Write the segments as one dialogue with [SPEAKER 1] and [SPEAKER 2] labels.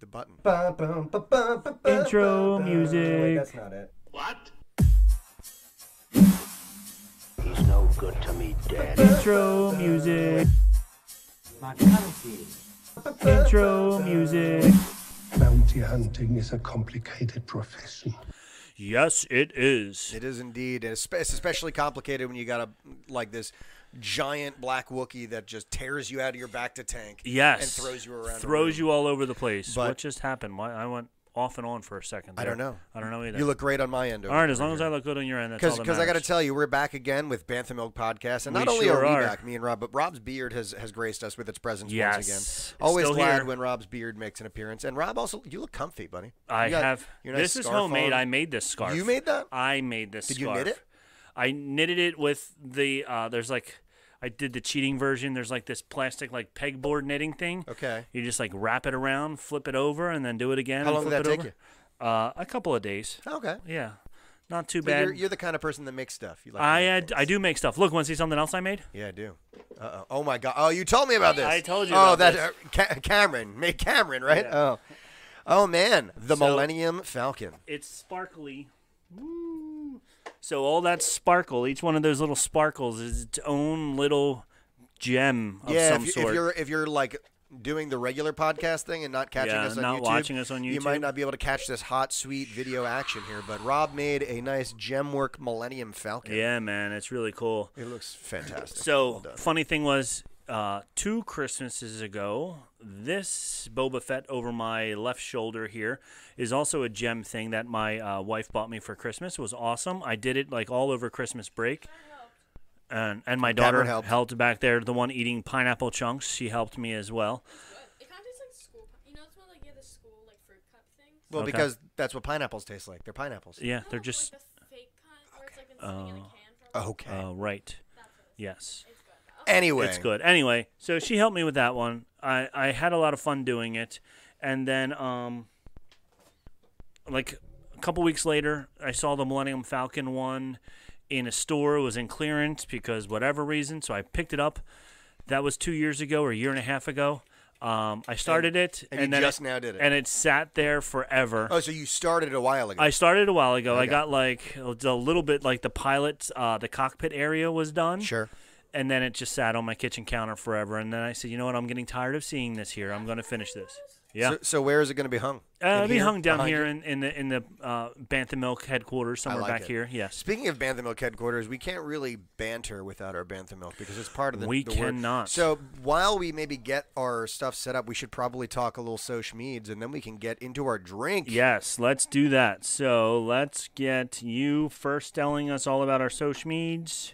[SPEAKER 1] The button.
[SPEAKER 2] Intro music.
[SPEAKER 1] Wait, that's not it.
[SPEAKER 3] What?
[SPEAKER 4] He's no good to me, Dad.
[SPEAKER 2] Intro music. Intro music.
[SPEAKER 5] Bounty hunting is a complicated profession.
[SPEAKER 2] Yes, it is.
[SPEAKER 1] It is indeed. It's spe- it's especially complicated when you got a like this giant black Wookiee that just tears you out of your back to tank.
[SPEAKER 2] Yes.
[SPEAKER 1] And throws you around.
[SPEAKER 2] Throws you all over the place.
[SPEAKER 1] But-
[SPEAKER 2] what just happened? Why I went off and on for a second.
[SPEAKER 1] I
[SPEAKER 2] there.
[SPEAKER 1] don't know.
[SPEAKER 2] I don't know either.
[SPEAKER 1] You look great on my end.
[SPEAKER 2] all right. As long as I look good on your end, that's all that
[SPEAKER 1] because I got to
[SPEAKER 2] matters.
[SPEAKER 1] tell you, we're back again with Bantha Milk Podcast, and
[SPEAKER 2] We
[SPEAKER 1] not only
[SPEAKER 2] sure
[SPEAKER 1] are we
[SPEAKER 2] are.
[SPEAKER 1] back, me and Rob, but Rob's beard has has graced us with its presence
[SPEAKER 2] Yes.
[SPEAKER 1] once again.
[SPEAKER 2] It's
[SPEAKER 1] Always
[SPEAKER 2] still
[SPEAKER 1] glad
[SPEAKER 2] here.
[SPEAKER 1] when Rob's beard makes an appearance, and Rob also you look comfy, buddy.
[SPEAKER 2] I
[SPEAKER 1] You got
[SPEAKER 2] have.
[SPEAKER 1] your nice
[SPEAKER 2] this is
[SPEAKER 1] scarf
[SPEAKER 2] homemade.
[SPEAKER 1] on.
[SPEAKER 2] I made this scarf.
[SPEAKER 1] You made that?
[SPEAKER 2] I made this.
[SPEAKER 1] Did you
[SPEAKER 2] scarf.
[SPEAKER 1] knit it?
[SPEAKER 2] I knitted it with the. Uh, there's like, I did the cheating version. There's like this plastic like pegboard knitting thing.
[SPEAKER 1] Okay.
[SPEAKER 2] You just like wrap it around, flip it over, and then do it again.
[SPEAKER 1] How long
[SPEAKER 2] and
[SPEAKER 1] did
[SPEAKER 2] flip
[SPEAKER 1] that
[SPEAKER 2] it
[SPEAKER 1] take
[SPEAKER 2] over. you? Uh, a couple of days.
[SPEAKER 1] Okay.
[SPEAKER 2] Yeah, not too
[SPEAKER 1] So
[SPEAKER 2] bad.
[SPEAKER 1] you're, you're the kind of person that makes stuff. You like to
[SPEAKER 2] I
[SPEAKER 1] make
[SPEAKER 2] had,
[SPEAKER 1] things.
[SPEAKER 2] I do make stuff. Look, want to see something else I made?
[SPEAKER 1] Yeah, I do. Uh-oh. Oh my God! Oh, you told me about this.
[SPEAKER 2] I told you
[SPEAKER 1] Oh,
[SPEAKER 2] about
[SPEAKER 1] that
[SPEAKER 2] this.
[SPEAKER 1] uh, Ca- Cameron, make Cameron, right? Oh, oh man, the
[SPEAKER 2] So-
[SPEAKER 1] Millennium Falcon.
[SPEAKER 2] It's sparkly. Woo. So all that sparkle, each one of those little sparkles is its own little gem of
[SPEAKER 1] yeah,
[SPEAKER 2] some
[SPEAKER 1] if, you,
[SPEAKER 2] sort.
[SPEAKER 1] if you're if you're like doing the regular podcast thing and not catching
[SPEAKER 2] Yeah,
[SPEAKER 1] us on
[SPEAKER 2] not
[SPEAKER 1] YouTube,
[SPEAKER 2] watching us on
[SPEAKER 1] you
[SPEAKER 2] YouTube.
[SPEAKER 1] might not be able to catch this hot, sweet video action here. But Rob made a nice gemwork Millennium Falcon.
[SPEAKER 2] yeah, man, it's really cool.
[SPEAKER 1] it looks fantastic.
[SPEAKER 2] So
[SPEAKER 1] Well done.
[SPEAKER 2] funny thing was, uh, two Christmases ago, this Boba Fett over my left shoulder here is also a gem thing that my uh, wife bought me for Christmas. It was awesome. I did it like all over Christmas break. And, and my daughter
[SPEAKER 1] Cameron helped.
[SPEAKER 2] helped back there, the one eating pineapple chunks. She helped me as well.
[SPEAKER 6] It kind of tastes like school. pi- You know, it's one like yeah, the school like fruit cup things.
[SPEAKER 1] well,
[SPEAKER 2] Okay.
[SPEAKER 1] because that's what pineapples taste like. They're pineapples.
[SPEAKER 2] Yeah, they're
[SPEAKER 6] No,
[SPEAKER 2] just Oh.
[SPEAKER 6] like the fake kind where it's like been sitting in a can for a while.
[SPEAKER 1] Oh, Okay.
[SPEAKER 2] uh, right. Yes.
[SPEAKER 1] anyway,
[SPEAKER 2] It's good. Anyway, so she helped me with that one. I, I had a lot of fun doing it. And then, um, like a couple weeks later, I saw the Millennium Falcon one in a store. It was in clearance because whatever reason. So I picked it up. That was two years ago or a year and a half ago. Um, I started it,
[SPEAKER 1] and
[SPEAKER 2] and,
[SPEAKER 1] you
[SPEAKER 2] then
[SPEAKER 1] just now did it.
[SPEAKER 2] and it sat there forever.
[SPEAKER 1] Oh, so you started a while ago.
[SPEAKER 2] I started a while ago. I
[SPEAKER 1] Okay.
[SPEAKER 2] got like a little bit like the pilot's uh, the cockpit area was done
[SPEAKER 1] sure.
[SPEAKER 2] and then it just sat on my kitchen counter forever. And then I said, you know what? I'm getting tired of seeing this here. I'm going to finish this. Yeah.
[SPEAKER 1] So, so where is it going to be hung?
[SPEAKER 2] uh,
[SPEAKER 1] In
[SPEAKER 2] it'll be
[SPEAKER 1] here?
[SPEAKER 2] hung down
[SPEAKER 1] Behind
[SPEAKER 2] here
[SPEAKER 1] you?
[SPEAKER 2] in, in the in the uh, Bantha Milk headquarters somewhere
[SPEAKER 1] like
[SPEAKER 2] back
[SPEAKER 1] it.
[SPEAKER 2] here. Yes.
[SPEAKER 1] Speaking of Bantha Milk headquarters, we can't really banter without our Bantha Milk because it's part of the.
[SPEAKER 2] We
[SPEAKER 1] the work.
[SPEAKER 2] cannot.
[SPEAKER 1] So while we maybe get our stuff set up, we should probably talk a little social meds, and then we can get into our drink.
[SPEAKER 2] Yes, let's do that. So let's get you first telling us all about our social meds.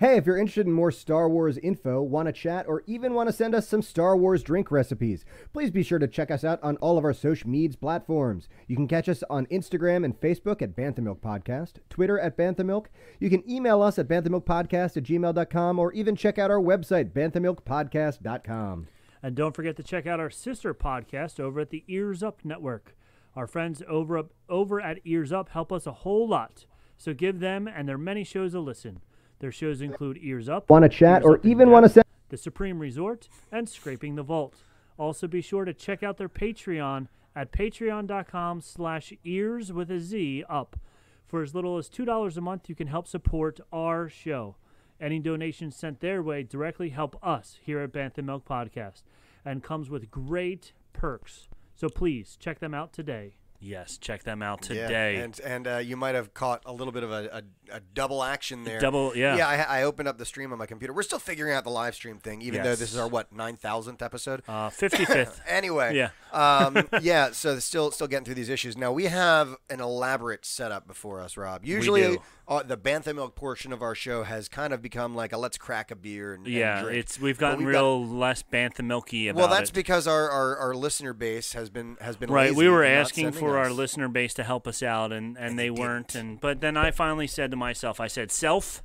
[SPEAKER 7] Hey, if you're interested in more Star Wars info, want to chat, or even want to send us some Star Wars drink recipes, please be sure to check us out on all of our social medias platforms. You can catch us on Instagram and Facebook at Banthamilk Podcast, Twitter at Banthamilk. You can email us at banthamilkpodcast at gmail.com, or even check out our website, banthamilkpodcast.com.
[SPEAKER 8] And don't forget to check out our sister podcast over at the Ears Up Network. Our friends over, up, over at Ears Up help us a whole lot. So give them and their many shows a listen. Their shows include Ears Up,
[SPEAKER 7] Want to chat,
[SPEAKER 8] Ears
[SPEAKER 7] or
[SPEAKER 8] Up in
[SPEAKER 7] even want to
[SPEAKER 8] Depth,
[SPEAKER 7] send.
[SPEAKER 8] The Supreme Resort, and Scraping the Vault. Also be sure to check out their Patreon at patreon.com slash ears with a Z up. For as little as $2 a month, you can help support our show. Any donations sent their way directly help us here at Bantha Milk Podcast and comes with great perks. So please check them out today.
[SPEAKER 2] Yes, check them out
[SPEAKER 1] Yeah,
[SPEAKER 2] today.
[SPEAKER 1] and and uh, you might have caught a little bit of a, a, a double action there.
[SPEAKER 2] double- yeah.
[SPEAKER 1] Yeah, I, I opened up the stream on my computer. We're still figuring out the live stream thing, even though this is
[SPEAKER 2] Yes.
[SPEAKER 1] our what nine thousandth episode.
[SPEAKER 2] uh, 55th.
[SPEAKER 1] Anyway,
[SPEAKER 2] Yeah.
[SPEAKER 1] um, yeah. So still, still getting through these issues. Now we have an elaborate setup before us, Rob. Usually,
[SPEAKER 2] do.
[SPEAKER 1] Uh, the bantha milk portion of our show has kind of become like a let's crack a beer and and
[SPEAKER 2] yeah,
[SPEAKER 1] drink.
[SPEAKER 2] it's we've
[SPEAKER 1] But
[SPEAKER 2] gotten
[SPEAKER 1] we've got-
[SPEAKER 2] real less bantha milky about
[SPEAKER 1] well, that's
[SPEAKER 2] it.
[SPEAKER 1] because our, our, our listener base has been has been
[SPEAKER 2] Right,
[SPEAKER 1] lazy
[SPEAKER 2] we were
[SPEAKER 1] and not
[SPEAKER 2] asking
[SPEAKER 1] sending
[SPEAKER 2] for our
[SPEAKER 1] us.
[SPEAKER 2] listener base to help us out, and, and, they, weren't. And but then I finally said to myself, I said, self,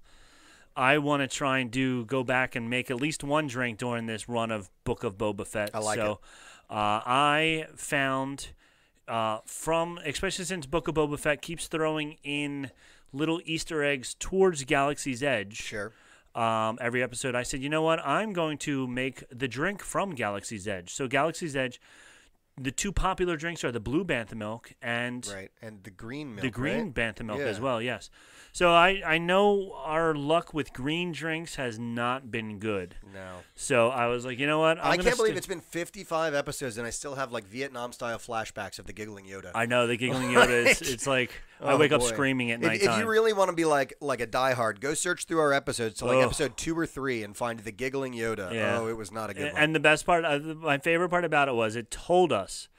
[SPEAKER 2] I want to try and do go back and make at least one drink during this run of Book of Boba Fett.
[SPEAKER 1] I like
[SPEAKER 2] so, Uh, I found uh, from especially since Book of Boba Fett keeps throwing in little Easter eggs towards Galaxy's Edge
[SPEAKER 1] Sure.
[SPEAKER 2] um, every episode, I said, you know what? I'm going to make the drink from Galaxy's Edge. So Galaxy's Edge, the two popular drinks are the blue bantha milk and
[SPEAKER 1] Right, and the green milk.
[SPEAKER 2] the
[SPEAKER 1] right?
[SPEAKER 2] green bantha milk
[SPEAKER 1] Yeah.
[SPEAKER 2] as well. Yes. So I I know our luck with green drinks has not been good.
[SPEAKER 1] No.
[SPEAKER 2] So I was like, you know what?
[SPEAKER 1] I'm
[SPEAKER 2] I'm
[SPEAKER 1] I
[SPEAKER 2] gonna
[SPEAKER 1] can not believe
[SPEAKER 2] stick-
[SPEAKER 1] it's been 55 episodes and I still have like Vietnam style flashbacks of the giggling Yoda.
[SPEAKER 2] I know the giggling Yoda. Is, it's like I
[SPEAKER 1] Oh,
[SPEAKER 2] wake up
[SPEAKER 1] boy.
[SPEAKER 2] screaming at
[SPEAKER 1] If-
[SPEAKER 2] nighttime.
[SPEAKER 1] If, you really want to be like like a diehard, go search through our episodes to like
[SPEAKER 2] Ugh.
[SPEAKER 1] episode two or three and find the giggling Yoda.
[SPEAKER 2] Yeah.
[SPEAKER 1] Oh, it was not a good
[SPEAKER 2] A-
[SPEAKER 1] one.
[SPEAKER 2] and the best part, uh, th- my favorite part about it was it told us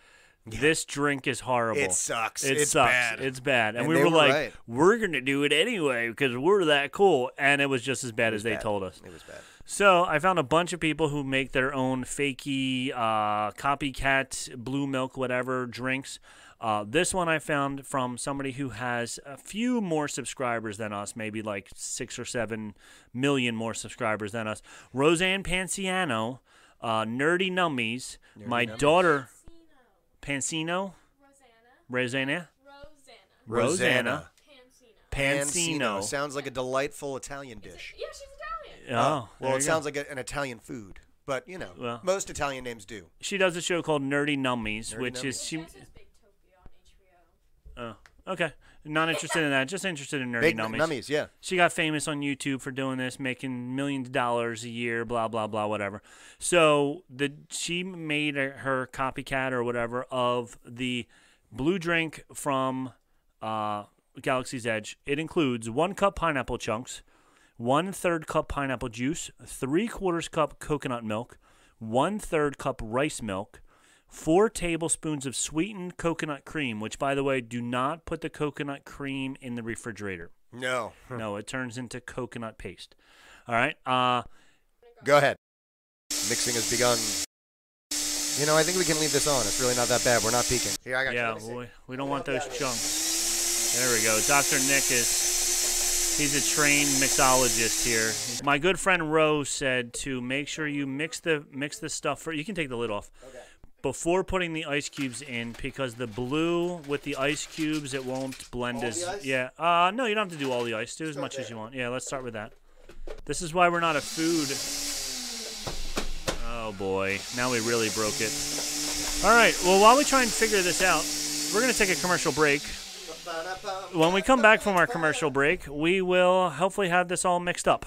[SPEAKER 2] this drink is horrible.
[SPEAKER 1] It sucks.
[SPEAKER 2] It
[SPEAKER 1] It's
[SPEAKER 2] sucks.
[SPEAKER 1] bad."
[SPEAKER 2] It's bad. And,
[SPEAKER 1] And
[SPEAKER 2] we
[SPEAKER 1] they
[SPEAKER 2] were
[SPEAKER 1] were
[SPEAKER 2] like,
[SPEAKER 1] right.
[SPEAKER 2] we're gonna do it anyway because we're that cool. And it was just as bad as they told us.
[SPEAKER 1] It was bad.
[SPEAKER 2] So I found a bunch of people who make their own fakey, uh, copycat blue milk, whatever drinks. Uh, this one I found from somebody who has a few more subscribers than us, maybe like six or seven million more subscribers than us. Roseanne Panciano, uh, Nerdy Nummies, my daughter Pancino,
[SPEAKER 6] Rosanna.
[SPEAKER 2] Rosanna,
[SPEAKER 6] Rosanna.
[SPEAKER 1] Rosanna.
[SPEAKER 6] Pansino.
[SPEAKER 1] Pansino.
[SPEAKER 2] Pancino.
[SPEAKER 1] Sounds like a delightful Italian dish. Uh,
[SPEAKER 6] Yeah, she's
[SPEAKER 2] Oh,
[SPEAKER 6] Italian.
[SPEAKER 1] well,
[SPEAKER 2] there you
[SPEAKER 1] it
[SPEAKER 2] go.
[SPEAKER 1] sounds like a, an Italian food, but you know,
[SPEAKER 2] Well.
[SPEAKER 1] most Italian names do.
[SPEAKER 2] She does a show called Nerdy Nummies,
[SPEAKER 1] Nerdy
[SPEAKER 2] which is
[SPEAKER 1] Nummies.
[SPEAKER 2] she.
[SPEAKER 6] This was Big Topia on HBO.
[SPEAKER 2] Oh, okay. Not interested in that. Just interested in nerdy
[SPEAKER 1] Big
[SPEAKER 2] nummies.
[SPEAKER 1] nummies, yeah.
[SPEAKER 2] She got famous on YouTube for doing this, making millions of dollars a year, blah blah blah, whatever. So the she made a, her copycat or whatever of the blue drink from uh, Galaxy's Edge. It includes one cup pineapple chunks, one third cup pineapple juice, three quarters cup coconut milk, one third cup rice milk, four tablespoons of sweetened coconut cream. Which, by the way, do not put the coconut cream in the refrigerator.
[SPEAKER 1] No.
[SPEAKER 2] No, it turns into coconut paste. All right. Uh,
[SPEAKER 1] Go ahead. Mixing has begun. You know, I think we can leave this on. It's really not that bad. We're not peeking. Here, I got
[SPEAKER 2] yeah,
[SPEAKER 1] you. Let me see.
[SPEAKER 2] we, we don't want those chunks. There we go. Dr. Nick is he's a trained mixologist here. My good friend Rose said to make sure you mix the mix the stuff for you can take the lid off. Before putting the ice cubes in, because the blue with the ice cubes, it won't blend as yeah. Uh, no, you don't have to do all the ice. Do as much as you want. Yeah, let's start with that. This is why we're not a food. Oh boy, now we really broke it. All right. Well, while we try and figure this out, we're going to take a commercial break. When we come back from our commercial break, we will hopefully have this all mixed up.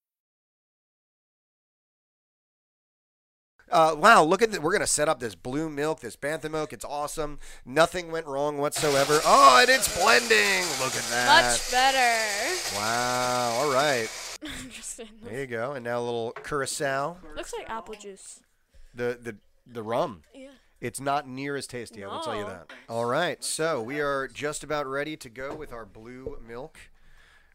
[SPEAKER 1] Uh, wow, look at that. We're going to set up this blue milk, this bantha milk. It's awesome. Nothing went wrong whatsoever. Oh, and it's blending. Look at that.
[SPEAKER 6] Much better.
[SPEAKER 1] Wow. All right.
[SPEAKER 6] I'm just saying.
[SPEAKER 1] There you go. And now a little curacao.
[SPEAKER 6] Looks like apple juice.
[SPEAKER 1] The the the rum.
[SPEAKER 6] Yeah.
[SPEAKER 1] It's not near as tasty, I will tell you
[SPEAKER 6] No.
[SPEAKER 1] that. All right. So, we are just about ready to go with our blue milk.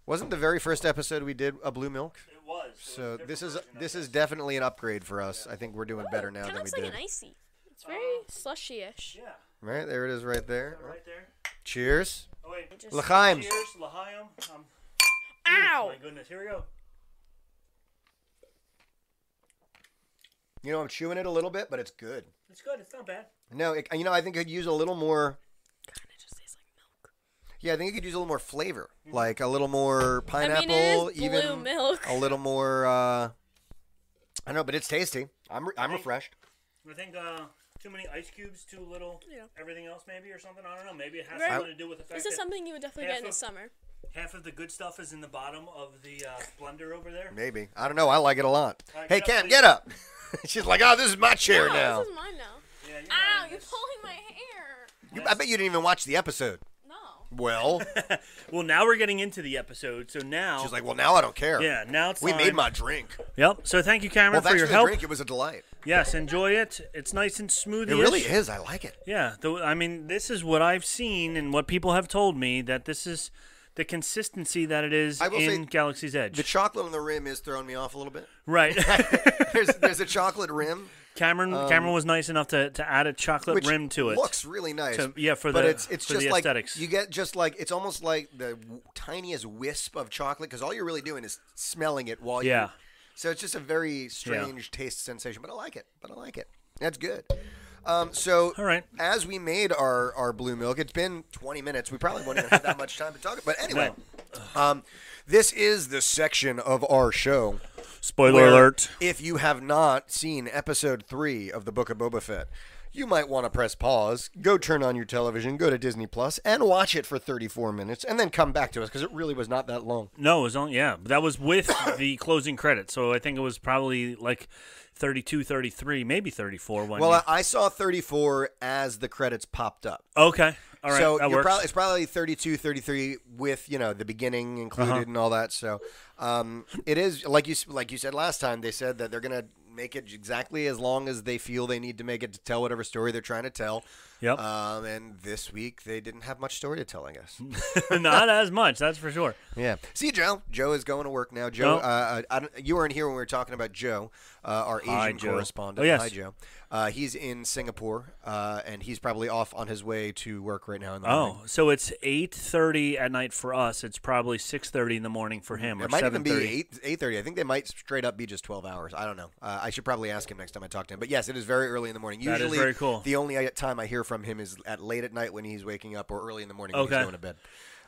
[SPEAKER 1] Wasn't the very first episode we did a blue milk? It was. So, this is this is definitely an upgrade for us. I think we're doing better now
[SPEAKER 6] Kind of
[SPEAKER 1] than we
[SPEAKER 6] looks like
[SPEAKER 1] did.
[SPEAKER 6] an icy. It's very slushy-ish.
[SPEAKER 1] Right? There it is right there.
[SPEAKER 2] Right there.
[SPEAKER 1] Cheers.
[SPEAKER 2] Oh, wait.
[SPEAKER 6] Just-
[SPEAKER 1] L'chaim.
[SPEAKER 2] Cheers, L'chaim. Um,
[SPEAKER 6] Ow!
[SPEAKER 2] my goodness. Here we go.
[SPEAKER 1] You know, I'm chewing it a little bit, but it's good.
[SPEAKER 2] It's good. It's not bad.
[SPEAKER 1] No, it, you know, I think I could use a little more Yeah, I think it could use a little more flavor, like a little more
[SPEAKER 6] I
[SPEAKER 1] pineapple,
[SPEAKER 6] mean, it is
[SPEAKER 1] even
[SPEAKER 6] blue milk.
[SPEAKER 1] a little more. Uh, I don't know, but it's tasty. I'm re- I'm refreshed.
[SPEAKER 2] I think uh, too many ice cubes, too little
[SPEAKER 6] Yeah.
[SPEAKER 2] everything else, maybe or something. I don't know. Maybe it has
[SPEAKER 6] Right.
[SPEAKER 2] something to do with the fact
[SPEAKER 6] This is
[SPEAKER 2] that
[SPEAKER 6] something you would definitely
[SPEAKER 2] Yeah,
[SPEAKER 6] get in the
[SPEAKER 2] so-
[SPEAKER 6] summer.
[SPEAKER 2] half of the good stuff is in the bottom of the uh, blender over there.
[SPEAKER 1] Maybe I don't know. I like it a lot.
[SPEAKER 2] Alright,
[SPEAKER 1] hey,
[SPEAKER 2] get up,
[SPEAKER 1] Cam,
[SPEAKER 2] please.
[SPEAKER 1] get up. She's like, oh, this is my chair
[SPEAKER 6] No,
[SPEAKER 1] now.
[SPEAKER 6] This is mine now.
[SPEAKER 2] Yeah, you're
[SPEAKER 6] Ow,
[SPEAKER 2] right.
[SPEAKER 6] you're pulling my hair.
[SPEAKER 1] You, I bet you didn't even watch the episode.
[SPEAKER 6] No.
[SPEAKER 1] Well,
[SPEAKER 2] Well, now we're getting into the episode, so now
[SPEAKER 1] she's like, well, now I don't care.
[SPEAKER 2] yeah, now it's
[SPEAKER 1] We made
[SPEAKER 2] time.
[SPEAKER 1] my drink.
[SPEAKER 2] Yep. So thank you, Cameron,
[SPEAKER 1] Well,
[SPEAKER 2] for
[SPEAKER 1] thanks
[SPEAKER 2] your
[SPEAKER 1] for the
[SPEAKER 2] help.
[SPEAKER 1] drink. It was a delight.
[SPEAKER 2] Yes, enjoy it. It's nice and smooth.
[SPEAKER 1] It really is. I like it.
[SPEAKER 2] Yeah, though I mean, this is what I've seen and what people have told me that this is the consistency that it is
[SPEAKER 1] I will say
[SPEAKER 2] in Galaxy's Edge.
[SPEAKER 1] The chocolate on the rim is throwing me off a little bit.
[SPEAKER 2] right.
[SPEAKER 1] There's there's a chocolate rim,
[SPEAKER 2] Cameron Cameron was nice enough to, to add a chocolate
[SPEAKER 1] Um, which
[SPEAKER 2] rim to it.
[SPEAKER 1] Looks really nice.
[SPEAKER 2] To- yeah, for
[SPEAKER 1] but
[SPEAKER 2] the-
[SPEAKER 1] it's it's
[SPEAKER 2] for
[SPEAKER 1] just
[SPEAKER 2] the
[SPEAKER 1] like
[SPEAKER 2] aesthetics.
[SPEAKER 1] you get just like it's almost like the w- tiniest wisp of chocolate because all you're really doing is smelling it while
[SPEAKER 2] Yeah.
[SPEAKER 1] you. So it's just a very strange taste sensation, but I like it. But I like it. That's good. Um, so
[SPEAKER 2] All right.
[SPEAKER 1] as we made our, our blue milk, it's been 20 minutes. We probably won't even have that much time to talk. But anyway, um, this is the section of our show
[SPEAKER 2] Spoiler
[SPEAKER 1] where
[SPEAKER 2] alert.
[SPEAKER 1] If you have not seen episode three of the Book of Boba Fett, you might want to press pause, go turn on your television, go to Disney Plus, and watch it for 34 minutes, and then come back to us because it really was not that long.
[SPEAKER 2] No, it was on. Yeah, that was with the closing credits. So I think it was probably like 32, 33, maybe 34. When
[SPEAKER 1] Well,
[SPEAKER 2] you-
[SPEAKER 1] I, I saw 34 as the credits popped up.
[SPEAKER 2] okay. All right.
[SPEAKER 1] so
[SPEAKER 2] that
[SPEAKER 1] you're
[SPEAKER 2] works.
[SPEAKER 1] probably, it's probably 32, 33 with you know the beginning included
[SPEAKER 2] Uh-huh.
[SPEAKER 1] and all that. So um, it is like you s- like you said last time. They said that they're gonna make it exactly as long as they feel they need to make it to tell whatever story they're trying to tell.
[SPEAKER 2] Yep.
[SPEAKER 1] Um, and this week they didn't have much story to tell, I guess.
[SPEAKER 2] Not as much, that's for sure.
[SPEAKER 1] yeah. See, Joe. Joe is going to work now. Joe,
[SPEAKER 2] No.
[SPEAKER 1] uh, I don't, you weren't here when we were talking about Joe, uh, our Asian
[SPEAKER 2] Hi, Joe.
[SPEAKER 1] correspondent.
[SPEAKER 2] Oh, yes.
[SPEAKER 1] Hi, Joe. Uh, he's in Singapore, uh, and he's probably off on his way to work right now. In the morning.
[SPEAKER 2] Oh, so it's 8:30 at night for us. It's probably 6:30 in the morning for him or
[SPEAKER 1] It might even
[SPEAKER 2] 7:30.
[SPEAKER 1] be eight eight thirty. I think they might straight up be just twelve hours. I don't know. Uh, I should probably ask him next time I talk to him. But yes, it is very early in the morning.
[SPEAKER 2] That is
[SPEAKER 1] Usually,
[SPEAKER 2] very cool.
[SPEAKER 1] the only uh, time I hear from him is at late at night when he's waking up or early in the morning when
[SPEAKER 2] Okay.
[SPEAKER 1] he's going to bed.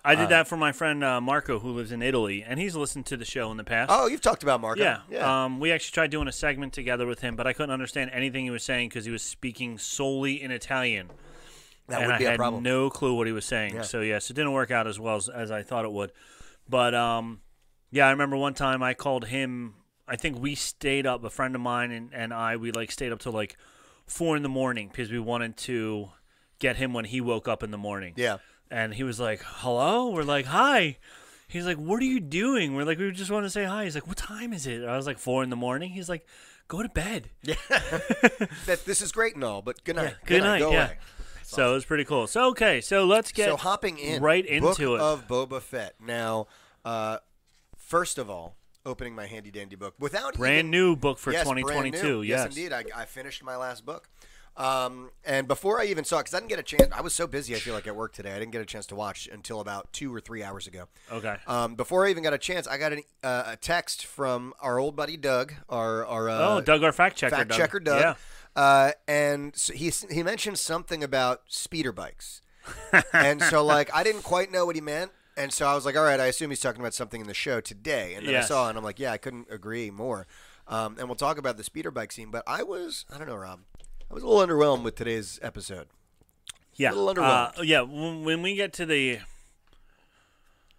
[SPEAKER 2] I did that for my friend uh, Marco who lives in Italy and he's listened to the show in the past.
[SPEAKER 1] Oh, you've talked about Marco.
[SPEAKER 2] Yeah. Um, we actually tried doing a segment together with him, but I couldn't understand anything he was saying because he was speaking solely in Italian.
[SPEAKER 1] that
[SPEAKER 2] and
[SPEAKER 1] would be
[SPEAKER 2] I
[SPEAKER 1] a
[SPEAKER 2] had
[SPEAKER 1] problem.
[SPEAKER 2] no clue what he was saying. So yes, it didn't work out as well as, as I thought it would. But um, yeah, I remember one time I called him. I think we stayed up. A friend of mine and, and I we like stayed up till like four in the morning because we wanted to get him when he woke up in the morning.
[SPEAKER 1] yeah.
[SPEAKER 2] And he was like, "Hello." We're like, "Hi." He's like, "What are you doing?" We're like, "We just want to say hi." He's like, "What time is it?" I was like, four in the morning." He's like, "Go to bed."
[SPEAKER 1] That this is great and all, but good night.
[SPEAKER 2] Good night.
[SPEAKER 1] Go
[SPEAKER 2] yeah.
[SPEAKER 1] away.
[SPEAKER 2] So it was pretty cool. So okay, so let's get
[SPEAKER 1] so hopping in
[SPEAKER 2] right
[SPEAKER 1] Book
[SPEAKER 2] into it.
[SPEAKER 1] of Boba Fett. Now, uh, first of all, opening my handy dandy book without
[SPEAKER 2] brand
[SPEAKER 1] even-
[SPEAKER 2] new book for
[SPEAKER 1] Yes, brand
[SPEAKER 2] 2022.
[SPEAKER 1] new.
[SPEAKER 2] Yes,
[SPEAKER 1] indeed. I, I finished my last book. Um, and before I even saw, because I didn't get a chance, I was so busy. I feel like at work today, I didn't get a chance to watch until about two or three hours ago.
[SPEAKER 2] Okay.
[SPEAKER 1] Um, before I even got a chance, I got an, uh, a text from our old buddy Doug, our our uh,
[SPEAKER 2] oh, Doug, our fact checker.
[SPEAKER 1] fact
[SPEAKER 2] Doug.
[SPEAKER 1] checker Doug.
[SPEAKER 2] Yeah.
[SPEAKER 1] Uh, and so he s- he mentioned something about speeder bikes, and so like I didn't quite know what he meant, and so I was like, all right, I assume he's talking about something in the show today. And then I
[SPEAKER 2] Yes.
[SPEAKER 1] saw, it, and I'm like, yeah, I couldn't agree more. Um, and we'll talk about the speeder bike scene, but I was I don't know, Rob, I was a little underwhelmed with today's episode.
[SPEAKER 2] Yeah.
[SPEAKER 1] little
[SPEAKER 2] uh,
[SPEAKER 1] underwhelmed.
[SPEAKER 2] yeah. When, when we get to the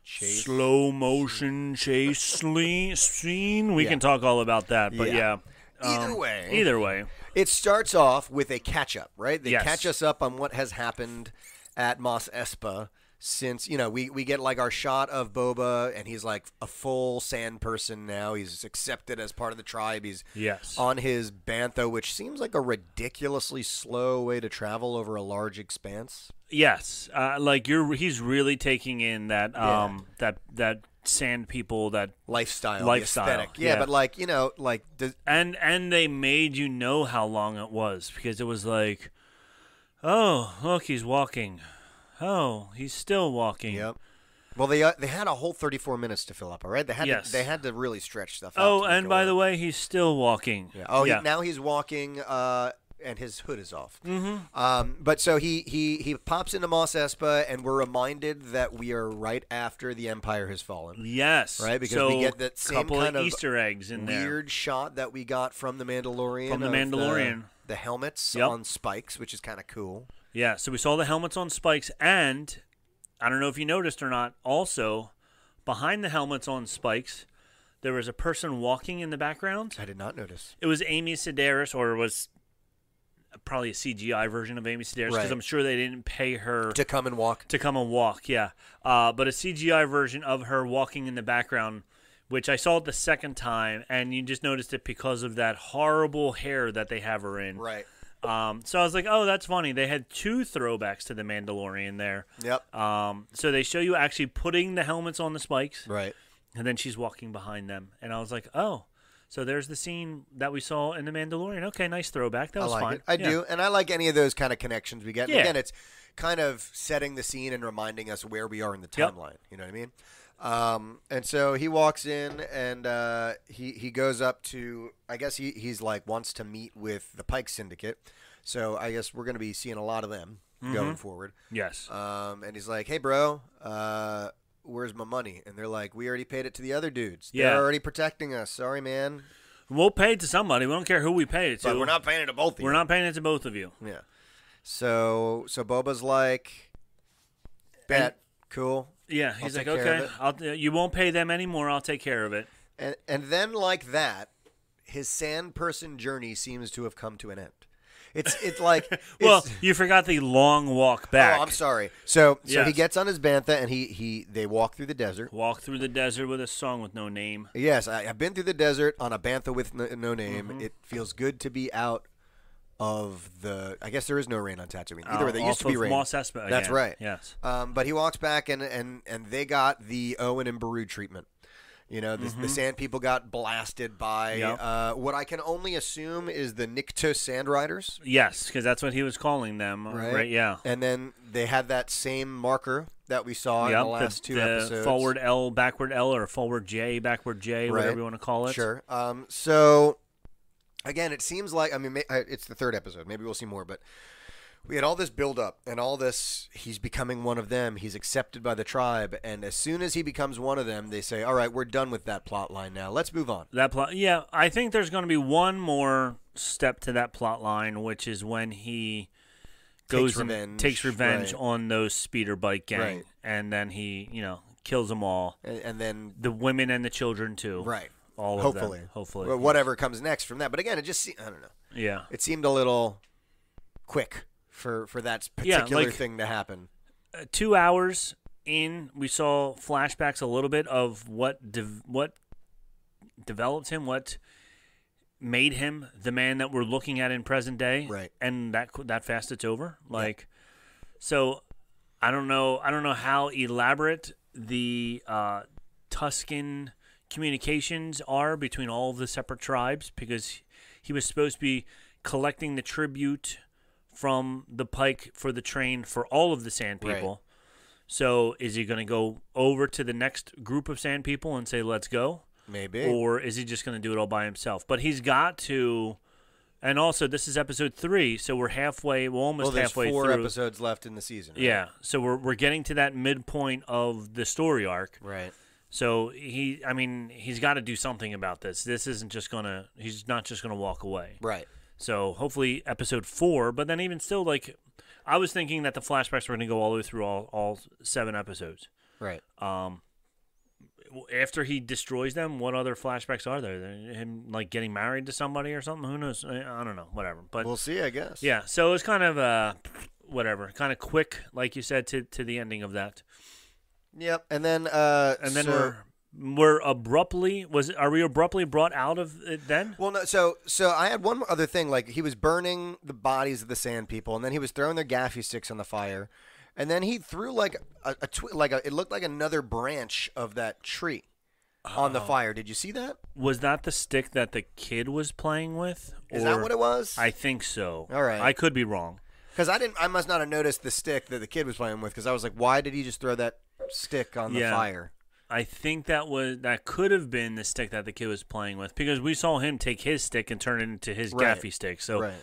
[SPEAKER 1] Chase.
[SPEAKER 2] slow motion chase sle- scene, we can talk all about that. But yeah.
[SPEAKER 1] Yeah. Either way.
[SPEAKER 2] Um, Either way.
[SPEAKER 1] It starts off with a catch up, right? They
[SPEAKER 2] Yes.
[SPEAKER 1] catch us up on what has happened at Mos Espa since, you know, we, we get like our shot of Boba and he's like a full sand person now. He's accepted as part of the tribe. He's
[SPEAKER 2] Yes.
[SPEAKER 1] on his Bantha, which seems like a ridiculously slow way to travel over a large expanse.
[SPEAKER 2] Yes. Uh, like you're, he's really taking in that,
[SPEAKER 1] Yeah.
[SPEAKER 2] um, that that sand people that,
[SPEAKER 1] Lifestyle. the
[SPEAKER 2] Lifestyle,
[SPEAKER 1] aesthetic. Yeah,
[SPEAKER 2] yeah.
[SPEAKER 1] but like, you know, like, does,
[SPEAKER 2] and and they made you know how long it was because it was like, oh look, he's walking. Oh, he's still walking.
[SPEAKER 1] yep. Well, they uh, they had a whole 34 minutes to fill up, all right? They had
[SPEAKER 2] Yes.
[SPEAKER 1] to, they had to really stretch stuff out.
[SPEAKER 2] Oh,
[SPEAKER 1] to make
[SPEAKER 2] and
[SPEAKER 1] it
[SPEAKER 2] by
[SPEAKER 1] work. Oh,
[SPEAKER 2] the way, he's still walking.
[SPEAKER 1] Yeah. Oh, He, now he's walking uh, and his hood is off. Mm-hmm. Um, but so he he he pops into Mos Espa, and we're reminded that we are right after the Empire has fallen.
[SPEAKER 2] Yes.
[SPEAKER 1] Right, because
[SPEAKER 2] so
[SPEAKER 1] we get that same
[SPEAKER 2] couple
[SPEAKER 1] kind
[SPEAKER 2] of
[SPEAKER 1] of
[SPEAKER 2] Easter eggs in there.
[SPEAKER 1] Weird shot that we got from the Mandalorian.
[SPEAKER 2] From The
[SPEAKER 1] of
[SPEAKER 2] Mandalorian.
[SPEAKER 1] The, helmets
[SPEAKER 2] Yep.
[SPEAKER 1] on spikes, which is kind of cool.
[SPEAKER 2] Yeah, so we saw the helmets on spikes, and I don't know if you noticed or not, also behind the helmets on spikes, there was a person walking in the background.
[SPEAKER 1] I did not notice.
[SPEAKER 2] It was Amy Sedaris, or was probably a CGI version of Amy Sedaris, because
[SPEAKER 1] Right.
[SPEAKER 2] I'm sure they didn't pay her
[SPEAKER 1] To come and walk.
[SPEAKER 2] to come and walk. Yeah, uh, but a CGI version of her walking in the background, which I saw it the second time, and you just noticed it because of that horrible hair that they have her in.
[SPEAKER 1] Right.
[SPEAKER 2] Um, so I was like, oh, that's funny. They had two throwbacks to the Mandalorian there.
[SPEAKER 1] Yep.
[SPEAKER 2] Um, so they show you actually putting the helmets on the spikes,
[SPEAKER 1] Right.
[SPEAKER 2] and then she's walking behind them, and I was like, oh. So there's the scene that we saw in The Mandalorian. Okay, nice throwback. That was
[SPEAKER 1] I like
[SPEAKER 2] fine.
[SPEAKER 1] it. I
[SPEAKER 2] Yeah.
[SPEAKER 1] do, and I like any of those kind of connections we get. And
[SPEAKER 2] Yeah.
[SPEAKER 1] Again, it's kind of setting the scene and reminding us where we are in the
[SPEAKER 2] Yep.
[SPEAKER 1] timeline. You know what I mean? Um, and so he walks in, and uh, he he goes up to. I guess he, he's like wants to meet with the Pike Syndicate. So I guess we're going to be seeing a lot of them
[SPEAKER 2] Mm-hmm.
[SPEAKER 1] going forward.
[SPEAKER 2] Yes.
[SPEAKER 1] Um, and he's like, "Hey, bro, uh, where's my money?" And they're like, "We already paid it to the other dudes.
[SPEAKER 2] Yeah.
[SPEAKER 1] They're already protecting us. Sorry, man,
[SPEAKER 2] we'll pay it to somebody. We don't care who we pay it to.
[SPEAKER 1] but we're not paying it to both. of
[SPEAKER 2] We're
[SPEAKER 1] you.
[SPEAKER 2] not paying it to both of you.
[SPEAKER 1] Yeah. So so Boba's like, bet cool,
[SPEAKER 2] Yeah.
[SPEAKER 1] I'll
[SPEAKER 2] He's
[SPEAKER 1] take
[SPEAKER 2] like,
[SPEAKER 1] care of
[SPEAKER 2] okay,
[SPEAKER 1] it."
[SPEAKER 2] I'll, uh, you won't pay them anymore. I'll take care of it.
[SPEAKER 1] and and then like that, his sand person journey seems to have come to an end. It's it's like
[SPEAKER 2] Well,
[SPEAKER 1] it's-
[SPEAKER 2] you forgot the long walk back.
[SPEAKER 1] Oh, I'm sorry. So so he
[SPEAKER 2] Yes.
[SPEAKER 1] gets on his bantha and he he they walk through the desert.
[SPEAKER 2] Walk through the desert with a song with no name.
[SPEAKER 1] Yes, I, I've been through the desert on a bantha with no, no name.
[SPEAKER 2] Mm-hmm.
[SPEAKER 1] It feels good to be out of the. I guess there is no rain on Tatooine. Either way, there
[SPEAKER 2] Uh,
[SPEAKER 1] used to
[SPEAKER 2] off
[SPEAKER 1] be
[SPEAKER 2] of
[SPEAKER 1] rain.
[SPEAKER 2] Mos Espa
[SPEAKER 1] That's
[SPEAKER 2] again.
[SPEAKER 1] right.
[SPEAKER 2] Yes.
[SPEAKER 1] Um, but he walks back and and and they got the Owen and Baru treatment. You know, the, the sand people got blasted by
[SPEAKER 2] Mm-hmm. Yep.
[SPEAKER 1] uh, what I can only assume is the Nikto Sand Riders.
[SPEAKER 2] Yes, because that's what he was calling them. uh,
[SPEAKER 1] Right?
[SPEAKER 2] Oh, Right. yeah.
[SPEAKER 1] And then they had that same marker that we saw in
[SPEAKER 2] Yep,
[SPEAKER 1] the last two episodes.
[SPEAKER 2] Forward L, backward L, or forward J, backward J, whatever you want to call it.
[SPEAKER 1] Sure. Um, so again, it seems like I mean ma- I- it's the third episode. Maybe we'll see more, but we had all this build up and all this. He's becoming one of them. He's accepted by the tribe, and as soon as he becomes one of them, they say, "All right, we're done with that plot line now. Let's move on."
[SPEAKER 2] That plot. Yeah, I think there's going to be one more step to that plot line, which is when he goes and
[SPEAKER 1] revenge,
[SPEAKER 2] takes revenge
[SPEAKER 1] right.
[SPEAKER 2] on those speeder bike gang,
[SPEAKER 1] Right.
[SPEAKER 2] and then he, you know, kills them all,
[SPEAKER 1] And, and then
[SPEAKER 2] the women and the children too.
[SPEAKER 1] right,
[SPEAKER 2] All of them.
[SPEAKER 1] hopefully,
[SPEAKER 2] Hopefully.
[SPEAKER 1] Well, whatever comes next from that. But again, it just se- I don't know.
[SPEAKER 2] Yeah.
[SPEAKER 1] It seemed a little quick for for that
[SPEAKER 2] Yeah,
[SPEAKER 1] particular
[SPEAKER 2] like-
[SPEAKER 1] thing to happen.
[SPEAKER 2] uh, two hours in, we saw flashbacks a little bit of what de- what developed him, what made him the man that we're looking at in present day.
[SPEAKER 1] Right.
[SPEAKER 2] and that qu- that fast it's over. Like, so I don't know. I don't know how elaborate the uh, Tuscan communications are between all of the separate tribes because he was supposed to be collecting the tribute from the pike for the train for all of the sand
[SPEAKER 1] Right.
[SPEAKER 2] people. So is he going to go over to the next group of sand people and say let's go?
[SPEAKER 1] Maybe
[SPEAKER 2] Or is he just going to do it all by himself? But he's got to and also this is episode 3, so we're halfway, we're almost
[SPEAKER 1] well, there's
[SPEAKER 2] halfway
[SPEAKER 1] four
[SPEAKER 2] through.
[SPEAKER 1] episodes left in the season. right?
[SPEAKER 2] Yeah, so we're we're getting to that midpoint of the story arc.
[SPEAKER 1] Right.
[SPEAKER 2] So he I mean, he's got to do something about this. This isn't just going to he's not just going to walk away.
[SPEAKER 1] Right.
[SPEAKER 2] So hopefully episode four, but then even still, like I was thinking that the flashbacks were going to go all the way through all, all seven episodes.
[SPEAKER 1] Right.
[SPEAKER 2] Um, w- after he destroys them, what other flashbacks are there? There- Him like getting married to somebody or something? Who knows? I I don't know. Whatever. But
[SPEAKER 1] we'll see, I guess.
[SPEAKER 2] yeah, so it's kind of uh, whatever, kind of quick, like you said, to to the ending of that,
[SPEAKER 1] Yep. And then uh
[SPEAKER 2] and then
[SPEAKER 1] so-
[SPEAKER 2] we're we're abruptly was are we abruptly brought out of it then?
[SPEAKER 1] well, no. So, so I had one other thing. Like he was burning the bodies of the sand people, and then he was throwing their gaffy sticks on the fire, and then he threw like a, a twi- like a, it looked like another branch of that tree on
[SPEAKER 2] Oh.
[SPEAKER 1] the fire. Did you see that?
[SPEAKER 2] Was that the stick that the kid was playing with?
[SPEAKER 1] Is that
[SPEAKER 2] Or-
[SPEAKER 1] what it was?
[SPEAKER 2] I think so.
[SPEAKER 1] All right.
[SPEAKER 2] I could be wrong.
[SPEAKER 1] Because I didn't. I must not have noticed the stick that the kid was playing with. Because I was like, why did he just throw that stick on the
[SPEAKER 2] Yeah.
[SPEAKER 1] fire?
[SPEAKER 2] I think that was that could have been the stick that the kid was playing with because we saw him take his stick and turn it into his
[SPEAKER 1] Right.
[SPEAKER 2] gaffy stick. So
[SPEAKER 1] right.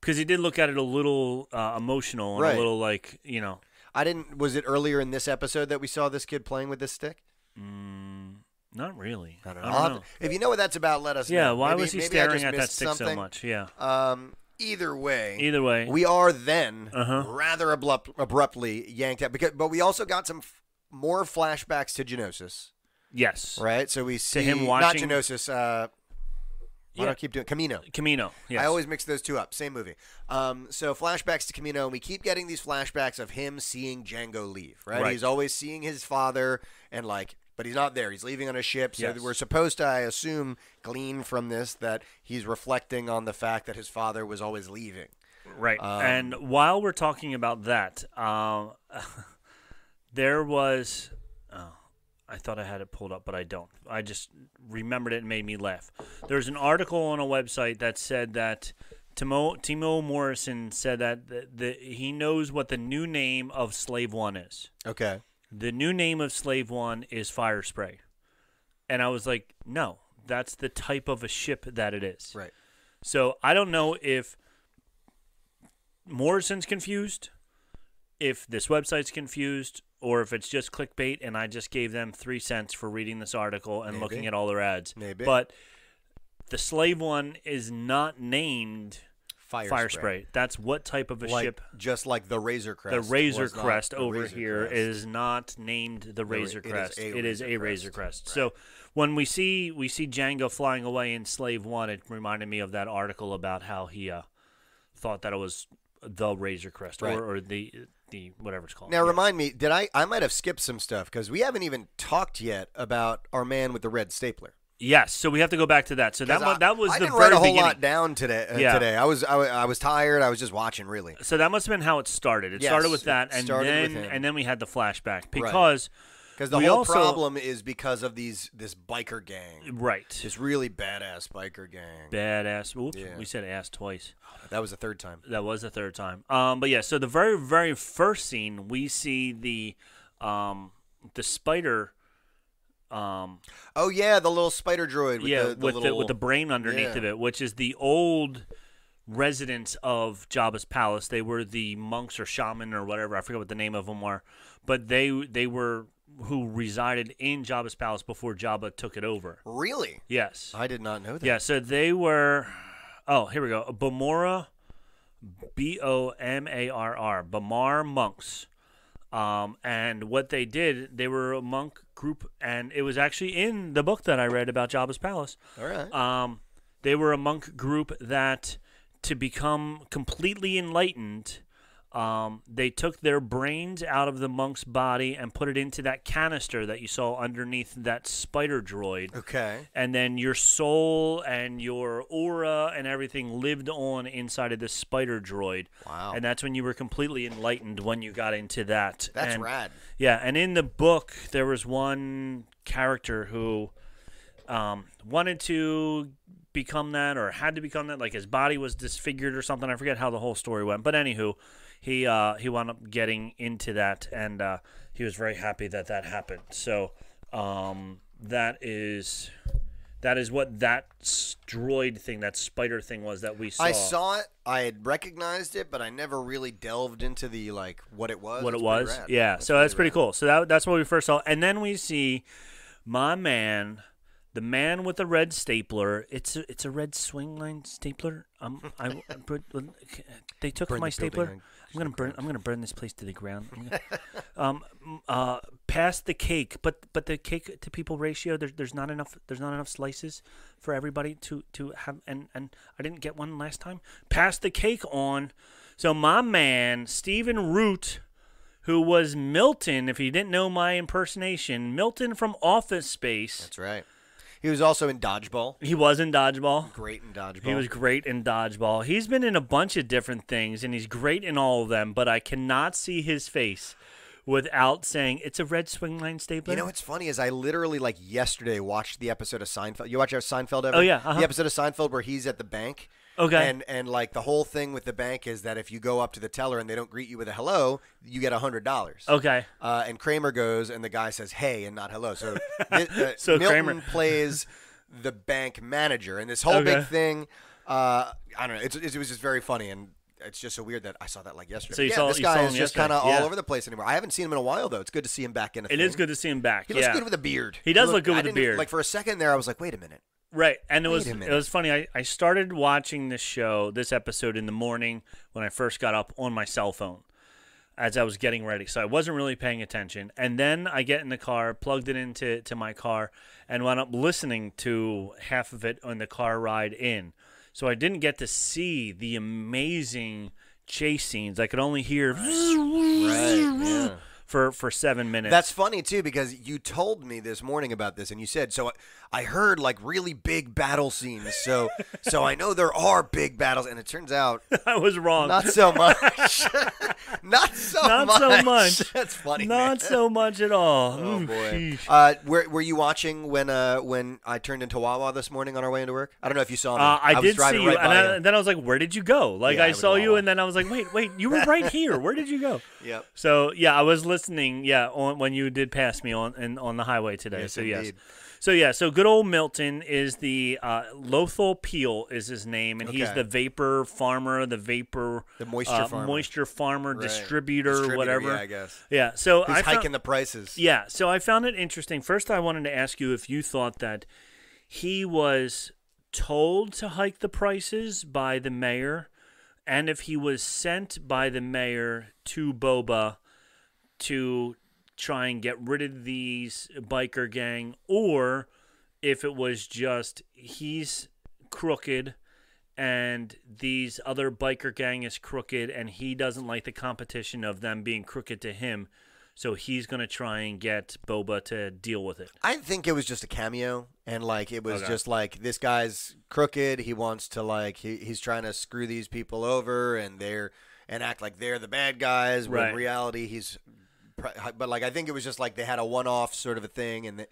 [SPEAKER 2] because he did look at it a little uh, emotional and
[SPEAKER 1] Right.
[SPEAKER 2] a little like you know.
[SPEAKER 1] I didn't. Was it earlier in this episode that we saw this kid playing with this stick?
[SPEAKER 2] Mm, not really. I don't know.
[SPEAKER 1] I'll have to- If you know what that's about, let us know.
[SPEAKER 2] yeah, why
[SPEAKER 1] Maybe-
[SPEAKER 2] was he
[SPEAKER 1] maybe I
[SPEAKER 2] staring
[SPEAKER 1] just
[SPEAKER 2] at that
[SPEAKER 1] missed
[SPEAKER 2] stick so
[SPEAKER 1] something.
[SPEAKER 2] much? Yeah.
[SPEAKER 1] Um, either way,
[SPEAKER 2] Either way,
[SPEAKER 1] we are then
[SPEAKER 2] Uh-huh.
[SPEAKER 1] rather abrupt, abruptly yanked out because, but we also got some f- more flashbacks to Genosis,
[SPEAKER 2] yes,
[SPEAKER 1] right? So we see
[SPEAKER 2] him watching-
[SPEAKER 1] not Genosis. Uh, why do
[SPEAKER 2] Yeah.
[SPEAKER 1] I keep doing Camino?
[SPEAKER 2] Camino. Yes.
[SPEAKER 1] I always mix those two up. Same movie. Um, so flashbacks to Camino, and we keep getting these flashbacks of him seeing Django leave. Right?
[SPEAKER 2] Right.
[SPEAKER 1] He's always seeing his father, and like, but he's not there. He's leaving on a ship. So
[SPEAKER 2] Yes.
[SPEAKER 1] we're supposed to, I assume, glean from this that he's reflecting on the fact that his father was always leaving.
[SPEAKER 2] Right. and while we're talking about that, um, there was. Oh, I thought I had it pulled up, but I don't. I just remembered it and made me laugh. There's an article on a website that said that Timo, Timo Morrison said that the, the, he knows what the new name of Slave One is.
[SPEAKER 1] Okay.
[SPEAKER 2] The new name of Slave One is Fire Spray. And I was like, no, that's the type of a ship that it is.
[SPEAKER 1] Right.
[SPEAKER 2] So I don't know if Morrison's confused, if this website's confused, or if it's just clickbait and I just gave them three cents for reading this article and
[SPEAKER 1] Maybe.
[SPEAKER 2] looking at all their ads.
[SPEAKER 1] Maybe.
[SPEAKER 2] But the slave one is not named
[SPEAKER 1] Fire,
[SPEAKER 2] Fire, spray. That's what type of a
[SPEAKER 1] Like-
[SPEAKER 2] ship.
[SPEAKER 1] just like the Razor Crest.
[SPEAKER 2] the Razor
[SPEAKER 1] was not
[SPEAKER 2] Crest
[SPEAKER 1] the
[SPEAKER 2] over
[SPEAKER 1] Razor
[SPEAKER 2] here is
[SPEAKER 1] Crest.
[SPEAKER 2] not named the
[SPEAKER 1] ra-
[SPEAKER 2] Razor
[SPEAKER 1] it is
[SPEAKER 2] Crest.
[SPEAKER 1] a
[SPEAKER 2] It is
[SPEAKER 1] Razor
[SPEAKER 2] a
[SPEAKER 1] Crest.
[SPEAKER 2] Razor Crest. So when we see we see Django flying away in Slave One, it reminded me of that article about how he uh, thought that it was the Razor Crest
[SPEAKER 1] Right.
[SPEAKER 2] or, or the the whatever it's called.
[SPEAKER 1] Now
[SPEAKER 2] Yeah.
[SPEAKER 1] remind me, did I? I might have skipped some stuff because we haven't even talked yet about our man with the red stapler.
[SPEAKER 2] Yes, so we have to go back to that. So that
[SPEAKER 1] 'Cause
[SPEAKER 2] one,
[SPEAKER 1] I-
[SPEAKER 2] that was
[SPEAKER 1] I
[SPEAKER 2] the
[SPEAKER 1] didn't
[SPEAKER 2] very
[SPEAKER 1] write a whole
[SPEAKER 2] beginning.
[SPEAKER 1] lot down today. uh,
[SPEAKER 2] Yeah. Uh,
[SPEAKER 1] Today I was I, wa- I was tired. I was just watching really.
[SPEAKER 2] So that must have been how it started. It
[SPEAKER 1] Yes,
[SPEAKER 2] started with
[SPEAKER 1] it
[SPEAKER 2] that, and
[SPEAKER 1] started with
[SPEAKER 2] then
[SPEAKER 1] him.
[SPEAKER 2] and then we had the flashback because
[SPEAKER 1] Because the
[SPEAKER 2] We
[SPEAKER 1] whole
[SPEAKER 2] also-
[SPEAKER 1] problem is because of these this biker gang,
[SPEAKER 2] right,
[SPEAKER 1] this really badass biker gang.
[SPEAKER 2] badass. Oops,
[SPEAKER 1] Yeah.
[SPEAKER 2] we said ass twice.
[SPEAKER 1] that was the third time.
[SPEAKER 2] That was the third time. Um, but yeah, so the very very first scene we see the um the spider um
[SPEAKER 1] Oh yeah, the little spider droid. With
[SPEAKER 2] yeah
[SPEAKER 1] the, the
[SPEAKER 2] with
[SPEAKER 1] little,
[SPEAKER 2] the with the brain underneath
[SPEAKER 1] Yeah.
[SPEAKER 2] of it, which is the old residents of Jabba's palace. They were the monks or shaman or whatever. I forget what the name of them were, but they they were who resided in Jabba's palace before Jabba took it over.
[SPEAKER 1] really.
[SPEAKER 2] Yes.
[SPEAKER 1] I did not know that.
[SPEAKER 2] Yeah, so they were. Oh, here we go. Bomora, B O M A R R, Bamar monks. Um, and what they did, they were a monk group, and it was actually in the book that I read about Jabba's palace.
[SPEAKER 1] All right.
[SPEAKER 2] Um, they were a monk group that, to become completely enlightened, um, they took their brains out of the monk's body and put it into that canister that you saw underneath that spider droid
[SPEAKER 1] okay.
[SPEAKER 2] and then your soul and your aura and everything lived on inside of this spider droid.
[SPEAKER 1] Wow.
[SPEAKER 2] And that's when you were completely enlightened when you got into that.
[SPEAKER 1] That's
[SPEAKER 2] and,
[SPEAKER 1] rad.
[SPEAKER 2] Yeah, and in the book there was one character who um, wanted to become that or had to become that. Like his body was disfigured or something. I forget how the whole story went, but anywho, he uh, he wound up getting into that, and uh, he was very happy that that happened. So um, that is that is what that s- droid thing, that spider thing was that we saw.
[SPEAKER 1] I saw it. I had recognized it, but I never really delved into the like what it was.
[SPEAKER 2] what it
[SPEAKER 1] It's pretty
[SPEAKER 2] was.
[SPEAKER 1] rad.
[SPEAKER 2] Yeah, so that's pretty
[SPEAKER 1] rad.
[SPEAKER 2] cool. So that that's what we first saw, and then we see my man, the man with the red stapler. It's a, it's a red swing line stapler. Um, I but when- they took
[SPEAKER 1] Burn
[SPEAKER 2] my
[SPEAKER 1] the
[SPEAKER 2] stapler.
[SPEAKER 1] building.
[SPEAKER 2] I'm gonna burn. I'm gonna burn this place to the ground. I'm gonna- um, m- uh, pass the cake, but but the cake to people ratio. There's there's not enough. There's not enough slices for everybody to to have. And and I didn't get one last time. Pass the cake on. So my man Stephen Root who was Milton, if you didn't know my impersonation, Milton from Office Space.
[SPEAKER 1] That's right. He was also in dodgeball.
[SPEAKER 2] He was in Dodgeball.
[SPEAKER 1] Great in dodgeball.
[SPEAKER 2] He was great in Dodgeball. He's been in a bunch of different things, and he's great in all of them, but I cannot see his face without saying, it's a red swing line stapler.
[SPEAKER 1] You know what's funny is I literally like yesterday watched the episode of Seinfeld. You watch our Seinfeld ever?
[SPEAKER 2] Oh, yeah, uh-huh.
[SPEAKER 1] The episode of Seinfeld where he's at the bank.
[SPEAKER 2] Okay.
[SPEAKER 1] And and like the whole thing with the bank is that if you go up to the teller and they don't greet you with a hello, you get a hundred dollars.
[SPEAKER 2] okay.
[SPEAKER 1] Uh, and Kramer goes and the guy says hey and not hello. So thi- uh,
[SPEAKER 2] So
[SPEAKER 1] Milton
[SPEAKER 2] Kramer-
[SPEAKER 1] plays the bank manager and this whole
[SPEAKER 2] Okay.
[SPEAKER 1] big thing. Uh, I don't know. It's, it's, it was just very funny, and it's just so weird that I saw that like yesterday.
[SPEAKER 2] So you
[SPEAKER 1] yeah,
[SPEAKER 2] saw-
[SPEAKER 1] this
[SPEAKER 2] you
[SPEAKER 1] guy
[SPEAKER 2] saw
[SPEAKER 1] is
[SPEAKER 2] him
[SPEAKER 1] just
[SPEAKER 2] yesterday.
[SPEAKER 1] kind of all
[SPEAKER 2] Yeah.
[SPEAKER 1] over the place anymore. I haven't seen him in a while though. It's good to see him back in. A
[SPEAKER 2] It is good to see him back.
[SPEAKER 1] He
[SPEAKER 2] yeah.
[SPEAKER 1] looks good with a beard.
[SPEAKER 2] He does
[SPEAKER 1] looked-
[SPEAKER 2] look good
[SPEAKER 1] I
[SPEAKER 2] with a
[SPEAKER 1] didn't even-
[SPEAKER 2] beard.
[SPEAKER 1] Like for a second there, I was like, wait a minute.
[SPEAKER 2] Right, and it
[SPEAKER 1] Wait
[SPEAKER 2] was
[SPEAKER 1] a
[SPEAKER 2] it
[SPEAKER 1] minute.
[SPEAKER 2] was funny. I, I started watching this show, this episode in the morning when I first got up on my cell phone as I was getting ready. So I wasn't really paying attention. And then I get in the car, plugged it into to my car, and wound up listening to half of it on the car ride in. So I didn't get to see the amazing chase scenes. I could only hear for for seven minutes.
[SPEAKER 1] That's funny too because you told me this morning about this, and you said so. I, I heard like really big battle scenes, so so I know there are big battles, and it turns out
[SPEAKER 2] I was wrong.
[SPEAKER 1] not so much. not so
[SPEAKER 2] Not
[SPEAKER 1] much.
[SPEAKER 2] so much.
[SPEAKER 1] That's funny.
[SPEAKER 2] Not
[SPEAKER 1] man.
[SPEAKER 2] so much at all.
[SPEAKER 1] Oh
[SPEAKER 2] Mm,
[SPEAKER 1] boy.
[SPEAKER 2] sheesh.
[SPEAKER 1] Uh, were, were you watching when uh, when I turned into Wawa this morning on our way into work? I don't know if you saw me.
[SPEAKER 2] Uh, I,
[SPEAKER 1] was
[SPEAKER 2] did see
[SPEAKER 1] driving
[SPEAKER 2] you,
[SPEAKER 1] right
[SPEAKER 2] and,
[SPEAKER 1] by
[SPEAKER 2] I,
[SPEAKER 1] you.
[SPEAKER 2] then I was like, "Where did you go?" Like
[SPEAKER 1] Yeah, I
[SPEAKER 2] I
[SPEAKER 1] was
[SPEAKER 2] saw
[SPEAKER 1] in
[SPEAKER 2] you,
[SPEAKER 1] Wawa.
[SPEAKER 2] and then I was like, "Wait, wait, you were right here. Where did you go?"
[SPEAKER 1] Yep.
[SPEAKER 2] So yeah, I was listening. Yeah, on, when you did pass me on and on the highway today. so yes.
[SPEAKER 1] indeed.
[SPEAKER 2] So yeah, so good old Milton is the uh, Lothal Peel is his name, and he's
[SPEAKER 1] Okay.
[SPEAKER 2] the vapor farmer, the vapor,
[SPEAKER 1] The moisture
[SPEAKER 2] uh,
[SPEAKER 1] farmer.
[SPEAKER 2] moisture farmer,
[SPEAKER 1] Right.
[SPEAKER 2] distributor,
[SPEAKER 1] Distributor,
[SPEAKER 2] whatever.
[SPEAKER 1] yeah, I guess.
[SPEAKER 2] Yeah. So
[SPEAKER 1] He's
[SPEAKER 2] I found-
[SPEAKER 1] hiking the prices.
[SPEAKER 2] yeah, so I found it interesting. First, I wanted to ask you if you thought that he was told to hike the prices by the mayor, and if he was sent by the mayor to Boba to try and get rid of these biker gang, or if it was just he's crooked and these other biker gang is crooked and he doesn't like the competition of them being crooked to him so he's going to try and get boba to deal with it
[SPEAKER 1] I think it was just a cameo, and like it was
[SPEAKER 2] Okay.
[SPEAKER 1] just like this guy's crooked. He wants to like he, he's trying to screw these people over, and they're and act like they're the bad guys. When
[SPEAKER 2] Right.
[SPEAKER 1] in reality, he's. pr- But like I think it was just like they had a one-off sort of a thing, and the,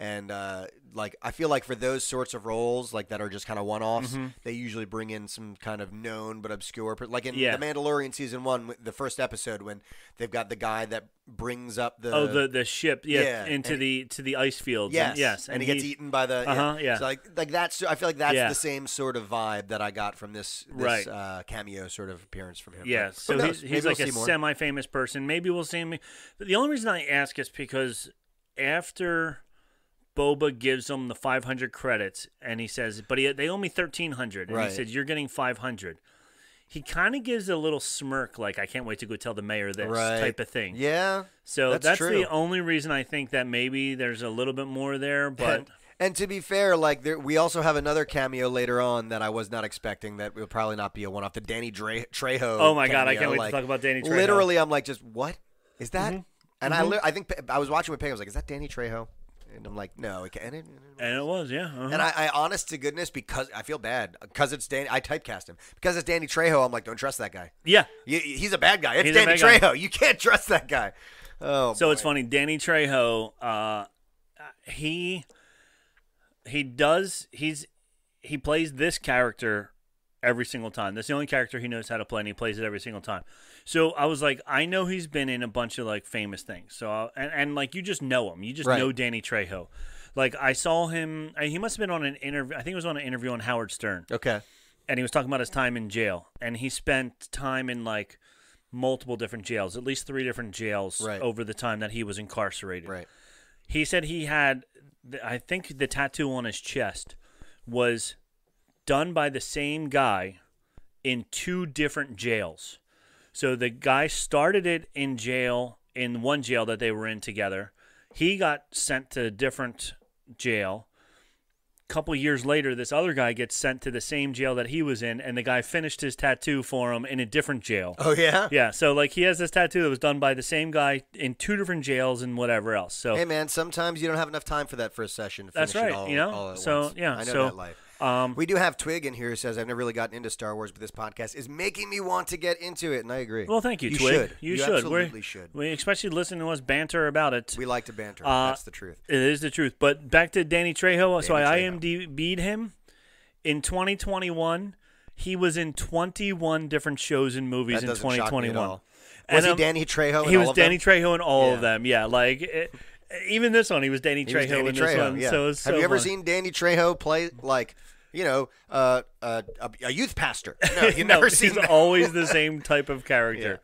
[SPEAKER 1] and uh, like I feel like for those sorts of roles, like that are just kind of one-offs,
[SPEAKER 2] Mm-hmm.
[SPEAKER 1] they usually bring in some kind of known but obscure. per- Like in
[SPEAKER 2] Yeah.
[SPEAKER 1] the Mandalorian season one, w- the first episode when they've got the guy that brings up the
[SPEAKER 2] oh the the ship yeah,
[SPEAKER 1] yeah,
[SPEAKER 2] into
[SPEAKER 1] and-
[SPEAKER 2] the to the ice fields
[SPEAKER 1] Yes,
[SPEAKER 2] and, yes
[SPEAKER 1] and, he gets eaten by the.
[SPEAKER 2] Uh-huh, yeah.
[SPEAKER 1] So like, like that's. I feel like that's
[SPEAKER 2] Yeah.
[SPEAKER 1] the same sort of vibe that I got from this, this
[SPEAKER 2] Right.
[SPEAKER 1] uh, cameo sort of appearance from him.
[SPEAKER 2] Yeah,
[SPEAKER 1] But who
[SPEAKER 2] so
[SPEAKER 1] knows?
[SPEAKER 2] he's,
[SPEAKER 1] Maybe
[SPEAKER 2] he's
[SPEAKER 1] we'll
[SPEAKER 2] like a
[SPEAKER 1] see more.
[SPEAKER 2] semi-famous person. Maybe we'll see him. But the only reason I ask is because after Boba gives him the 500 credits, and he says, "But he, they owe me 1,300," and
[SPEAKER 1] Right.
[SPEAKER 2] he said, "You're getting 500." He kind of gives a little smirk, like "I can't wait to go tell the mayor this"
[SPEAKER 1] Right.
[SPEAKER 2] type of thing.
[SPEAKER 1] Yeah.
[SPEAKER 2] So that's,
[SPEAKER 1] that's, true.
[SPEAKER 2] the only reason I think that maybe there's a little bit more there, but
[SPEAKER 1] And, and to be fair, like there, we also have another cameo later on that I was not expecting. That will probably not be a one-off. The Danny Dre- Trejo.
[SPEAKER 2] Oh my God, I
[SPEAKER 1] cameo,
[SPEAKER 2] can't wait to
[SPEAKER 1] like,
[SPEAKER 2] talk about Danny Trejo. Mm-hmm.
[SPEAKER 1] Literally, I'm like, just what is that? And I, li- I think Pe- I was watching with Peg. I was like, is that Danny Trejo? And I'm like, no, it can't.
[SPEAKER 2] and it was yeah. uh-huh.
[SPEAKER 1] And I, I honest to goodness, because I feel bad because it's Danny. I typecast him because it's Danny Trejo. I'm like, don't trust that guy.
[SPEAKER 2] yeah.
[SPEAKER 1] Y- He's a bad guy. It's
[SPEAKER 2] He's a
[SPEAKER 1] Danny
[SPEAKER 2] bad
[SPEAKER 1] Trejo.
[SPEAKER 2] guy.
[SPEAKER 1] You can't trust that guy. Oh,
[SPEAKER 2] So
[SPEAKER 1] boy.
[SPEAKER 2] it's funny, Danny Trejo. Uh, he he does he's he plays this character every single time. That's the only character he knows how to play, and he plays it every single time. So I was like, I know he's been in a bunch of like famous things. So I, and and like you just know him, you just
[SPEAKER 1] Right.
[SPEAKER 2] know Danny Trejo. Like I saw him, uh, he must have been on an interview. I think it was on an interview on Howard Stern
[SPEAKER 1] Okay.
[SPEAKER 2] and he was talking about his time in jail and he spent time in like multiple different jails at least three different jails
[SPEAKER 1] Right.
[SPEAKER 2] over the time that he was incarcerated
[SPEAKER 1] Right.
[SPEAKER 2] he said he had th- i think the tattoo on his chest was done by the same guy in two different jails so the guy started it in jail in one jail that they were in together he got sent to a different jail couple years later, this other guy gets sent to the same jail that he was in, and the guy finished his tattoo for him in a different jail.
[SPEAKER 1] Oh yeah.
[SPEAKER 2] Yeah, so like he has this tattoo that was done by the same guy in two different jails and whatever else. So
[SPEAKER 1] Hey man, sometimes you don't have enough time for that first session. To
[SPEAKER 2] that's
[SPEAKER 1] finish
[SPEAKER 2] right,
[SPEAKER 1] It all,
[SPEAKER 2] you know.
[SPEAKER 1] all at
[SPEAKER 2] so
[SPEAKER 1] once.
[SPEAKER 2] yeah,
[SPEAKER 1] I know
[SPEAKER 2] so
[SPEAKER 1] that life.
[SPEAKER 2] um,
[SPEAKER 1] We do have Twig in here who says I've never really gotten into Star Wars, but this podcast is making me want to get into it, and I agree.
[SPEAKER 2] well, thank you,
[SPEAKER 1] You
[SPEAKER 2] Twig.
[SPEAKER 1] should.
[SPEAKER 2] You,
[SPEAKER 1] You
[SPEAKER 2] should.
[SPEAKER 1] absolutely
[SPEAKER 2] we
[SPEAKER 1] should.
[SPEAKER 2] We especially listen to us banter about it.
[SPEAKER 1] We like to banter.
[SPEAKER 2] Uh,
[SPEAKER 1] That's the truth.
[SPEAKER 2] It is the truth. But back to Danny Trejo. so
[SPEAKER 1] Danny
[SPEAKER 2] I
[SPEAKER 1] Trejo.
[SPEAKER 2] IMDb'd him in 2021. He was in 21 different shows and movies
[SPEAKER 1] That
[SPEAKER 2] in
[SPEAKER 1] doesn't shock me at
[SPEAKER 2] 2021.
[SPEAKER 1] all. Was he
[SPEAKER 2] um,
[SPEAKER 1] Danny Trejo? in
[SPEAKER 2] He
[SPEAKER 1] all
[SPEAKER 2] was
[SPEAKER 1] of them?
[SPEAKER 2] Danny Trejo in all of
[SPEAKER 1] Yeah.
[SPEAKER 2] them. Yeah, like it, even this one, he was Danny
[SPEAKER 1] He
[SPEAKER 2] Trejo
[SPEAKER 1] was Danny
[SPEAKER 2] in this
[SPEAKER 1] Trejo,
[SPEAKER 2] one.
[SPEAKER 1] yeah.
[SPEAKER 2] So it's
[SPEAKER 1] have
[SPEAKER 2] so
[SPEAKER 1] you ever
[SPEAKER 2] funny.
[SPEAKER 1] seen Danny Trejo play like you know, uh, uh, a, a youth pastor. No, you never
[SPEAKER 2] no,
[SPEAKER 1] seen
[SPEAKER 2] he's
[SPEAKER 1] that.
[SPEAKER 2] always the same type of character.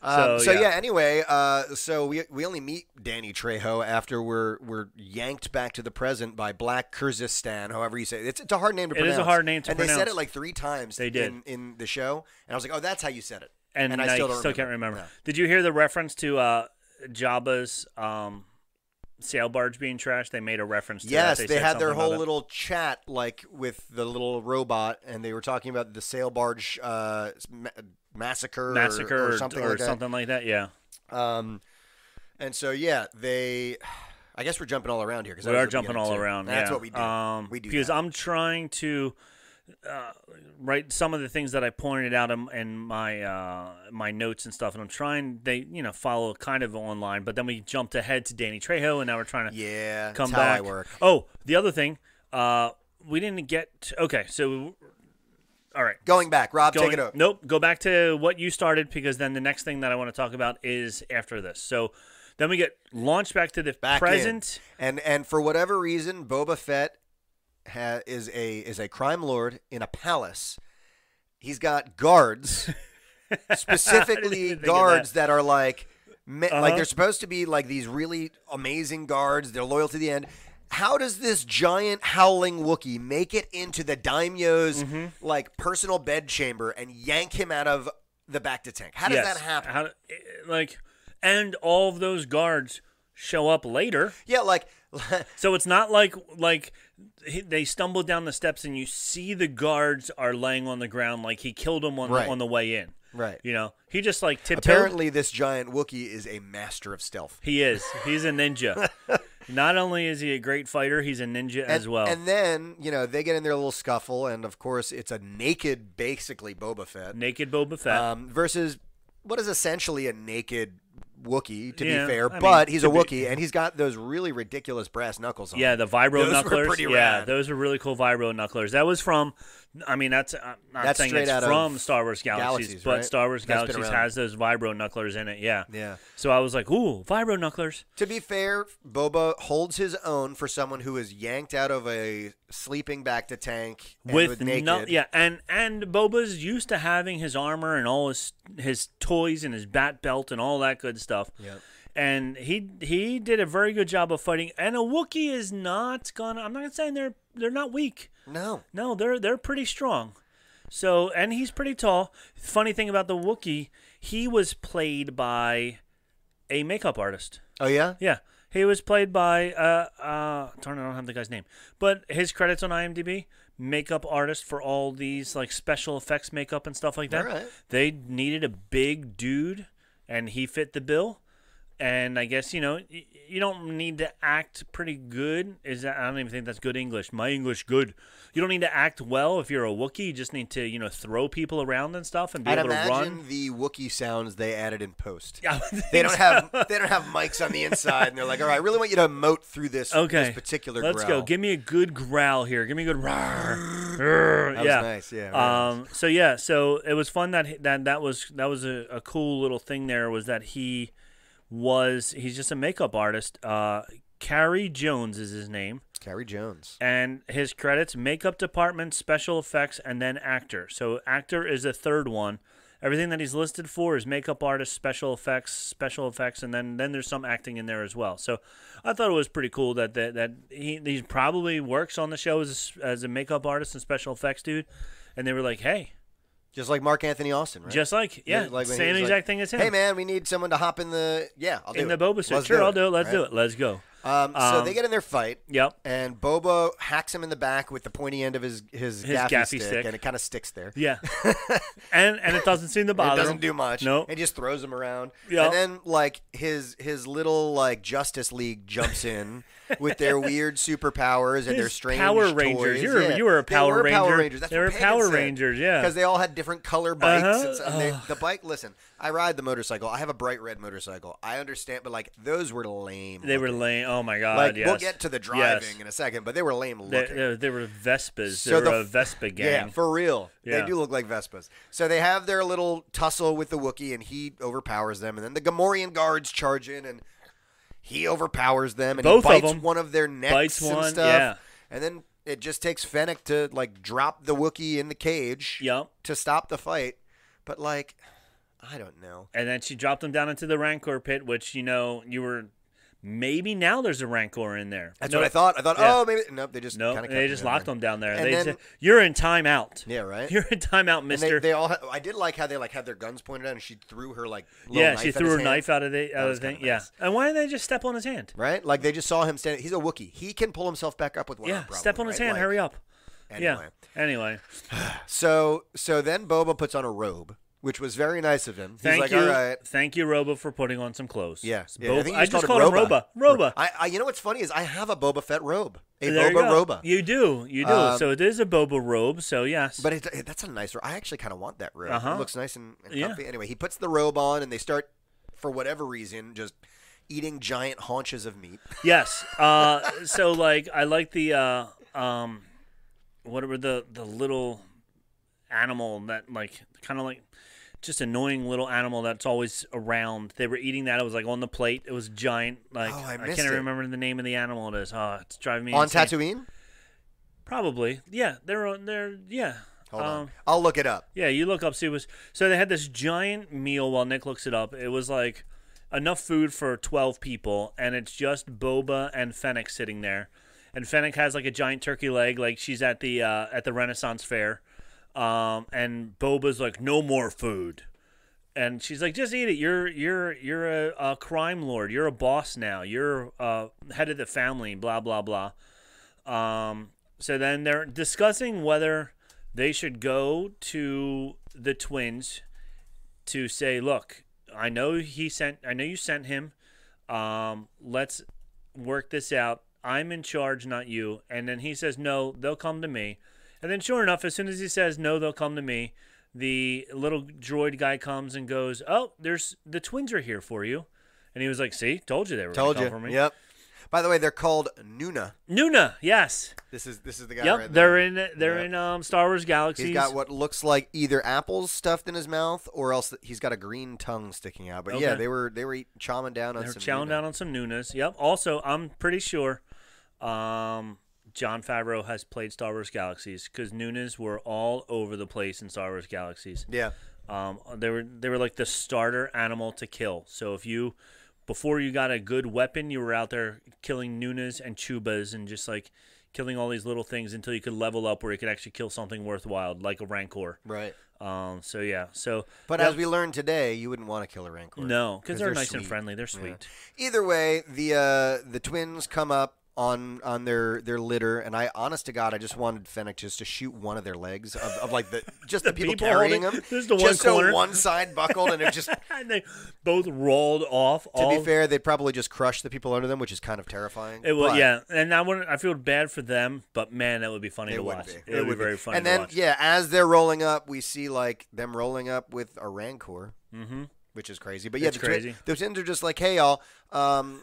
[SPEAKER 1] Um, so,
[SPEAKER 2] So,
[SPEAKER 1] yeah.
[SPEAKER 2] yeah.
[SPEAKER 1] Anyway, uh, so we we only meet Danny Trejo after we're we're yanked back to the present by Black Kyrgyzstan, however you say it. It's, it's a hard name to
[SPEAKER 2] It is a
[SPEAKER 1] pronounce.
[SPEAKER 2] hard name to
[SPEAKER 1] and they said
[SPEAKER 2] pronounce.
[SPEAKER 1] it like three times.
[SPEAKER 2] They did.
[SPEAKER 1] in, in the show, and I was like, oh, that's how you said it.
[SPEAKER 2] And, I, still, can't remember.
[SPEAKER 1] No.
[SPEAKER 2] Did you hear the reference to uh, Jabba's um, sail barge being trashed? They made a reference to
[SPEAKER 1] Yes,
[SPEAKER 2] that.
[SPEAKER 1] they
[SPEAKER 2] said
[SPEAKER 1] had their
[SPEAKER 2] something about
[SPEAKER 1] whole
[SPEAKER 2] it.
[SPEAKER 1] little chat like with the little robot, and they were talking about the sail barge uh, ma- massacre, or-
[SPEAKER 2] massacre
[SPEAKER 1] or,
[SPEAKER 2] or,
[SPEAKER 1] something
[SPEAKER 2] or
[SPEAKER 1] like that.
[SPEAKER 2] something like that. Yeah,
[SPEAKER 1] Um, and so yeah, they. I guess we're jumping all around here because
[SPEAKER 2] we are jumping all around.
[SPEAKER 1] That's
[SPEAKER 2] yeah.
[SPEAKER 1] what we do.
[SPEAKER 2] Um,
[SPEAKER 1] we do
[SPEAKER 2] because
[SPEAKER 1] that.
[SPEAKER 2] I'm trying to uh, write some of the things that I pointed out in, in my uh, my notes and stuff, and I'm trying they you know follow kind of online, but then we jumped ahead to Danny Trejo, and now we're trying to
[SPEAKER 1] yeah,
[SPEAKER 2] come
[SPEAKER 1] that's how
[SPEAKER 2] back.
[SPEAKER 1] I work.
[SPEAKER 2] Oh, the other thing, uh, we didn't get okay. So, all right,
[SPEAKER 1] Going back, Rob,
[SPEAKER 2] going,
[SPEAKER 1] take it over.
[SPEAKER 2] Nope, go back to what you started because then the next thing that I want to talk about is after this. So then we get launched back to the
[SPEAKER 1] Back in.
[SPEAKER 2] present.
[SPEAKER 1] and and for whatever reason, Boba Fett ha- is a is a crime lord in a palace. He's got guards,
[SPEAKER 2] I didn't
[SPEAKER 1] specifically
[SPEAKER 2] even think of
[SPEAKER 1] guards that. are like ma- like
[SPEAKER 2] Uh-huh.
[SPEAKER 1] they're supposed to be like these really amazing guards. They're loyal to the end. How does this giant howling Wookiee make it into the daimyo's
[SPEAKER 2] Mm-hmm.
[SPEAKER 1] like personal bedchamber and yank him out of the back to tank? How does
[SPEAKER 2] Yes.
[SPEAKER 1] that happen?
[SPEAKER 2] How, eh, like, and all of those guards show up later.
[SPEAKER 1] yeah, like
[SPEAKER 2] So it's not like like he- they stumble down the steps and you see the guards are laying on the ground like he killed them on
[SPEAKER 1] Right.
[SPEAKER 2] the, on the way in.
[SPEAKER 1] right.
[SPEAKER 2] You know, he just like tiptoed.
[SPEAKER 1] Apparently, this giant Wookiee is a master of stealth.
[SPEAKER 2] He is. He's a ninja. Not only is he a great fighter, he's a ninja
[SPEAKER 1] and,
[SPEAKER 2] as well.
[SPEAKER 1] And then, you know, they get in their little scuffle, and of course, it's a naked, basically, Boba Fett.
[SPEAKER 2] Naked Boba Fett.
[SPEAKER 1] Um, versus what is essentially a naked Wookiee, to
[SPEAKER 2] Yeah,
[SPEAKER 1] be fair,
[SPEAKER 2] I mean,
[SPEAKER 1] but he's a
[SPEAKER 2] to be-
[SPEAKER 1] Wookiee, and he's got those really ridiculous brass knuckles on.
[SPEAKER 2] yeah, the vibro
[SPEAKER 1] Those were
[SPEAKER 2] knucklers.
[SPEAKER 1] pretty
[SPEAKER 2] yeah,
[SPEAKER 1] rad.
[SPEAKER 2] those are really cool vibro knucklers. That was from. I mean, that's. I'm not
[SPEAKER 1] That's
[SPEAKER 2] saying
[SPEAKER 1] straight
[SPEAKER 2] it's
[SPEAKER 1] out of
[SPEAKER 2] from Star Wars Galaxies,
[SPEAKER 1] Galaxies,
[SPEAKER 2] but
[SPEAKER 1] right?
[SPEAKER 2] Star Wars
[SPEAKER 1] That's been
[SPEAKER 2] Galaxies
[SPEAKER 1] around.
[SPEAKER 2] has those vibro knucklers in it. Yeah.
[SPEAKER 1] Yeah.
[SPEAKER 2] So I was like, ooh, vibro knucklers.
[SPEAKER 1] To be fair, Boba holds his own for someone who is yanked out of a sleeping back to tank and with,
[SPEAKER 2] with,
[SPEAKER 1] naked.
[SPEAKER 2] no, yeah, and and Boba's used to having his armor and all his his toys and his bat belt and all that good stuff. Yeah. And he he did a very good job of fighting. And a Wookiee is not gonna. I'm not saying they're they're not weak.
[SPEAKER 1] No.
[SPEAKER 2] No, they're they're pretty strong. So and he's pretty tall. Funny thing about the Wookiee, he was played by a makeup artist.
[SPEAKER 1] Oh, yeah?
[SPEAKER 2] Yeah. He was played by uh uh darn, I don't have the guy's name. But his credits on IMDb, makeup artist for all these like special effects makeup and stuff like that.
[SPEAKER 1] All right.
[SPEAKER 2] They needed a big dude and he fit the bill. And I guess, you know, y- you don't need to act pretty good. Is that I don't even think that's good English. My English good. You don't need to act well if you're a Wookiee. You just need to, you know, throw people around and stuff and be
[SPEAKER 1] I'd
[SPEAKER 2] able to
[SPEAKER 1] imagine
[SPEAKER 2] run.
[SPEAKER 1] the Wookiee sounds they added in post.
[SPEAKER 2] I would
[SPEAKER 1] They
[SPEAKER 2] think
[SPEAKER 1] don't
[SPEAKER 2] so.
[SPEAKER 1] have they don't have mics on the inside, and they're like, "All right, I really want you to moat through this
[SPEAKER 2] Okay.
[SPEAKER 1] this particular."
[SPEAKER 2] Let's
[SPEAKER 1] growl."
[SPEAKER 2] go. Give me a good growl here. Give me a good roar. Roar.
[SPEAKER 1] That was
[SPEAKER 2] yeah.
[SPEAKER 1] nice, yeah, very nice.
[SPEAKER 2] Um. So yeah. So it was fun that that that was that was a, a cool little thing. There was that he was he's just a makeup artist. Uh, Carrie Jones is his name,
[SPEAKER 1] Carrie Jones.
[SPEAKER 2] and his credits: makeup department, special effects, and then actor. So actor is the third one. Everything that he's listed for is makeup artist, special effects, special effects, and then then there's some acting in there as well. So I thought it was pretty cool that that, that he he probably works on the show as a, as a makeup artist and special effects dude, and they were like, hey,
[SPEAKER 1] Just like Mark Anthony Austin, right?
[SPEAKER 2] just like yeah,
[SPEAKER 1] when he
[SPEAKER 2] same
[SPEAKER 1] was like,
[SPEAKER 2] exact thing as him.
[SPEAKER 1] Hey man, we need someone to hop in the yeah, I'll do
[SPEAKER 2] in the
[SPEAKER 1] it.
[SPEAKER 2] boba suit.
[SPEAKER 1] Let's
[SPEAKER 2] Sure, I'll do it. Let's
[SPEAKER 1] right?
[SPEAKER 2] do it. Let's go.
[SPEAKER 1] Um, so
[SPEAKER 2] Um,
[SPEAKER 1] they get in their fight,
[SPEAKER 2] Yep.
[SPEAKER 1] and Bobo hacks him in the back with the pointy end of his his,
[SPEAKER 2] His
[SPEAKER 1] gaffy,
[SPEAKER 2] gaffy
[SPEAKER 1] stick,
[SPEAKER 2] stick.
[SPEAKER 1] and it kind of sticks there.
[SPEAKER 2] Yeah. and and it doesn't seem to
[SPEAKER 1] And
[SPEAKER 2] bother.
[SPEAKER 1] It doesn't
[SPEAKER 2] him.
[SPEAKER 1] do much.
[SPEAKER 2] No.
[SPEAKER 1] It just throws him around.
[SPEAKER 2] Yeah.
[SPEAKER 1] And then like his his little like Justice League jumps in with their weird superpowers and their
[SPEAKER 2] His
[SPEAKER 1] strange
[SPEAKER 2] Power Rangers.
[SPEAKER 1] toys.
[SPEAKER 2] You were-
[SPEAKER 1] Yeah.
[SPEAKER 2] you were a
[SPEAKER 1] They
[SPEAKER 2] Power
[SPEAKER 1] were Power
[SPEAKER 2] Ranger.
[SPEAKER 1] Rangers. That's
[SPEAKER 2] They
[SPEAKER 1] what
[SPEAKER 2] were
[SPEAKER 1] Pagan
[SPEAKER 2] Power
[SPEAKER 1] said.
[SPEAKER 2] Rangers, yeah.
[SPEAKER 1] Because they all had different color bikes.
[SPEAKER 2] Uh-huh.
[SPEAKER 1] And so- and they- the bike. Listen, I ride the motorcycle. I have a bright red motorcycle. I understand, but like those were lame.
[SPEAKER 2] They were
[SPEAKER 1] looking.
[SPEAKER 2] lame. Oh my god.
[SPEAKER 1] Like
[SPEAKER 2] yes.
[SPEAKER 1] we'll get to the driving
[SPEAKER 2] Yes.
[SPEAKER 1] in a second, but they were lame looking.
[SPEAKER 2] They, they, they were Vespas. They
[SPEAKER 1] So
[SPEAKER 2] were
[SPEAKER 1] the
[SPEAKER 2] a
[SPEAKER 1] f-
[SPEAKER 2] Vespa gang.
[SPEAKER 1] Yeah, for real. They
[SPEAKER 2] Yeah.
[SPEAKER 1] do look like Vespas. So they have their little tussle with the Wookiee, and he overpowers them. And then the Gamorrean guards charge in, and he overpowers them. And
[SPEAKER 2] Both
[SPEAKER 1] he
[SPEAKER 2] of
[SPEAKER 1] bites
[SPEAKER 2] them.
[SPEAKER 1] one of their necks
[SPEAKER 2] Bites
[SPEAKER 1] and
[SPEAKER 2] one,
[SPEAKER 1] stuff.
[SPEAKER 2] yeah.
[SPEAKER 1] And then it just takes Fennec to like drop the Wookiee in the cage
[SPEAKER 2] Yep.
[SPEAKER 1] to stop the fight. But like, I don't know.
[SPEAKER 2] And then she dropped him down into the Rancor pit, which, you know, you were. Maybe now there's a Rancor in there.
[SPEAKER 1] That's
[SPEAKER 2] Nope.
[SPEAKER 1] what I thought. I thought,
[SPEAKER 2] Yeah.
[SPEAKER 1] oh, maybe nope. They just
[SPEAKER 2] No,
[SPEAKER 1] kind of
[SPEAKER 2] they just locked them down there.
[SPEAKER 1] And
[SPEAKER 2] they
[SPEAKER 1] then-
[SPEAKER 2] said, "You're in timeout."
[SPEAKER 1] Yeah, right.
[SPEAKER 2] You're in timeout,
[SPEAKER 1] And they,
[SPEAKER 2] Mister.
[SPEAKER 1] they all. Ha- I did like how they like had their guns pointed out, and she threw her like. little
[SPEAKER 2] yeah,
[SPEAKER 1] knife
[SPEAKER 2] she
[SPEAKER 1] at
[SPEAKER 2] threw
[SPEAKER 1] his
[SPEAKER 2] her
[SPEAKER 1] hand.
[SPEAKER 2] knife out of the
[SPEAKER 1] That
[SPEAKER 2] out
[SPEAKER 1] was
[SPEAKER 2] of the thing.
[SPEAKER 1] kinda
[SPEAKER 2] Yeah,
[SPEAKER 1] nice.
[SPEAKER 2] and why did they just step on his hand?
[SPEAKER 1] Right, like they just saw him standing. He's a Wookiee. He can pull himself back up with one.
[SPEAKER 2] yeah,
[SPEAKER 1] arm, probably,
[SPEAKER 2] step on his
[SPEAKER 1] right?
[SPEAKER 2] hand.
[SPEAKER 1] Like,
[SPEAKER 2] hurry up.
[SPEAKER 1] Anyway.
[SPEAKER 2] Yeah. Anyway,
[SPEAKER 1] So so then Boba puts on a robe, which was very nice of him. He's
[SPEAKER 2] thank
[SPEAKER 1] like,
[SPEAKER 2] you,
[SPEAKER 1] all right.
[SPEAKER 2] thank you, Robo, for putting on some clothes.
[SPEAKER 1] Yeah,
[SPEAKER 2] It's
[SPEAKER 1] yeah
[SPEAKER 2] Bo-
[SPEAKER 1] I, think
[SPEAKER 2] I,
[SPEAKER 1] you
[SPEAKER 2] just
[SPEAKER 1] called
[SPEAKER 2] called
[SPEAKER 1] it
[SPEAKER 2] him Roba. Roba.
[SPEAKER 1] I, I, you know what's funny is I have a Boba Fett robe, a
[SPEAKER 2] There you
[SPEAKER 1] Boba
[SPEAKER 2] go.
[SPEAKER 1] Roba.
[SPEAKER 2] You do, you do.
[SPEAKER 1] Um,
[SPEAKER 2] so it is a Boba robe. So yes,
[SPEAKER 1] But it, it- that's a nice robe. I actually kind of want that robe.
[SPEAKER 2] Uh-huh.
[SPEAKER 1] It looks nice and, and
[SPEAKER 2] Yeah.
[SPEAKER 1] comfy. Anyway, he puts the robe on, and they start, for whatever reason, just eating giant haunches of meat.
[SPEAKER 2] yes. Uh, so like, I like the uh, um, what were the the little animal that like kind of like just annoying little animal that's always around. They were eating that. It was like on the plate. It was giant. Like
[SPEAKER 1] Oh, I
[SPEAKER 2] can't
[SPEAKER 1] missed it.
[SPEAKER 2] remember the name of the animal. It is. Oh, it's driving me
[SPEAKER 1] on
[SPEAKER 2] insane.
[SPEAKER 1] Tatooine?
[SPEAKER 2] Probably. Yeah, they're on. They're yeah.
[SPEAKER 1] Hold
[SPEAKER 2] Um,
[SPEAKER 1] on. I'll look it up.
[SPEAKER 2] Yeah, you look up. See, it was so they had this giant meal. While Nick looks it up, it was like enough food for twelve people, and it's just Boba and Fennec sitting there. And Fennec has like a giant turkey leg, like she's at the uh, at the Renaissance fair. Um, and Boba's like, "No more food," and she's like, "Just eat it. You're you're you're a, a crime lord. You're a boss now. You're uh, head of the family. Blah blah blah." Um, so then they're discussing whether they should go to the twins to say, "Look, I know he sent. I know you sent him. Um, let's work this out. I'm in charge, not you." And then he says, "No, they'll come to me." And then, sure enough, as soon as he says, "No, they'll come to me," the little droid guy comes and goes, "Oh, there's the twins are here for you." And he was like, "See, told you they were gonna
[SPEAKER 1] Told
[SPEAKER 2] come
[SPEAKER 1] you.
[SPEAKER 2] for me."
[SPEAKER 1] Yep. By the way, they're called Nuna.
[SPEAKER 2] Nuna, yes.
[SPEAKER 1] This is this is the guy.
[SPEAKER 2] Yep,
[SPEAKER 1] right
[SPEAKER 2] they're
[SPEAKER 1] there.
[SPEAKER 2] in they're
[SPEAKER 1] Yep.
[SPEAKER 2] in um Star Wars Galaxies.
[SPEAKER 1] He's got what looks like either apples stuffed in his mouth, or else th- he's got a green tongue sticking out. But yeah,
[SPEAKER 2] Okay.
[SPEAKER 1] they were they were eat, chowing down on
[SPEAKER 2] they're
[SPEAKER 1] some.
[SPEAKER 2] chowing
[SPEAKER 1] Nuna.
[SPEAKER 2] down on some Nunas. Yep. Also, I'm pretty sure um John Favreau has played Star Wars Galaxies because Nunas were all over the place in Star Wars Galaxies.
[SPEAKER 1] Yeah,
[SPEAKER 2] Um, they were they were like the starter animal to kill. So if you before you got a good weapon, you were out there killing Nunas and Chubas and just like killing all these little things until you could level up where you could actually kill something worthwhile, like a Rancor.
[SPEAKER 1] right.
[SPEAKER 2] Um, so yeah, so
[SPEAKER 1] But
[SPEAKER 2] yeah,
[SPEAKER 1] as we learned today, you wouldn't want to kill a rancor.
[SPEAKER 2] no, because they're, nice and
[SPEAKER 1] sweet.
[SPEAKER 2] friendly, they're sweet.
[SPEAKER 1] Either way, the uh, the twins come up on on their their litter, and I, honest to God, I just wanted Fennec just to shoot one of their legs of, of like the just the, people,
[SPEAKER 2] people
[SPEAKER 1] carrying
[SPEAKER 2] holding-
[SPEAKER 1] them,
[SPEAKER 2] there's the
[SPEAKER 1] just
[SPEAKER 2] one
[SPEAKER 1] so
[SPEAKER 2] corner.
[SPEAKER 1] one side buckled, and it just.
[SPEAKER 2] and they both rolled off.
[SPEAKER 1] To
[SPEAKER 2] all,
[SPEAKER 1] be fair, they'd probably just crush the people under them, which is kind of terrifying.
[SPEAKER 2] it was
[SPEAKER 1] but-
[SPEAKER 2] yeah, and I wouldn't. I feel bad for them, but man, that would be funny
[SPEAKER 1] It
[SPEAKER 2] to
[SPEAKER 1] would
[SPEAKER 2] watch.
[SPEAKER 1] be.
[SPEAKER 2] It, would be very funny.
[SPEAKER 1] And then
[SPEAKER 2] to watch.
[SPEAKER 1] yeah, as they're rolling up, we see like them rolling up with a rancor, mm-hmm. which is crazy. But yeah,
[SPEAKER 2] It's
[SPEAKER 1] the, twin-
[SPEAKER 2] crazy.
[SPEAKER 1] the twins are just like, "Hey y'all, um,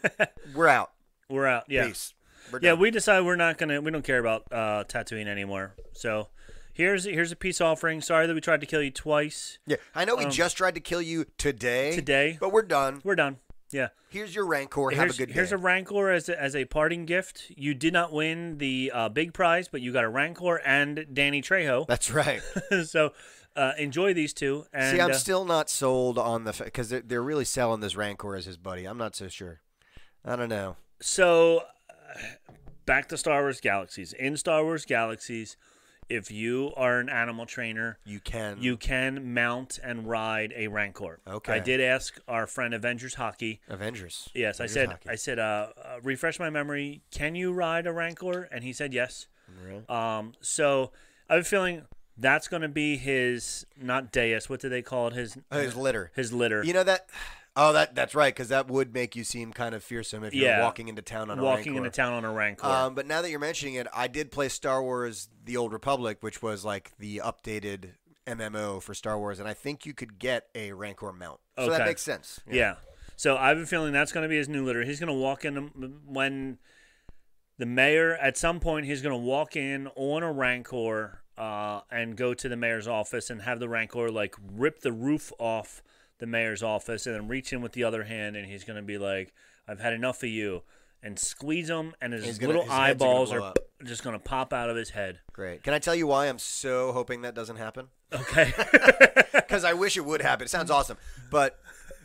[SPEAKER 1] we're out.
[SPEAKER 2] we're out. Yeah,
[SPEAKER 1] Peace. We're
[SPEAKER 2] yeah.
[SPEAKER 1] done."
[SPEAKER 2] We decide we're not gonna. We don't care about uh, Tatooine anymore. So here's here's a peace offering. Sorry that we tried to kill you twice.
[SPEAKER 1] Yeah, I know we just tried to kill you today.
[SPEAKER 2] Um, Today.
[SPEAKER 1] but we're done.
[SPEAKER 2] We're done. Yeah.
[SPEAKER 1] Here's your rancor.
[SPEAKER 2] here's,
[SPEAKER 1] Have a good day.
[SPEAKER 2] here's a rancor as a, as a parting gift. You did not win the uh, big prize, but you got a rancor and Danny Trejo.
[SPEAKER 1] That's right.
[SPEAKER 2] so uh, enjoy these two. And
[SPEAKER 1] see, I'm
[SPEAKER 2] uh,
[SPEAKER 1] still not sold on the because they're, they're really selling this rancor as his buddy. I'm not so sure. I don't know.
[SPEAKER 2] So, uh, back to Star Wars Galaxies. In Star Wars Galaxies, if you are an animal trainer,
[SPEAKER 1] You can.
[SPEAKER 2] you can mount and ride a Rancor.
[SPEAKER 1] Okay.
[SPEAKER 2] I did ask our friend Avengers Hockey.
[SPEAKER 1] Avengers.
[SPEAKER 2] Yes, I
[SPEAKER 1] Avengers
[SPEAKER 2] said.
[SPEAKER 1] hockey.
[SPEAKER 2] I said. Uh, uh, refresh my memory. Can you ride a Rancor? And he said yes. Um. So I have a feeling that's going to be his not dais. What do they call it? His
[SPEAKER 1] Oh, his litter.
[SPEAKER 2] His litter.
[SPEAKER 1] You know that? Oh, that that's right. Because that would make you seem kind of fearsome if you're
[SPEAKER 2] Yeah.
[SPEAKER 1] walking into town on a
[SPEAKER 2] walking
[SPEAKER 1] Rancor.
[SPEAKER 2] into town on a Rancor.
[SPEAKER 1] Um, but now that you're mentioning it, I did play Star Wars: The Old Republic, which was like the updated MMO for Star Wars, and I think you could get a Rancor mount. So that
[SPEAKER 2] Okay.
[SPEAKER 1] makes sense.
[SPEAKER 2] Yeah. So I have a feeling that's going to be his new litter. He's going to walk in um, when the mayor at some point he's going to walk in on a rancor uh, and go to the mayor's office and have the rancor like rip the roof off the mayor's office and then reach in with the other hand and he's going to be like, "I've had enough of you." and squeeze him, and his
[SPEAKER 1] He's gonna-
[SPEAKER 2] little
[SPEAKER 1] his head's gonna
[SPEAKER 2] eyeballs
[SPEAKER 1] blow
[SPEAKER 2] are
[SPEAKER 1] up.
[SPEAKER 2] just gonna pop out of his head.
[SPEAKER 1] Great. Can I tell you why I'm so hoping that doesn't happen?
[SPEAKER 2] Okay.
[SPEAKER 1] Because I wish it would happen. It sounds awesome, but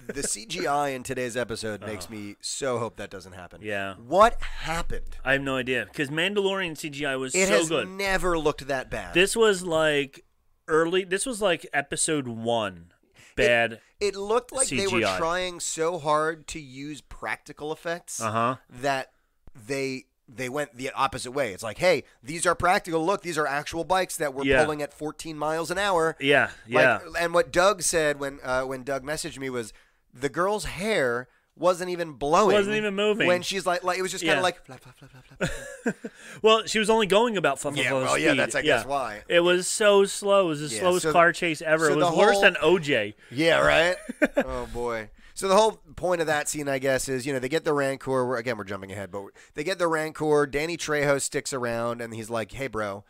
[SPEAKER 1] the CGI in today's episode makes me so hope that doesn't happen.
[SPEAKER 2] Uh-huh. Yeah.
[SPEAKER 1] What happened?
[SPEAKER 2] I have no idea because Mandalorian CGI was
[SPEAKER 1] It
[SPEAKER 2] so
[SPEAKER 1] has
[SPEAKER 2] good.
[SPEAKER 1] never looked that bad.
[SPEAKER 2] this was like early. This was like episode one. Bad.
[SPEAKER 1] it looked like they were
[SPEAKER 2] CGI.
[SPEAKER 1] trying so hard to use practical effects
[SPEAKER 2] Uh huh.
[SPEAKER 1] that they they went the opposite way. It's like, hey, these are practical. Look, these are actual bikes that were
[SPEAKER 2] Yeah.
[SPEAKER 1] pulling at 14 miles an hour.
[SPEAKER 2] Yeah. Yeah.
[SPEAKER 1] Like, uh, and what Doug said when uh, when Doug messaged me was the girl's hair wasn't even blowing.
[SPEAKER 2] Wasn't even moving.
[SPEAKER 1] When she's like, like it was just kind
[SPEAKER 2] Yeah.
[SPEAKER 1] of like flap, flap, flap, flap, flap.
[SPEAKER 2] well, she was only going about fluff.
[SPEAKER 1] Yeah, well, yeah, that's, I guess, why.
[SPEAKER 2] It was so slow. It was the
[SPEAKER 1] Yeah,
[SPEAKER 2] slowest
[SPEAKER 1] so-
[SPEAKER 2] car chase ever.
[SPEAKER 1] so
[SPEAKER 2] it
[SPEAKER 1] the
[SPEAKER 2] was worse
[SPEAKER 1] whole-
[SPEAKER 2] than OJ.
[SPEAKER 1] yeah, right. oh boy. So the whole point of that scene, I guess, is you know they get the rancor. We're, again, we're jumping ahead, but they get the rancor. Danny Trejo sticks around, and he's like, "Hey, bro."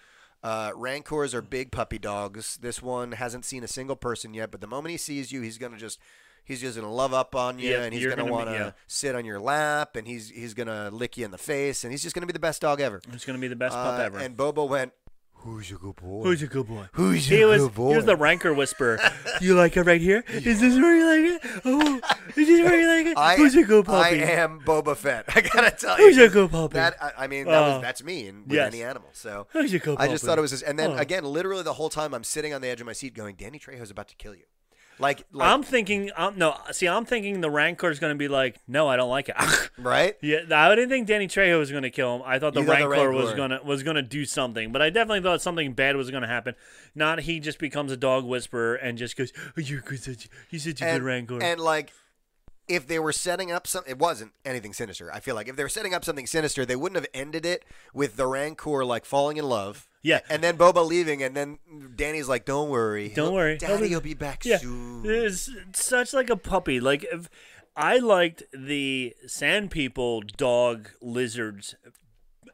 [SPEAKER 1] Uh, rancors are big puppy dogs. This one hasn't seen a single person yet, but the moment he sees you, he's gonna just he's just gonna love up on you,
[SPEAKER 2] Yeah,
[SPEAKER 1] and he's
[SPEAKER 2] you're
[SPEAKER 1] gonna,
[SPEAKER 2] gonna
[SPEAKER 1] wanna
[SPEAKER 2] be- yeah.
[SPEAKER 1] sit on your lap, and he's he's gonna lick you in the face, and he's just gonna be the best dog ever.
[SPEAKER 2] It's gonna be the best
[SPEAKER 1] Uh,
[SPEAKER 2] pup ever.
[SPEAKER 1] And Bobo went, "Who's your good boy?
[SPEAKER 2] Who's a good boy?
[SPEAKER 1] Who's
[SPEAKER 2] He
[SPEAKER 1] your
[SPEAKER 2] was,
[SPEAKER 1] good boy?"
[SPEAKER 2] he was the rancor whisperer. you like it right here? Is this where you like it? Oh, is this where you like it?
[SPEAKER 1] I,
[SPEAKER 2] Who's a good
[SPEAKER 1] I
[SPEAKER 2] puppy?
[SPEAKER 1] am Boba Fett. I gotta tell you,
[SPEAKER 2] Who's a good puppy?
[SPEAKER 1] That I, I mean, that
[SPEAKER 2] Oh.
[SPEAKER 1] was, that's me and with
[SPEAKER 2] Yes.
[SPEAKER 1] any animal. So
[SPEAKER 2] Who's a good
[SPEAKER 1] I just
[SPEAKER 2] puppy?
[SPEAKER 1] thought it was this. And then
[SPEAKER 2] Oh.
[SPEAKER 1] again, literally the whole time I'm sitting on the edge of my seat, going, "Danny Trejo's about to kill you." Like, like
[SPEAKER 2] I'm thinking, I'm, no, see, I'm thinking the rancor is going to be like, no, I don't like it.
[SPEAKER 1] right?
[SPEAKER 2] yeah, I didn't think Danny Trejo was going to kill him. I thought the
[SPEAKER 1] You thought the
[SPEAKER 2] rancor, was
[SPEAKER 1] Rancor-
[SPEAKER 2] going to was going to do something, but I definitely thought something bad was going to happen. Not he just becomes a dog whisperer and just goes, oh, "You're good, such, you such a good
[SPEAKER 1] And,
[SPEAKER 2] rancor."
[SPEAKER 1] and like, if they were setting up some, it wasn't anything sinister. I feel like if they were setting up something sinister, they wouldn't have ended it with the Rancor like falling in love.
[SPEAKER 2] Yeah.
[SPEAKER 1] and then Boba leaving, and then Danny's like, "Don't worry,
[SPEAKER 2] Don't
[SPEAKER 1] he'll-
[SPEAKER 2] worry. He'll
[SPEAKER 1] Daddy,
[SPEAKER 2] be-
[SPEAKER 1] will be back
[SPEAKER 2] yeah,
[SPEAKER 1] soon."
[SPEAKER 2] it's such like a puppy. Like if I liked the sand people, dog, lizards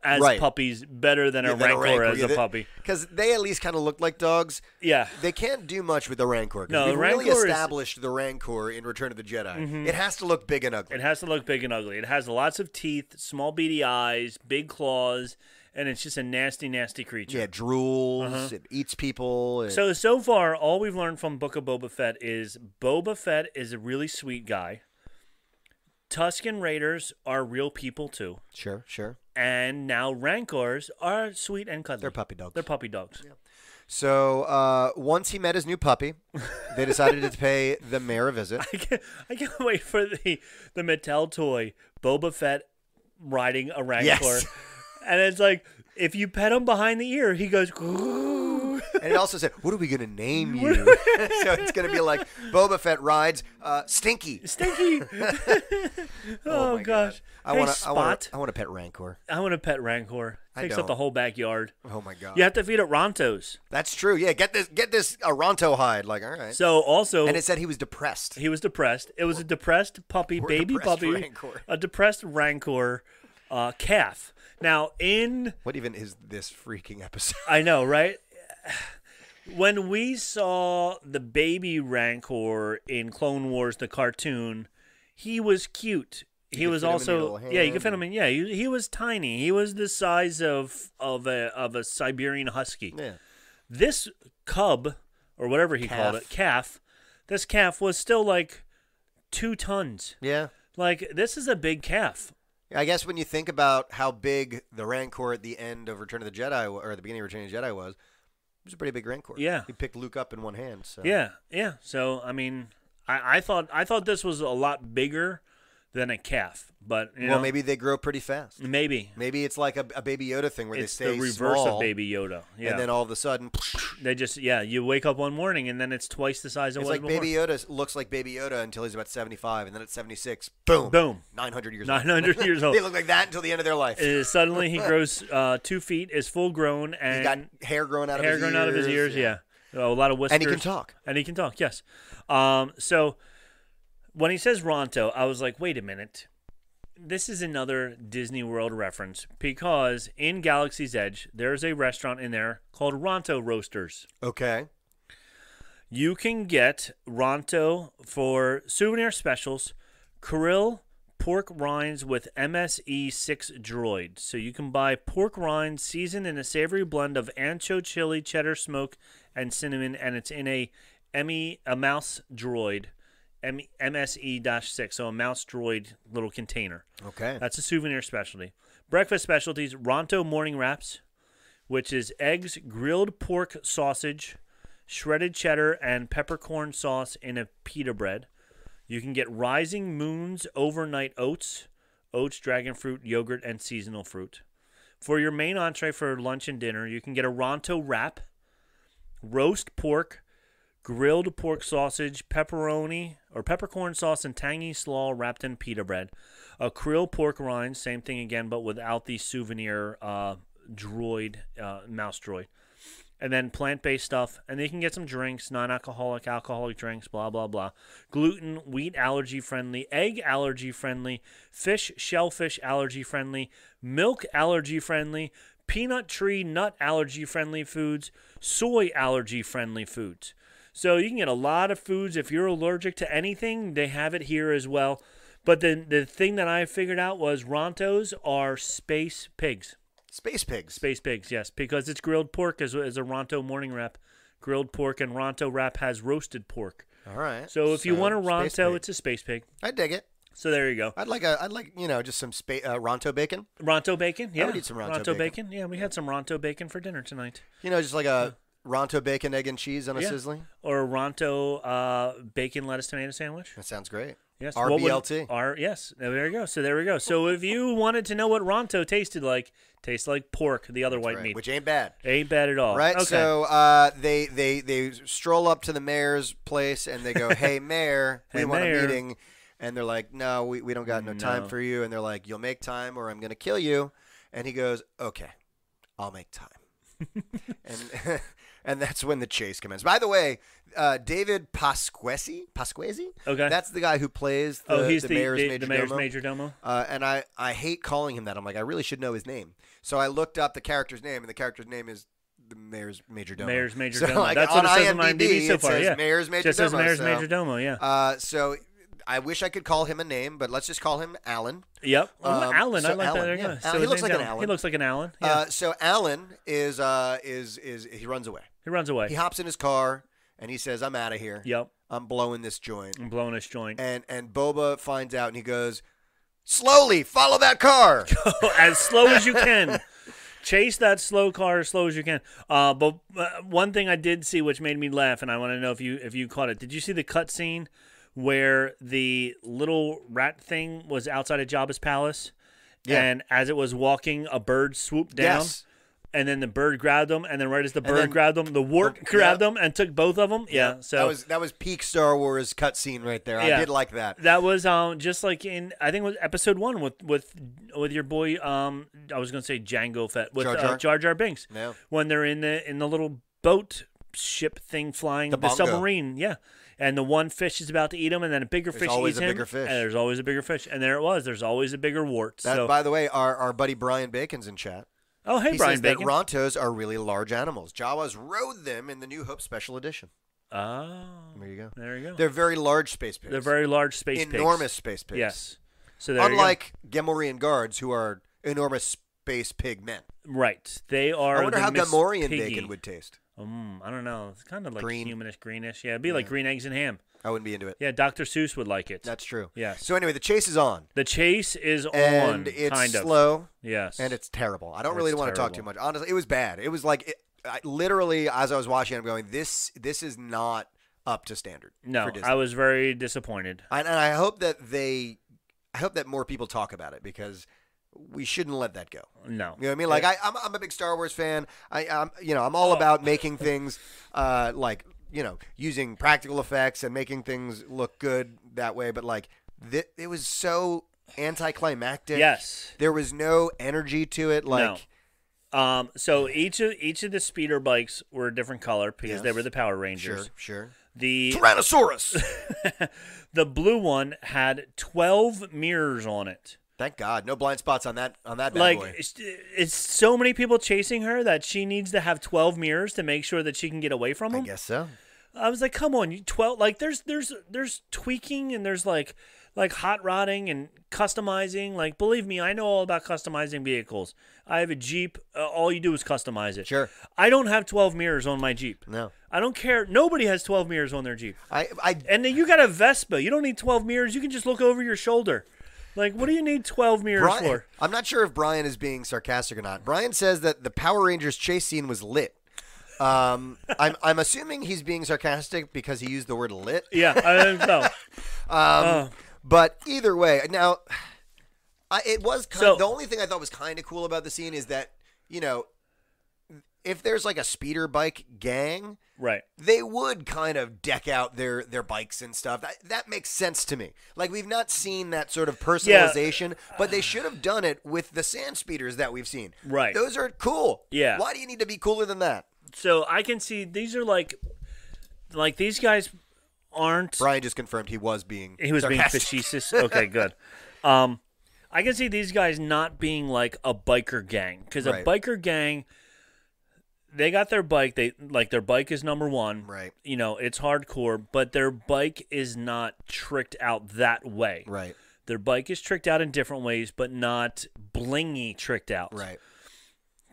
[SPEAKER 2] as
[SPEAKER 1] Right.
[SPEAKER 2] puppies better than a rancor as a puppy.
[SPEAKER 1] Because they at least kind of look like dogs.
[SPEAKER 2] Yeah,
[SPEAKER 1] They can't do much with the Rancor. 'cause
[SPEAKER 2] No,
[SPEAKER 1] we've
[SPEAKER 2] the
[SPEAKER 1] really
[SPEAKER 2] Rancor is- Mm-hmm.
[SPEAKER 1] established the Rancor in Return of the Jedi. It has to look big and ugly.
[SPEAKER 2] It has to look big and ugly. It has lots of teeth, small beady eyes, big claws, and it's just a nasty, nasty creature.
[SPEAKER 1] yeah, it drools. It eats people. It,
[SPEAKER 2] Uh-huh. So so far, all we've learned from Book of Boba Fett is Boba Fett is a really sweet guy. Tusken Raiders are real people too,
[SPEAKER 1] sure, sure.
[SPEAKER 2] and now Rancors are sweet and cuddly.
[SPEAKER 1] They're puppy dogs.
[SPEAKER 2] They're puppy dogs.
[SPEAKER 1] So uh, once he met his new puppy, they decided to pay the mayor a visit.
[SPEAKER 2] I can't, I can't wait for the the Mattel toy Boba Fett riding a Rancor,
[SPEAKER 1] Yes.
[SPEAKER 2] and it's like if you pet him behind the ear, he goes.
[SPEAKER 1] And it also said, "What are we gonna name you?" so it's gonna be like Boba Fett rides uh, Stinky.
[SPEAKER 2] Stinky. oh
[SPEAKER 1] my
[SPEAKER 2] gosh.
[SPEAKER 1] I
[SPEAKER 2] hey,
[SPEAKER 1] wanna, I wanna,
[SPEAKER 2] Spot.
[SPEAKER 1] I wanna pet Rancor.
[SPEAKER 2] I want to pet Rancor.
[SPEAKER 1] I
[SPEAKER 2] Takes up
[SPEAKER 1] don't.
[SPEAKER 2] the whole backyard.
[SPEAKER 1] Oh my god.
[SPEAKER 2] You have to feed it Rontos.
[SPEAKER 1] That's true. Yeah, get this, get this Aronto hide. Like, all right.
[SPEAKER 2] So also,
[SPEAKER 1] and it said he was depressed.
[SPEAKER 2] he was depressed. It was a depressed puppy,
[SPEAKER 1] Poor
[SPEAKER 2] baby
[SPEAKER 1] depressed
[SPEAKER 2] puppy,
[SPEAKER 1] Rancor.
[SPEAKER 2] a depressed Rancor uh, calf. Now in
[SPEAKER 1] What even is this freaking episode?
[SPEAKER 2] I know, right? When we saw the baby Rancor in Clone Wars, the cartoon, he was cute. He
[SPEAKER 1] could
[SPEAKER 2] was
[SPEAKER 1] fit him in your
[SPEAKER 2] also
[SPEAKER 1] little
[SPEAKER 2] yeah. You can
[SPEAKER 1] hand
[SPEAKER 2] fit him in yeah. He, he was tiny. He was the size of of a of a Siberian husky.
[SPEAKER 1] Yeah.
[SPEAKER 2] This cub or whatever he called
[SPEAKER 1] Calf.
[SPEAKER 2] it calf, this calf was still like two tons.
[SPEAKER 1] Yeah.
[SPEAKER 2] Like this is a big calf.
[SPEAKER 1] I guess when you think about how big the Rancor at the end of Return of the Jedi w- or the beginning of Return of the Jedi was, it was a pretty big Rancor.
[SPEAKER 2] Yeah.
[SPEAKER 1] He picked Luke up in one hand. So.
[SPEAKER 2] Yeah, yeah. So I mean, I, I thought I thought this was a lot bigger than a calf, but you
[SPEAKER 1] well,
[SPEAKER 2] know,
[SPEAKER 1] maybe they grow pretty fast.
[SPEAKER 2] maybe
[SPEAKER 1] Maybe it's like a, a Baby Yoda thing where
[SPEAKER 2] it's
[SPEAKER 1] they stay
[SPEAKER 2] the reverse
[SPEAKER 1] small,
[SPEAKER 2] of Baby Yoda. Yeah,
[SPEAKER 1] and then all of a sudden,
[SPEAKER 2] they just yeah, you wake up one morning and then it's twice the size it
[SPEAKER 1] it's
[SPEAKER 2] was
[SPEAKER 1] like
[SPEAKER 2] before.
[SPEAKER 1] Baby Yoda s- looks like Baby Yoda until he's about seventy-five, and then at seventy-six, boom,
[SPEAKER 2] Boom.
[SPEAKER 1] nine hundred years. old.
[SPEAKER 2] 900 years old.
[SPEAKER 1] they look like that until the end of their life.
[SPEAKER 2] Uh, suddenly he grows uh, two feet, is full grown,
[SPEAKER 1] He's got
[SPEAKER 2] and
[SPEAKER 1] hair growing out of
[SPEAKER 2] hair
[SPEAKER 1] his
[SPEAKER 2] growing
[SPEAKER 1] ears.
[SPEAKER 2] out of his ears. Yeah, a lot of whiskers.
[SPEAKER 1] And he can talk.
[SPEAKER 2] And he can talk. Yes. Um. So when he says Ronto, I was like, wait a minute. This is another Disney World reference because in Galaxy's Edge, there's a restaurant in there called Ronto Roasters.
[SPEAKER 1] Okay.
[SPEAKER 2] You can get Ronto for souvenir specials, krill, pork rinds with MSE6 droid. So you can buy pork rinds seasoned in a savory blend of ancho chili, cheddar smoke, and cinnamon, and it's in a ME a mouse droid, M- MSE-6, so a mouse droid little container.
[SPEAKER 1] Okay.
[SPEAKER 2] That's a souvenir specialty. Breakfast specialties: Ronto morning wraps, which is eggs, grilled pork sausage, shredded cheddar, and peppercorn sauce in a pita bread. You can get Rising Moons overnight oats, oats, dragon fruit, yogurt, and seasonal fruit. For your main entree for lunch and dinner, you can get a Ronto wrap, roast pork, grilled pork sausage, pepperoni or peppercorn sauce, and tangy slaw wrapped in pita bread. A krill pork rind, same thing again, but without the souvenir uh, droid, uh, mouse droid. And then plant based stuff. And they can get some drinks, non alcoholic, alcoholic drinks, blah, blah, blah. Gluten, wheat allergy friendly, egg allergy friendly, fish, shellfish allergy friendly, milk allergy friendly, peanut tree nut allergy friendly foods, soy allergy friendly foods. So you can get a lot of foods. If you're allergic to anything, they have it here as well. But the the thing that I figured out was Rontos are space pigs.
[SPEAKER 1] Space pigs.
[SPEAKER 2] Space pigs, yes, because it's grilled pork as, as a Ronto morning wrap. Grilled pork and Ronto wrap has roasted pork.
[SPEAKER 1] All right.
[SPEAKER 2] So if you want a
[SPEAKER 1] space
[SPEAKER 2] Ronto,
[SPEAKER 1] pig.
[SPEAKER 2] it's a space pig.
[SPEAKER 1] I dig it.
[SPEAKER 2] So there you go.
[SPEAKER 1] I'd like a. I'd like you know just some spa- uh, Ronto bacon.
[SPEAKER 2] Ronto bacon, yeah.
[SPEAKER 1] would eat some Ronto bacon.
[SPEAKER 2] Yeah, we had some Ronto bacon for dinner tonight.
[SPEAKER 1] You know, just like a Ronto bacon, egg, and cheese on a
[SPEAKER 2] Yeah.
[SPEAKER 1] sizzling.
[SPEAKER 2] Or a Ronto uh, bacon lettuce tomato sandwich.
[SPEAKER 1] That sounds great.
[SPEAKER 2] Yes, what would-
[SPEAKER 1] RBLT.
[SPEAKER 2] R, yes, there we go. So there we go. So if you wanted to know what Ronto tasted like, tastes like pork, the other white
[SPEAKER 1] Right,
[SPEAKER 2] meat.
[SPEAKER 1] which ain't bad.
[SPEAKER 2] Ain't bad at all.
[SPEAKER 1] Right,
[SPEAKER 2] Okay.
[SPEAKER 1] so uh, they they they stroll up to the mayor's place and they go, "Hey, mayor, we
[SPEAKER 2] Hey,
[SPEAKER 1] want
[SPEAKER 2] mayor."
[SPEAKER 1] a meeting." And they're like, "No, we, we don't got no, time
[SPEAKER 2] No.
[SPEAKER 1] for you." And they're like, "You'll make time, or I'm gonna kill you." And he goes, "Okay, I'll make time." and and that's when the chase commences. By the way, uh, David Pasquesi, Pasquesi,
[SPEAKER 2] Okay.
[SPEAKER 1] that's the guy who plays the,
[SPEAKER 2] oh, he's
[SPEAKER 1] the,
[SPEAKER 2] the,
[SPEAKER 1] mayor's
[SPEAKER 2] the,
[SPEAKER 1] major
[SPEAKER 2] the mayor's
[SPEAKER 1] domo.
[SPEAKER 2] major domo.
[SPEAKER 1] Uh, and I, I hate calling him that. I'm like, I really should know his name. So I looked up the character's name, and the character's name is the mayor's major domo.
[SPEAKER 2] Mayor's major
[SPEAKER 1] so,
[SPEAKER 2] domo.
[SPEAKER 1] Like,
[SPEAKER 2] That's
[SPEAKER 1] on
[SPEAKER 2] what it says
[SPEAKER 1] IMDb,
[SPEAKER 2] on IMDb so
[SPEAKER 1] it
[SPEAKER 2] far.
[SPEAKER 1] says
[SPEAKER 2] yeah,
[SPEAKER 1] mayor's major
[SPEAKER 2] just
[SPEAKER 1] domo.
[SPEAKER 2] says mayor's
[SPEAKER 1] so,
[SPEAKER 2] major domo. Yeah.
[SPEAKER 1] Uh, so I wish I could call him a name, but let's just call him Alan.
[SPEAKER 2] yep. Oh,
[SPEAKER 1] um,
[SPEAKER 2] Alan, I
[SPEAKER 1] so
[SPEAKER 2] like that.
[SPEAKER 1] Alan,
[SPEAKER 2] There you
[SPEAKER 1] yeah.
[SPEAKER 2] go. So
[SPEAKER 1] Alan- he
[SPEAKER 2] his
[SPEAKER 1] looks
[SPEAKER 2] name's
[SPEAKER 1] like an
[SPEAKER 2] He
[SPEAKER 1] Alan.
[SPEAKER 2] looks like an Alan. Yeah.
[SPEAKER 1] Uh, so Alan is uh, is is he runs away.
[SPEAKER 2] he runs away.
[SPEAKER 1] He hops in his car and he says, "I'm out of here.
[SPEAKER 2] yep.
[SPEAKER 1] I'm blowing this joint."
[SPEAKER 2] I'm blowing his joint.
[SPEAKER 1] And and Boba finds out and he goes, "Slowly, follow that car."
[SPEAKER 2] as slow as you can. Chase that slow car as slow as you can. Uh, but uh, one thing I did see, which made me laugh, and I want to know if you if you caught it. Did you see the cut scene where the little rat thing was outside of Jabba's palace,
[SPEAKER 1] Yeah.
[SPEAKER 2] and as it was walking, a bird swooped down,
[SPEAKER 1] Yes.
[SPEAKER 2] and then the bird grabbed him, and then right as the
[SPEAKER 1] And
[SPEAKER 2] bird
[SPEAKER 1] then-
[SPEAKER 2] grabbed him, the wart
[SPEAKER 1] Yeah.
[SPEAKER 2] grabbed him and took both of them. Yeah, Uh, so
[SPEAKER 1] that was that was peak Star Wars cutscene right there.
[SPEAKER 2] Yeah.
[SPEAKER 1] I did like that.
[SPEAKER 2] That was um just like in I think it was episode one with with with your boy um I was gonna say Django Fett with
[SPEAKER 1] Jar
[SPEAKER 2] Jar
[SPEAKER 1] Jar?
[SPEAKER 2] uh, Jar, Jar Binks
[SPEAKER 1] Yeah.
[SPEAKER 2] when they're in the in the little boat ship thing flying
[SPEAKER 1] The
[SPEAKER 2] the,
[SPEAKER 1] bongo.
[SPEAKER 2] submarine yeah and the one fish is about to eat him and then a bigger
[SPEAKER 1] There's
[SPEAKER 2] fish
[SPEAKER 1] always
[SPEAKER 2] eats
[SPEAKER 1] a
[SPEAKER 2] him
[SPEAKER 1] bigger fish.
[SPEAKER 2] and there's always a bigger fish and there it was there's always a bigger wart
[SPEAKER 1] That,
[SPEAKER 2] so
[SPEAKER 1] by the way, our, our buddy Brian Bacon's in chat.
[SPEAKER 2] oh hey
[SPEAKER 1] he
[SPEAKER 2] Brian
[SPEAKER 1] says
[SPEAKER 2] Bacon
[SPEAKER 1] that rontos are really large animals. Jawas rode them in the New Hope Special Edition.
[SPEAKER 2] oh
[SPEAKER 1] There you go.
[SPEAKER 2] there you go
[SPEAKER 1] They're very large space pigs.
[SPEAKER 2] They're very large space pigs.
[SPEAKER 1] enormous space pigs.
[SPEAKER 2] yes so there
[SPEAKER 1] Unlike Gamorrean guards, who are enormous space pig men.
[SPEAKER 2] you go. right they are
[SPEAKER 1] I wonder
[SPEAKER 2] the
[SPEAKER 1] how
[SPEAKER 2] Miss
[SPEAKER 1] Gamorrean
[SPEAKER 2] Piggy.
[SPEAKER 1] bacon would taste.
[SPEAKER 2] Mm, I don't know. It's kind of like
[SPEAKER 1] Green.
[SPEAKER 2] humanish, greenish. Yeah, it'd be like green eggs and ham.
[SPEAKER 1] I wouldn't be into it.
[SPEAKER 2] Yeah, Dr. Seuss would like it.
[SPEAKER 1] That's true.
[SPEAKER 2] Yes.
[SPEAKER 1] So anyway, the chase is on,
[SPEAKER 2] the chase is
[SPEAKER 1] and
[SPEAKER 2] on,
[SPEAKER 1] it's
[SPEAKER 2] kind of.
[SPEAKER 1] slow.
[SPEAKER 2] Yes.
[SPEAKER 1] and it's terrible. I don't
[SPEAKER 2] It's
[SPEAKER 1] really want to talk too
[SPEAKER 2] terrible.
[SPEAKER 1] much. Honestly, it was bad. It was like it, I, literally as I was watching, it, I'm going, this this is not up to standard.
[SPEAKER 2] no.
[SPEAKER 1] for Disney.
[SPEAKER 2] I was very disappointed.
[SPEAKER 1] and, and I hope that they, I hope that more people talk about it because we shouldn't let that go.
[SPEAKER 2] No.
[SPEAKER 1] You know what I mean? Like I, I'm, I'm a big Star Wars fan. I, I'm, you know, I'm
[SPEAKER 2] Oh.
[SPEAKER 1] all about making things, uh, like you know, using practical effects and making things look good that way. But like, th- it was so anticlimactic.
[SPEAKER 2] Yes.
[SPEAKER 1] there was no energy to it. Like.
[SPEAKER 2] Um. So each of each of the speeder bikes were a different color because they
[SPEAKER 1] Yes.
[SPEAKER 2] were the Power Rangers.
[SPEAKER 1] sure.
[SPEAKER 2] The
[SPEAKER 1] Tyrannosaurus.
[SPEAKER 2] the blue one had twelve mirrors on it.
[SPEAKER 1] Thank God, no blind spots on that on that bad
[SPEAKER 2] like
[SPEAKER 1] boy.
[SPEAKER 2] it's, it's so many people chasing her that she needs to have twelve mirrors to make sure that she can get away from
[SPEAKER 1] I
[SPEAKER 2] them.
[SPEAKER 1] guess so.
[SPEAKER 2] I was like, come on, you twelve. Like, there's there's there's tweaking and there's like like hot rodding and customizing. Like, believe me, I know all about customizing vehicles. I have a Jeep. Uh, all you do is customize it.
[SPEAKER 1] Sure.
[SPEAKER 2] I don't have twelve mirrors on my Jeep.
[SPEAKER 1] No.
[SPEAKER 2] I don't care. Nobody has twelve mirrors on their Jeep.
[SPEAKER 1] I I
[SPEAKER 2] And then you got a Vespa. You don't need twelve mirrors. You can just look over your shoulder. Like, what do you need twelve mirrors
[SPEAKER 1] Brian,
[SPEAKER 2] for?
[SPEAKER 1] I'm not sure if Brian is being sarcastic or not. Brian says that the Power Rangers chase scene was lit. Um, I'm I'm assuming he's being sarcastic because he used the word lit.
[SPEAKER 2] Yeah, I don't know. Um,
[SPEAKER 1] Um, But either way, now I, it was kind
[SPEAKER 2] So-
[SPEAKER 1] the only thing I thought was kind of cool about the scene is that you know if there's like a speeder bike gang,
[SPEAKER 2] right.
[SPEAKER 1] they would kind of deck out their their bikes and stuff. That, that makes sense to me. Like we've not seen that sort of personalization, but they should have done it with the sand speeders that we've seen.
[SPEAKER 2] Right.
[SPEAKER 1] Those are cool.
[SPEAKER 2] Yeah.
[SPEAKER 1] Why do you need to be cooler than that?
[SPEAKER 2] So I can see these are like, like these guys aren't.
[SPEAKER 1] Brian just confirmed he was being
[SPEAKER 2] He was
[SPEAKER 1] sarcastic.
[SPEAKER 2] being facetious. Okay, good. Um, I can see these guys not being like a biker gang because
[SPEAKER 1] Right.
[SPEAKER 2] a biker gang, they got their bike. They like their bike is number one.
[SPEAKER 1] Right.
[SPEAKER 2] You know, it's hardcore, but their bike is not tricked out that way.
[SPEAKER 1] Right.
[SPEAKER 2] Their bike is tricked out in different ways, but not blingy tricked out.
[SPEAKER 1] Right.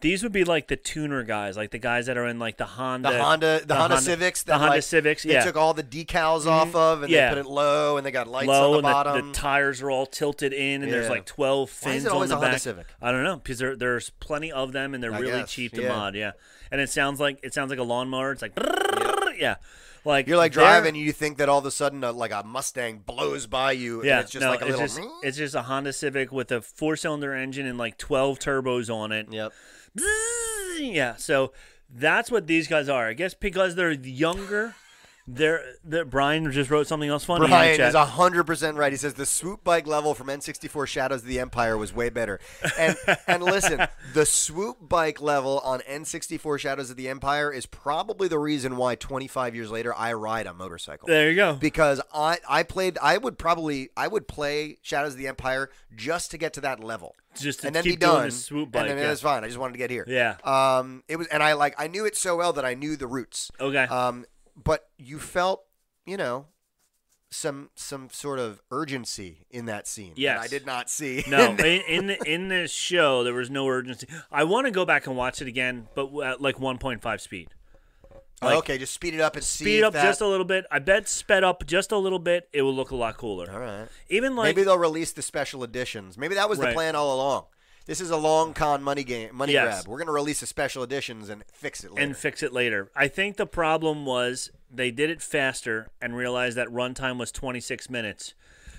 [SPEAKER 2] These would be like the tuner guys, like the guys that are in like the Honda,
[SPEAKER 1] The Honda, the, Honda, Civics,
[SPEAKER 2] the
[SPEAKER 1] that,
[SPEAKER 2] Honda
[SPEAKER 1] like,
[SPEAKER 2] Civics.
[SPEAKER 1] They
[SPEAKER 2] Yeah, Mm-hmm.
[SPEAKER 1] took all the decals off of and
[SPEAKER 2] Yeah.
[SPEAKER 1] they put it low, and they got lights
[SPEAKER 2] low
[SPEAKER 1] on the
[SPEAKER 2] and
[SPEAKER 1] bottom.
[SPEAKER 2] The, tires are all tilted in and there's
[SPEAKER 1] Yeah.
[SPEAKER 2] like 12
[SPEAKER 1] Why is
[SPEAKER 2] fins
[SPEAKER 1] it always
[SPEAKER 2] on
[SPEAKER 1] a
[SPEAKER 2] the
[SPEAKER 1] Honda
[SPEAKER 2] back.
[SPEAKER 1] Civic?
[SPEAKER 2] I don't know because there, there's plenty of them and they're
[SPEAKER 1] I
[SPEAKER 2] really
[SPEAKER 1] guess,
[SPEAKER 2] cheap to
[SPEAKER 1] yeah.
[SPEAKER 2] mod, yeah. And it sounds like it sounds like a lawnmower. It's like yeah. Like
[SPEAKER 1] You're like
[SPEAKER 2] they're-
[SPEAKER 1] driving, and you think that all of a sudden, a, like a Mustang blows by you,
[SPEAKER 2] yeah,
[SPEAKER 1] and it's just
[SPEAKER 2] no,
[SPEAKER 1] like a
[SPEAKER 2] it's
[SPEAKER 1] little.
[SPEAKER 2] just it's just a Honda Civic with a four-cylinder engine and like 12 turbos on it.
[SPEAKER 1] yep.
[SPEAKER 2] Yeah, so that's what these guys are. I guess because they're younger, they're, they're Brian just wrote something else funny. in the
[SPEAKER 1] Brian
[SPEAKER 2] chat.
[SPEAKER 1] is hundred percent right. He says the swoop bike level from N64 Shadows of the Empire was way better. And and listen, the swoop bike level on N64 Shadows of the Empire is probably the reason why 25 years later I ride a motorcycle.
[SPEAKER 2] There you go.
[SPEAKER 1] Because I I played I would probably I would play Shadows of the Empire just to get to that level.
[SPEAKER 2] Just to
[SPEAKER 1] and then
[SPEAKER 2] keep
[SPEAKER 1] be
[SPEAKER 2] doing
[SPEAKER 1] done.
[SPEAKER 2] the swoop bike,
[SPEAKER 1] and then
[SPEAKER 2] yeah.
[SPEAKER 1] it was fine. I just wanted to get here.
[SPEAKER 2] Yeah.
[SPEAKER 1] Um. It was and I like I knew it so well that I knew the routes.
[SPEAKER 2] Okay.
[SPEAKER 1] Um, but you felt, you know, some some sort of urgency in that scene. that
[SPEAKER 2] Yes.
[SPEAKER 1] I did not see.
[SPEAKER 2] No, in, in the, in this show there was no urgency. I want to go back and watch it again, but w- at like 1.5 speed.
[SPEAKER 1] Oh,
[SPEAKER 2] like-
[SPEAKER 1] okay, just speed it up and see.
[SPEAKER 2] Speed
[SPEAKER 1] if
[SPEAKER 2] up
[SPEAKER 1] that-
[SPEAKER 2] just a little bit. I bet sped up just a little bit, it will look a lot cooler.
[SPEAKER 1] All right.
[SPEAKER 2] Even like
[SPEAKER 1] Maybe they'll release the special editions. Maybe that was the
[SPEAKER 2] Right.
[SPEAKER 1] plan all along. This is a long con money game, money
[SPEAKER 2] Yes.
[SPEAKER 1] grab. We're gonna release the special editions and fix it later.
[SPEAKER 2] and fix it later. I think the problem was they did it faster and realized that runtime was 26 minutes.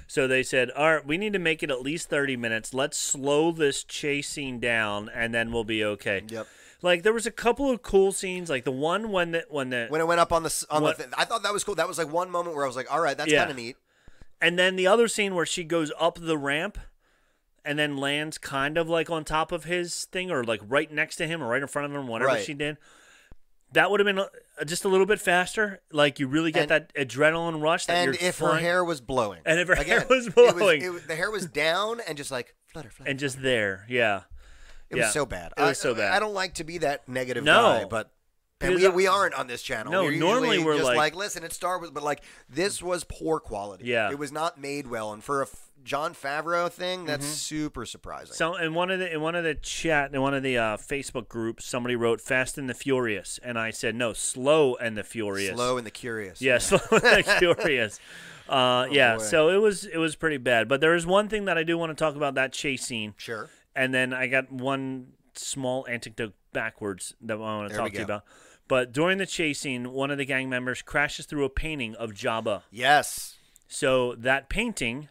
[SPEAKER 2] So they said, "All right, we need to make it at least 30 minutes. Let's slow this chase scene down and then we'll be okay."
[SPEAKER 1] Yep.
[SPEAKER 2] Like there was a couple of cool scenes, like the one when the when the
[SPEAKER 1] when it went up on the s- on
[SPEAKER 2] uh, What-
[SPEAKER 1] the, th- I thought that was cool. That was like one moment where I was like, all right, that's
[SPEAKER 2] Yeah.
[SPEAKER 1] kind of neat.
[SPEAKER 2] And then the other scene where she goes up the ramp and then lands kind of like on top of his thing or like right next to him or right in front of him, whatever
[SPEAKER 1] Right.
[SPEAKER 2] she did. That would have been uh, just a little bit faster. Like you really
[SPEAKER 1] And-
[SPEAKER 2] get that adrenaline rush. That
[SPEAKER 1] And
[SPEAKER 2] you're
[SPEAKER 1] if her
[SPEAKER 2] flying-
[SPEAKER 1] hair was blowing,
[SPEAKER 2] And if her hair
[SPEAKER 1] Again,
[SPEAKER 2] was
[SPEAKER 1] it it
[SPEAKER 2] blowing.
[SPEAKER 1] the hair was down and just like flutter, flutter.
[SPEAKER 2] and just there, yeah,
[SPEAKER 1] It
[SPEAKER 2] Yeah.
[SPEAKER 1] was so bad.
[SPEAKER 2] It was
[SPEAKER 1] I,
[SPEAKER 2] so bad.
[SPEAKER 1] I don't like to be that negative
[SPEAKER 2] No.
[SPEAKER 1] guy, but and
[SPEAKER 2] Because uh,
[SPEAKER 1] we,
[SPEAKER 2] I-
[SPEAKER 1] we aren't on this channel.
[SPEAKER 2] No,
[SPEAKER 1] we're usually
[SPEAKER 2] normally we're
[SPEAKER 1] just
[SPEAKER 2] like-
[SPEAKER 1] like, listen, it's Star Wars, but like this was poor quality.
[SPEAKER 2] Yeah.
[SPEAKER 1] it was not made well, and for a F- John Favreau thing, that's
[SPEAKER 2] Mm-hmm.
[SPEAKER 1] super surprising.
[SPEAKER 2] So in one of the in one of the chat in one of the uh, Facebook groups, somebody wrote "Fast and the Furious," and I said no, "Slow and the Furious."
[SPEAKER 1] Slow and the curious.
[SPEAKER 2] Yeah, slow and the curious. Uh, yeah,
[SPEAKER 1] Oh, boy.
[SPEAKER 2] so it was it was pretty bad. But there is one thing that I do want to talk about that chase scene,
[SPEAKER 1] sure.
[SPEAKER 2] and then I got one small anecdote backwards that I want to
[SPEAKER 1] There we
[SPEAKER 2] talk to you
[SPEAKER 1] go.
[SPEAKER 2] about. But during the chase scene, one of the gang members crashes through a painting of Jabba.
[SPEAKER 1] Yes.
[SPEAKER 2] So that painting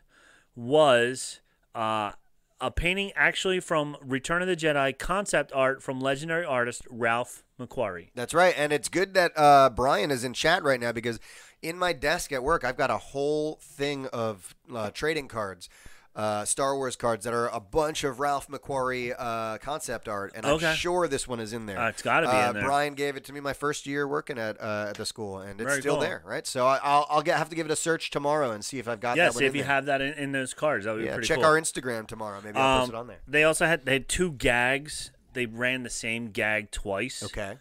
[SPEAKER 2] was uh, a painting actually from Return of the Jedi concept art from legendary artist Ralph McQuarrie.
[SPEAKER 1] That's right, and it's good that uh, Brian is in chat right now because in my desk at work, I've got a whole thing of uh, trading cards, uh, Star Wars cards that are a bunch of Ralph McQuarrie uh, concept art, and
[SPEAKER 2] Okay.
[SPEAKER 1] I'm sure this one is in there.
[SPEAKER 2] Uh, it's gotta be
[SPEAKER 1] Uh,
[SPEAKER 2] in there.
[SPEAKER 1] Brian gave it to me my first year working at uh, at the school, and it's
[SPEAKER 2] Very
[SPEAKER 1] still
[SPEAKER 2] cool.
[SPEAKER 1] there, right? So I, I'll, I'll get have to give it a search tomorrow and see if I've got
[SPEAKER 2] Yeah,
[SPEAKER 1] that one
[SPEAKER 2] see if
[SPEAKER 1] in
[SPEAKER 2] you
[SPEAKER 1] there.
[SPEAKER 2] have that in, in those cards. That would be
[SPEAKER 1] yeah,
[SPEAKER 2] pretty
[SPEAKER 1] check
[SPEAKER 2] cool.
[SPEAKER 1] our Instagram tomorrow. Maybe I'll post
[SPEAKER 2] Um,
[SPEAKER 1] it on there.
[SPEAKER 2] They also had they had two gags. They ran the same gag twice
[SPEAKER 1] Okay.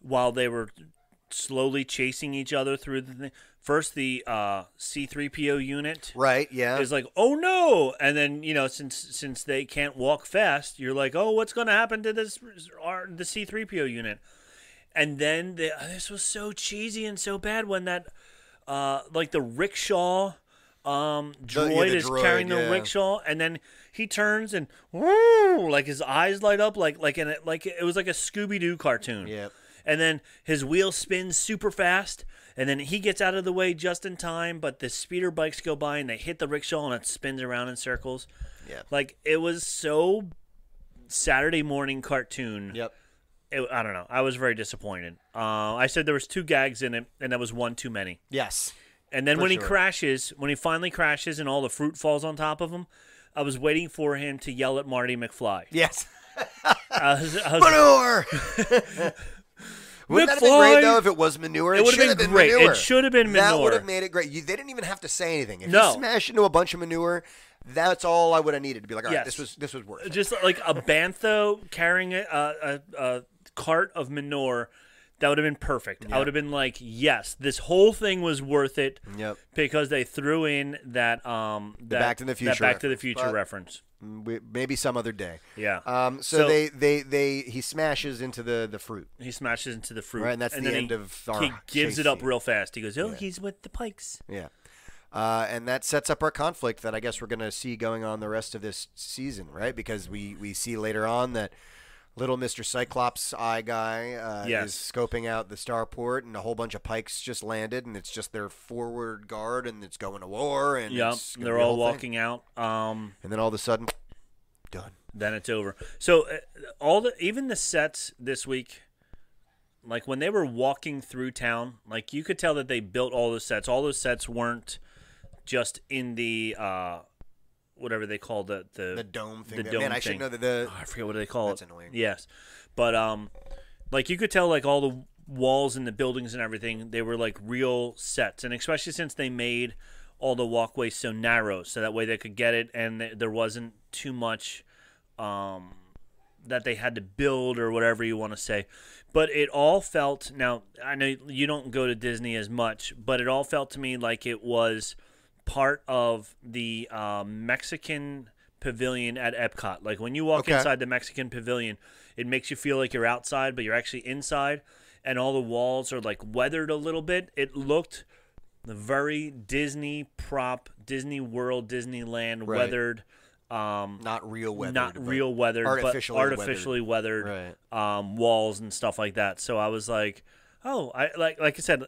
[SPEAKER 2] while they were slowly chasing each other through the thing. First, the uh, C3PO unit
[SPEAKER 1] Right? Yeah.
[SPEAKER 2] is like, "Oh no!" And then you know, since since they can't walk fast, you're like, "Oh, what's going to happen to this our, the C3PO unit?" And then the, oh, this was so cheesy and so bad when that uh, like the rickshaw um,
[SPEAKER 1] The- yeah,
[SPEAKER 2] droid
[SPEAKER 1] the
[SPEAKER 2] is
[SPEAKER 1] droid,
[SPEAKER 2] carrying the
[SPEAKER 1] yeah.
[SPEAKER 2] rickshaw, and then he turns and woo, like his eyes light up like like in a, like it was like a Scooby Doo cartoon.
[SPEAKER 1] Yep.
[SPEAKER 2] And then his wheel spins super fast, and then he gets out of the way just in time. But the speeder bikes go by and they hit the rickshaw, and it spins around in circles.
[SPEAKER 1] Yep.
[SPEAKER 2] Like it was so Saturday morning cartoon.
[SPEAKER 1] Yep.
[SPEAKER 2] It- I don't know. I was very disappointed. Uh, I said there was two gags in it, and that was one too many.
[SPEAKER 1] Yes.
[SPEAKER 2] And then
[SPEAKER 1] For
[SPEAKER 2] when he
[SPEAKER 1] sure.
[SPEAKER 2] crashes, when he finally crashes and all the fruit falls on top of him, I was waiting for him to yell at Marty McFly.
[SPEAKER 1] Yes.
[SPEAKER 2] I was- I was-
[SPEAKER 1] Manure. Wouldn't that have been
[SPEAKER 2] McFly.
[SPEAKER 1] great though if it was manure?
[SPEAKER 2] It would've
[SPEAKER 1] should
[SPEAKER 2] been
[SPEAKER 1] have
[SPEAKER 2] great. It
[SPEAKER 1] Manure.
[SPEAKER 2] should have been
[SPEAKER 1] That would
[SPEAKER 2] manure.
[SPEAKER 1] have made it great. You, they didn't even have to say anything. If
[SPEAKER 2] No.
[SPEAKER 1] you smashed into a bunch of manure, that's all I would have needed to be like, all right,
[SPEAKER 2] Yes.
[SPEAKER 1] this was this was worth. it.
[SPEAKER 2] just like a bantho carrying a, a, a, a cart of manure that would have been perfect i would have been like yes this whole thing was worth it
[SPEAKER 1] Yep.
[SPEAKER 2] because they threw in that um that,
[SPEAKER 1] Back to the
[SPEAKER 2] that
[SPEAKER 1] Future
[SPEAKER 2] back to the
[SPEAKER 1] reference,
[SPEAKER 2] future
[SPEAKER 1] but-
[SPEAKER 2] reference
[SPEAKER 1] We- maybe some other day.
[SPEAKER 2] Yeah.
[SPEAKER 1] Um. So,
[SPEAKER 2] So-
[SPEAKER 1] they they they he smashes into the the fruit.
[SPEAKER 2] he smashes into the fruit
[SPEAKER 1] Right, and that's the
[SPEAKER 2] then
[SPEAKER 1] end
[SPEAKER 2] he,
[SPEAKER 1] of our
[SPEAKER 2] he gives
[SPEAKER 1] chase
[SPEAKER 2] it up
[SPEAKER 1] scene.
[SPEAKER 2] real fast he goes oh he's with the pikes
[SPEAKER 1] Yeah. Uh, and that sets up our conflict that I guess we're going to see going on the rest of this season, right? Because we, we see later on that little Mr. Cyclops eye guy uh,
[SPEAKER 2] Yes.
[SPEAKER 1] is scoping out the starport, and a whole bunch of pikes just landed, and it's just their forward guard, and it's going to war, and
[SPEAKER 2] yeah
[SPEAKER 1] it's gonna
[SPEAKER 2] they're
[SPEAKER 1] be a
[SPEAKER 2] all
[SPEAKER 1] whole thing.
[SPEAKER 2] walking out um
[SPEAKER 1] and then all of a sudden, done.
[SPEAKER 2] then it's over. So uh, all the even the sets this week, like when they were walking through town, like you could tell that they built all those sets. All those sets weren't just in the uh, whatever they call the the,
[SPEAKER 1] The dome thing.
[SPEAKER 2] The
[SPEAKER 1] that,
[SPEAKER 2] dome
[SPEAKER 1] man, I
[SPEAKER 2] thing.
[SPEAKER 1] should know that the
[SPEAKER 2] Oh, I forget what they call
[SPEAKER 1] That's
[SPEAKER 2] it.
[SPEAKER 1] annoying.
[SPEAKER 2] Yes, but um, like you could tell, like all the walls and the buildings and everything, they were like real sets, and especially since they made all the walkways so narrow, so that way they could get it, and th- there wasn't too much um that they had to build or whatever you want to say. But it all felt now I know you don't go to Disney as much, but it all felt to me like it was part of the uh, Mexican pavilion at Epcot. Like when you walk
[SPEAKER 1] Okay.
[SPEAKER 2] inside the Mexican pavilion, it makes you feel like you're outside, but you're actually inside and all the walls are like weathered a little bit. It looked very Disney prop, Disney World, Disneyland
[SPEAKER 1] Right.
[SPEAKER 2] weathered um
[SPEAKER 1] not real weather.
[SPEAKER 2] not real weathered,
[SPEAKER 1] artificially
[SPEAKER 2] but
[SPEAKER 1] weathered.
[SPEAKER 2] artificially weathered, um, walls and stuff like that. So I was like, oh, I like like I said,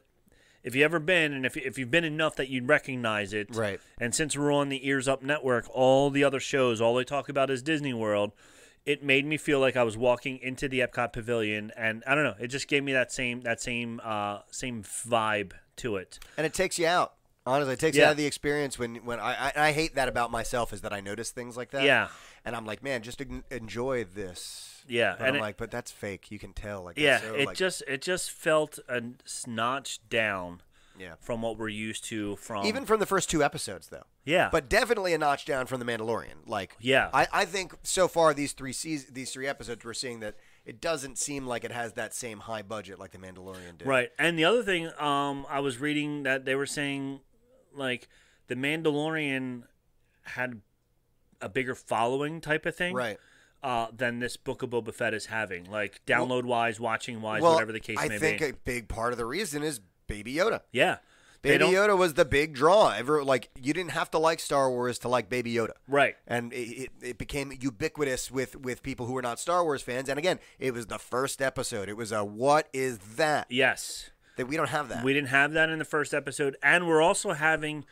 [SPEAKER 2] if you ever been and if if you've been enough that you'd recognize it,
[SPEAKER 1] Right.
[SPEAKER 2] And since we're on the Ears Up network, all the other shows, all they talk about is Disney World. It made me feel like I was walking into the Epcot Pavilion, and I don't know, it just gave me that same that same uh, same vibe to it.
[SPEAKER 1] and it takes you out. Honestly, it takes you
[SPEAKER 2] Yeah.
[SPEAKER 1] out of the experience when when I, I I hate that about myself is that I notice things like that.
[SPEAKER 2] Yeah.
[SPEAKER 1] and I'm like, man, just en- enjoy this.
[SPEAKER 2] Yeah,
[SPEAKER 1] but
[SPEAKER 2] and
[SPEAKER 1] I'm
[SPEAKER 2] it-
[SPEAKER 1] like, but that's fake. You can tell. Like, it's
[SPEAKER 2] Yeah,
[SPEAKER 1] so,
[SPEAKER 2] it
[SPEAKER 1] like-
[SPEAKER 2] just it just felt a notch down
[SPEAKER 1] yeah.
[SPEAKER 2] from what we're used to from
[SPEAKER 1] Even from the first two episodes, though.
[SPEAKER 2] Yeah.
[SPEAKER 1] But definitely a notch down from the Mandalorian. Like,
[SPEAKER 2] Yeah.
[SPEAKER 1] I, I think so far these three seas- these three episodes, we're seeing that it doesn't seem like it has that same high budget like the Mandalorian did.
[SPEAKER 2] Right. And the other thing, um, I was reading that they were saying, like, the Mandalorian had a bigger following type of thing,
[SPEAKER 1] Right.
[SPEAKER 2] Uh, than this Book of Boba Fett is having, like download wise, watching wise,
[SPEAKER 1] well,
[SPEAKER 2] whatever the case
[SPEAKER 1] I
[SPEAKER 2] may
[SPEAKER 1] think
[SPEAKER 2] be.
[SPEAKER 1] a big part of the reason is Baby Yoda.
[SPEAKER 2] yeah. They
[SPEAKER 1] Baby
[SPEAKER 2] don't-
[SPEAKER 1] Yoda was the big draw. Ever like you didn't have to like Star Wars to like Baby Yoda,
[SPEAKER 2] Right.
[SPEAKER 1] and it, it, it became ubiquitous with with people who were not Star Wars fans. And again, it was the first episode. It was a what is that?
[SPEAKER 2] Yes.
[SPEAKER 1] That we don't have that.
[SPEAKER 2] We didn't have that in the first episode, and we're also having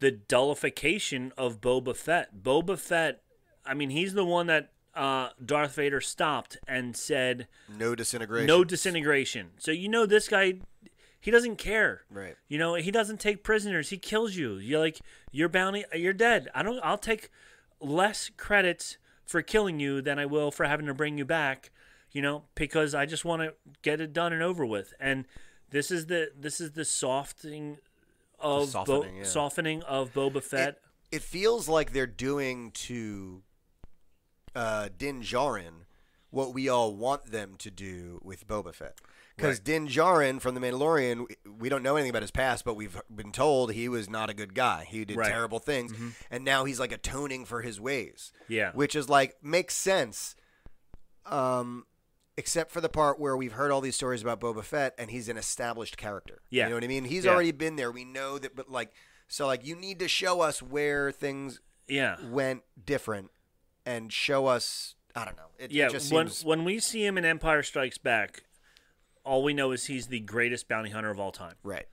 [SPEAKER 2] the dullification of Boba Fett. Boba Fett, I mean, he's the one that uh, Darth Vader stopped and said,
[SPEAKER 1] no disintegration.
[SPEAKER 2] No disintegration. So you know this guy, he doesn't care.
[SPEAKER 1] Right.
[SPEAKER 2] You know he doesn't take prisoners. He kills you. You're like you're bounty. You're dead. I don't. I'll take less credits for killing you than I will for having to bring you back. You know because I just want to get it done and over with. And this is the this is the softening of Bo-
[SPEAKER 1] softening, yeah.
[SPEAKER 2] softening of Boba Fett.
[SPEAKER 1] It, it feels like they're doing to uh, Din Djarin what we all want them to do with Boba Fett. Because Din Djarin from The Mandalorian, we- we don't know anything about his past, but we've been told he was not a good guy. He did
[SPEAKER 2] Right. Mm-hmm.
[SPEAKER 1] terrible things, and now he's like atoning for his ways.
[SPEAKER 2] Yeah.
[SPEAKER 1] which is like makes sense. Um, except for the part where we've heard all these stories about Boba Fett, and he's an established character.
[SPEAKER 2] Yeah.
[SPEAKER 1] you know what I mean. He's
[SPEAKER 2] Yeah.
[SPEAKER 1] already been there. We know that, but like, so like, you need to show us where things
[SPEAKER 2] Yeah.
[SPEAKER 1] went different, and show us. I don't know. It, it
[SPEAKER 2] Yeah,
[SPEAKER 1] just
[SPEAKER 2] when
[SPEAKER 1] seems
[SPEAKER 2] when we see him in Empire Strikes Back, all we know is he's the greatest bounty hunter of all time,
[SPEAKER 1] right.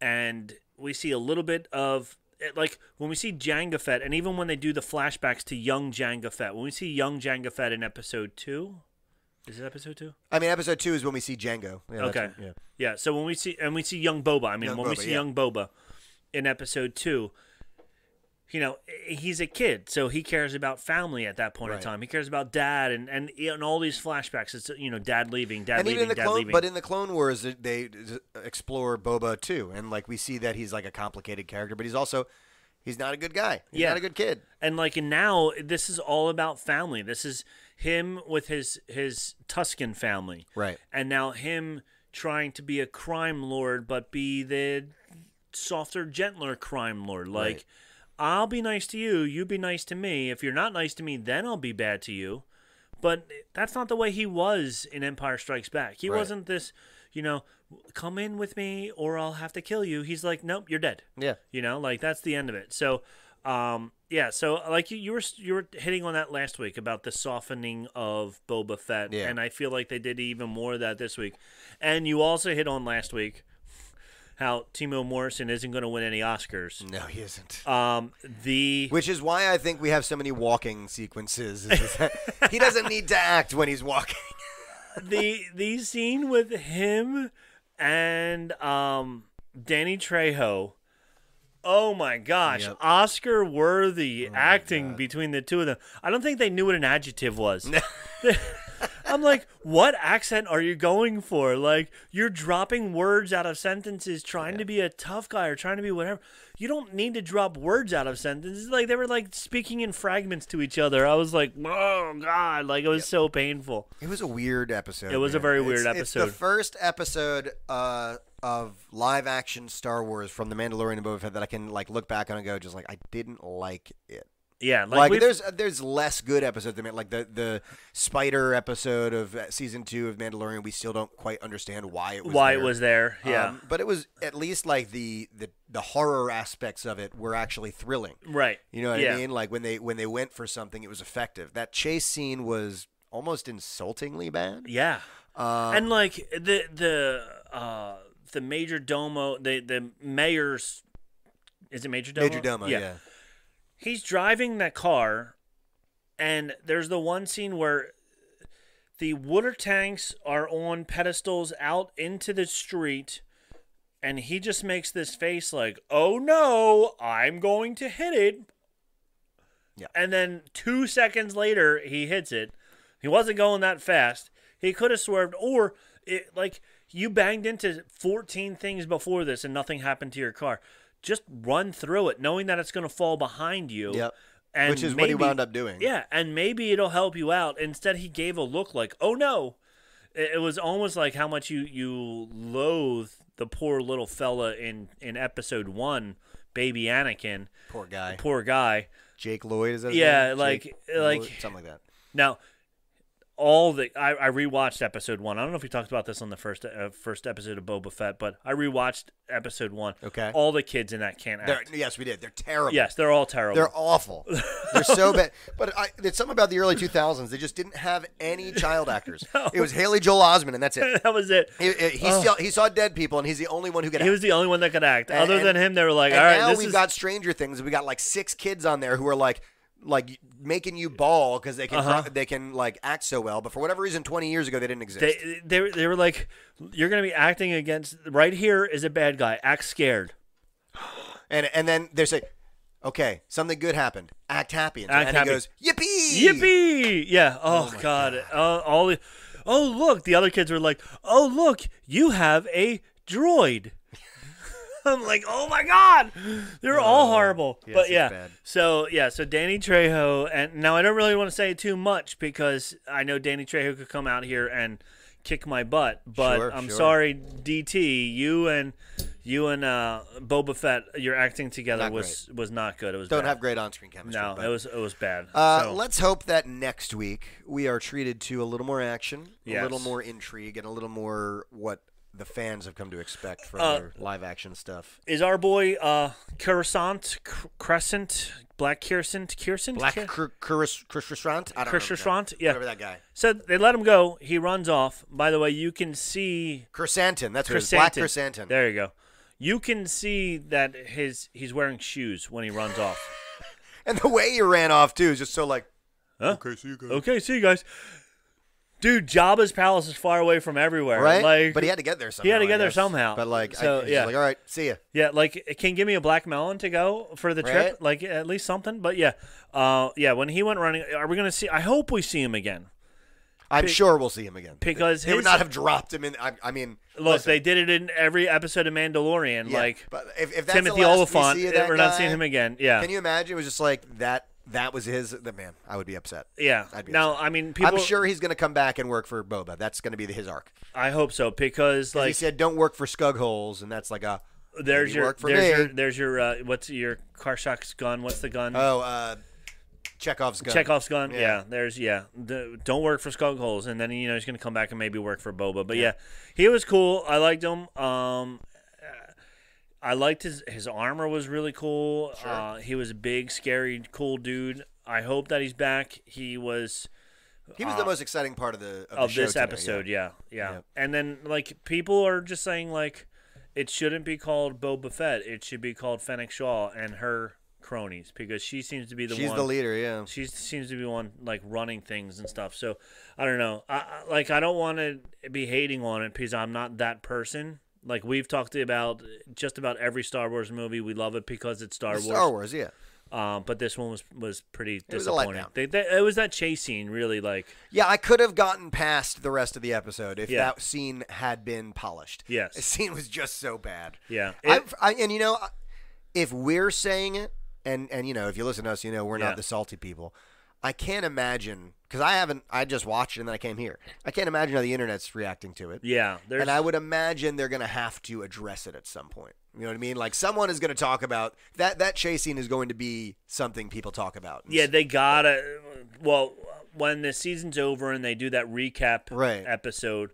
[SPEAKER 2] and we see a little bit of it- like when we see Jango Fett, and even when they do the flashbacks to young Jango Fett, when we see young Jango Fett in Episode Two, is it Episode Two?
[SPEAKER 1] I mean, episode two is when we see Django. Yeah, that's
[SPEAKER 2] okay.
[SPEAKER 1] when- yeah.
[SPEAKER 2] Yeah. So when we see and we see young Boba, I mean,
[SPEAKER 1] Young
[SPEAKER 2] when we
[SPEAKER 1] Boba,
[SPEAKER 2] see
[SPEAKER 1] yeah.
[SPEAKER 2] young Boba in episode two, you know, eh, he's a kid, so he cares about family at that point
[SPEAKER 1] Right.
[SPEAKER 2] in time. He cares about dad and and and all these flashbacks. It's you know, dad leaving, dad
[SPEAKER 1] and
[SPEAKER 2] leaving,
[SPEAKER 1] even in the
[SPEAKER 2] dad
[SPEAKER 1] clone,
[SPEAKER 2] leaving.
[SPEAKER 1] but in the Clone Wars, they- they d- explore Boba too, and like we see that he's like a complicated character, but he's also he's not a good guy. He's
[SPEAKER 2] Yeah.
[SPEAKER 1] not a good kid.
[SPEAKER 2] and like and now, this is all about family. This is him with his his Tuscan family,
[SPEAKER 1] Right.
[SPEAKER 2] and now him trying to be a crime lord but be the softer gentler crime lord like
[SPEAKER 1] Right.
[SPEAKER 2] i'll be nice to you you be nice to me if you're not nice to me then i'll be bad to you but that's not the way he was in empire strikes back he
[SPEAKER 1] Right.
[SPEAKER 2] wasn't this you know come in with me or i'll have to kill you he's like nope you're dead
[SPEAKER 1] Yeah.
[SPEAKER 2] you know like that's the end of it so um yeah so like you, you were you were hitting on that last week about the softening of boba fett
[SPEAKER 1] Yeah.
[SPEAKER 2] and i feel like they did even more of that this week and you also hit on last week how timo morrison isn't going to win any oscars
[SPEAKER 1] No, he isn't.
[SPEAKER 2] um the
[SPEAKER 1] Mm. Which is why I think we have so many walking sequences. is that he doesn't need to act when he's walking.
[SPEAKER 2] the the scene with him and um Danny Trejo. Oh my gosh,
[SPEAKER 1] Yep. Oh
[SPEAKER 2] Oscar worthy acting between the two of them. I don't think they knew what an adjective was. I'm like, what accent are you going for? Like, you're dropping words out of sentences, trying to be a tough guy or trying to be whatever. You don't need to drop words out of sentences. Like, they were like speaking in fragments to each other. I was like, oh, God. Like, it was so painful.
[SPEAKER 1] It was a weird episode.
[SPEAKER 2] It was a
[SPEAKER 1] man.
[SPEAKER 2] very
[SPEAKER 1] It's-
[SPEAKER 2] weird
[SPEAKER 1] It's
[SPEAKER 2] episode.
[SPEAKER 1] the first episode uh, of live action Star Wars from The Mandalorian and Boba Fett that I can like look back on and go, just like I didn't like it.
[SPEAKER 2] Yeah,
[SPEAKER 1] like,
[SPEAKER 2] we've-
[SPEAKER 1] there's there's less good episodes than like the the spider episode of uh, season two of Mandalorian. We still don't quite understand why it was
[SPEAKER 2] why
[SPEAKER 1] there.
[SPEAKER 2] it was there.
[SPEAKER 1] Um,
[SPEAKER 2] Yeah,
[SPEAKER 1] but it was at least like the, the the horror aspects of it were actually thrilling.
[SPEAKER 2] right.
[SPEAKER 1] You know what
[SPEAKER 2] yeah.
[SPEAKER 1] I mean? Like when they when they went for something, it was effective. That chase scene was almost insultingly bad.
[SPEAKER 2] Yeah,
[SPEAKER 1] Um,
[SPEAKER 2] and like the the uh the major domo, the the mayor's is it major domo?
[SPEAKER 1] Major Domo, yeah.
[SPEAKER 2] he's driving that car, and there's the one scene where the water tanks are on pedestals out into the street. And he just makes this face like, oh no, I'm going to hit it.
[SPEAKER 1] Yeah.
[SPEAKER 2] And then two seconds later, he hits it. He wasn't going that fast. He could have swerved, or it, like you banged into 14 things before this and nothing happened to your car. Just run through it, knowing that it's going to fall behind you.
[SPEAKER 1] Yep.
[SPEAKER 2] And
[SPEAKER 1] Which is what he
[SPEAKER 2] maybe-
[SPEAKER 1] wound up doing.
[SPEAKER 2] Yeah, and maybe it'll help you out. Instead, he gave a look like, "Oh no." It it was almost like how much you you loathe the poor little fella in in episode 1, baby Anakin,
[SPEAKER 1] Poor guy.
[SPEAKER 2] poor guy.
[SPEAKER 1] Jake Lloyd is that? his
[SPEAKER 2] Yeah,
[SPEAKER 1] name?
[SPEAKER 2] like-
[SPEAKER 1] Jake
[SPEAKER 2] like-
[SPEAKER 1] Lloyd, something like that.
[SPEAKER 2] Now, all the I, I rewatched episode one. I don't know if we talked about this on the first uh, first episode of Boba Fett, but I rewatched episode one.
[SPEAKER 1] Okay.
[SPEAKER 2] all the kids in that can't
[SPEAKER 1] They're,
[SPEAKER 2] act.
[SPEAKER 1] yes, we did. They're terrible.
[SPEAKER 2] yes, they're all terrible.
[SPEAKER 1] They're awful. They're so bad. But I, it's something about the early 2000s. They just didn't have any child actors. It was Haley Joel Osment, and that's it.
[SPEAKER 2] that was it.
[SPEAKER 1] He, he, he saw, he saw dead people, and he's the only one who could
[SPEAKER 2] Oh. He was the only one that could act.
[SPEAKER 1] And-
[SPEAKER 2] Other
[SPEAKER 1] and-
[SPEAKER 2] than him, they were like,
[SPEAKER 1] and
[SPEAKER 2] "All right,
[SPEAKER 1] now
[SPEAKER 2] this
[SPEAKER 1] we've
[SPEAKER 2] is
[SPEAKER 1] got Stranger Things. We got like six kids on there who are like, like making you ball because they can
[SPEAKER 2] Uh-huh.
[SPEAKER 1] pro- they can like act so well. But for whatever reason, twenty years ago, they didn't exist.
[SPEAKER 2] they, they were- they were like, you're gonna be acting against right here is a bad guy. Act scared.
[SPEAKER 1] and and then they say, okay, something good happened. Act happy. And so
[SPEAKER 2] Act
[SPEAKER 1] Andy
[SPEAKER 2] happy.
[SPEAKER 1] goes, yippee,
[SPEAKER 2] Yippee! Yeah. Oh, God. Uh, all the. Oh look, the other kids were like, "Oh look, you have a droid." I'm like, "Oh my God!" They're all horrible.
[SPEAKER 1] Oh. yes,
[SPEAKER 2] but
[SPEAKER 1] it's
[SPEAKER 2] yeah.
[SPEAKER 1] bad.
[SPEAKER 2] So yeah. So Danny Trejo, and now I don't really want to say too much because I know Danny Trejo could come out here and kick my butt. But
[SPEAKER 1] Sure,
[SPEAKER 2] I'm
[SPEAKER 1] sure.
[SPEAKER 2] sorry, DT, you and you and uh, Boba Fett, your acting together
[SPEAKER 1] Not
[SPEAKER 2] was was not good. It was
[SPEAKER 1] Don't
[SPEAKER 2] bad.
[SPEAKER 1] have great on-screen chemistry.
[SPEAKER 2] No,
[SPEAKER 1] but-
[SPEAKER 2] it was it was bad.
[SPEAKER 1] Uh,
[SPEAKER 2] So-
[SPEAKER 1] Let's hope that next week we are treated to a little more action, a little
[SPEAKER 2] Yes.
[SPEAKER 1] more intrigue, and a little more what the fans have come to expect from
[SPEAKER 2] Uh,
[SPEAKER 1] their live action stuff.
[SPEAKER 2] is our boy uh Coruscant Cr- Crescent Black Crescent Crescent
[SPEAKER 1] Black
[SPEAKER 2] Ca-
[SPEAKER 1] Chrisrant? I don't know.
[SPEAKER 2] Crescent? Yeah.
[SPEAKER 1] Whatever that guy.
[SPEAKER 2] So they let him go. He runs off. By the way, you can see
[SPEAKER 1] Chrysantin. That's what it is.
[SPEAKER 2] Chrysantin.
[SPEAKER 1] Black Chrysantin.
[SPEAKER 2] There you go. You can see that his he's wearing shoes when he runs off.
[SPEAKER 1] And the way he ran off, too, is just so like,
[SPEAKER 2] Huh?
[SPEAKER 1] okay, see you guys.
[SPEAKER 2] Okay, see you guys. Dude, Jabba's palace is far away from everywhere.
[SPEAKER 1] Right?
[SPEAKER 2] Like,
[SPEAKER 1] but he had to get there somehow.
[SPEAKER 2] he had to
[SPEAKER 1] I
[SPEAKER 2] get there
[SPEAKER 1] guess.
[SPEAKER 2] somehow.
[SPEAKER 1] But like, I-
[SPEAKER 2] So,
[SPEAKER 1] he's just
[SPEAKER 2] yeah.
[SPEAKER 1] like, all right, see ya.
[SPEAKER 2] Yeah, like can you give me a black melon to go for the trip,
[SPEAKER 1] Right?
[SPEAKER 2] like at least something. But yeah, uh, yeah, when he went running, are we gonna see? I hope we see him again.
[SPEAKER 1] I'm sure we'll see him again. They-
[SPEAKER 2] Because
[SPEAKER 1] they would
[SPEAKER 2] his-
[SPEAKER 1] not have dropped him in. I, I mean,
[SPEAKER 2] Look,
[SPEAKER 1] listen,
[SPEAKER 2] they did it in every episode of Mandalorian.
[SPEAKER 1] Yeah,
[SPEAKER 2] like
[SPEAKER 1] but if, if that's
[SPEAKER 2] Timothy
[SPEAKER 1] the last
[SPEAKER 2] Oliphant,
[SPEAKER 1] we see of
[SPEAKER 2] eh,
[SPEAKER 1] that
[SPEAKER 2] we're
[SPEAKER 1] guy,
[SPEAKER 2] not seeing him again. Yeah,
[SPEAKER 1] Can you imagine? It was just like that. That was his. The man, I would be upset.
[SPEAKER 2] yeah.
[SPEAKER 1] I'd be
[SPEAKER 2] Now,
[SPEAKER 1] upset.
[SPEAKER 2] I mean, people.
[SPEAKER 1] I'm sure he's going to come back and work for Boba. That's going to be the- his arc.
[SPEAKER 2] I hope so because
[SPEAKER 1] 'Cause
[SPEAKER 2] like
[SPEAKER 1] he said, "Don't work for Scugholes," and that's like a
[SPEAKER 2] there's
[SPEAKER 1] "Maybe
[SPEAKER 2] your
[SPEAKER 1] work for
[SPEAKER 2] there's
[SPEAKER 1] me."
[SPEAKER 2] your there's your uh, what's your Karshak's gun? What's the gun?
[SPEAKER 1] oh, uh, Chekhov's gun.
[SPEAKER 2] Chekhov's gun. Yeah,
[SPEAKER 1] Yeah.
[SPEAKER 2] there's yeah. The, don't work for Skunkholes, and then you know he's gonna come back and maybe work for Boba. But yeah, he was cool. I liked him. Um, uh, I liked his his armor was really cool. Uh, he was a big, scary, cool dude. I hope that he's back. He was
[SPEAKER 1] He was the most exciting part of the of, the
[SPEAKER 2] uh, of
[SPEAKER 1] show
[SPEAKER 2] this
[SPEAKER 1] today,
[SPEAKER 2] episode. Yeah. yeah,
[SPEAKER 1] Yep.
[SPEAKER 2] And then like people are just saying like it shouldn't be called Boba Fett. It should be called Fennec Shaw and her cronies because she seems to be the
[SPEAKER 1] She's
[SPEAKER 2] one
[SPEAKER 1] the leader. Yeah.
[SPEAKER 2] she seems to be one like running things and stuff. So I don't know. I, I- like I don't want to be hating on it because I'm not that person. Like we've talked about just about every Star Wars movie, we love it because it's Star
[SPEAKER 1] The
[SPEAKER 2] Wars.
[SPEAKER 1] Star Wars. Yeah.
[SPEAKER 2] Um, but this one was was pretty
[SPEAKER 1] was a
[SPEAKER 2] disappointing.
[SPEAKER 1] letdown.
[SPEAKER 2] they, they, it was that chase scene, really. Like
[SPEAKER 1] Yeah, I could have gotten past the rest of the episode if
[SPEAKER 2] Yeah.
[SPEAKER 1] that scene had been polished.
[SPEAKER 2] Yes.
[SPEAKER 1] The scene was just so bad.
[SPEAKER 2] Yeah.
[SPEAKER 1] I,
[SPEAKER 2] It-
[SPEAKER 1] I, and you know, if we're saying it, and and you know, if you listen to us, you know we're
[SPEAKER 2] Yeah.
[SPEAKER 1] not the salty people. I can't imagine because I haven't. I just watched it and then I came here. I can't imagine how the internet's reacting to it.
[SPEAKER 2] yeah, there's
[SPEAKER 1] And I would imagine they're going to have to address it at some point. You know what I mean? Like someone is going to talk about that. That chase scene is going to be something people talk about.
[SPEAKER 2] yeah they gotta. Well, when the season's over and they do that recap
[SPEAKER 1] Right.
[SPEAKER 2] episode.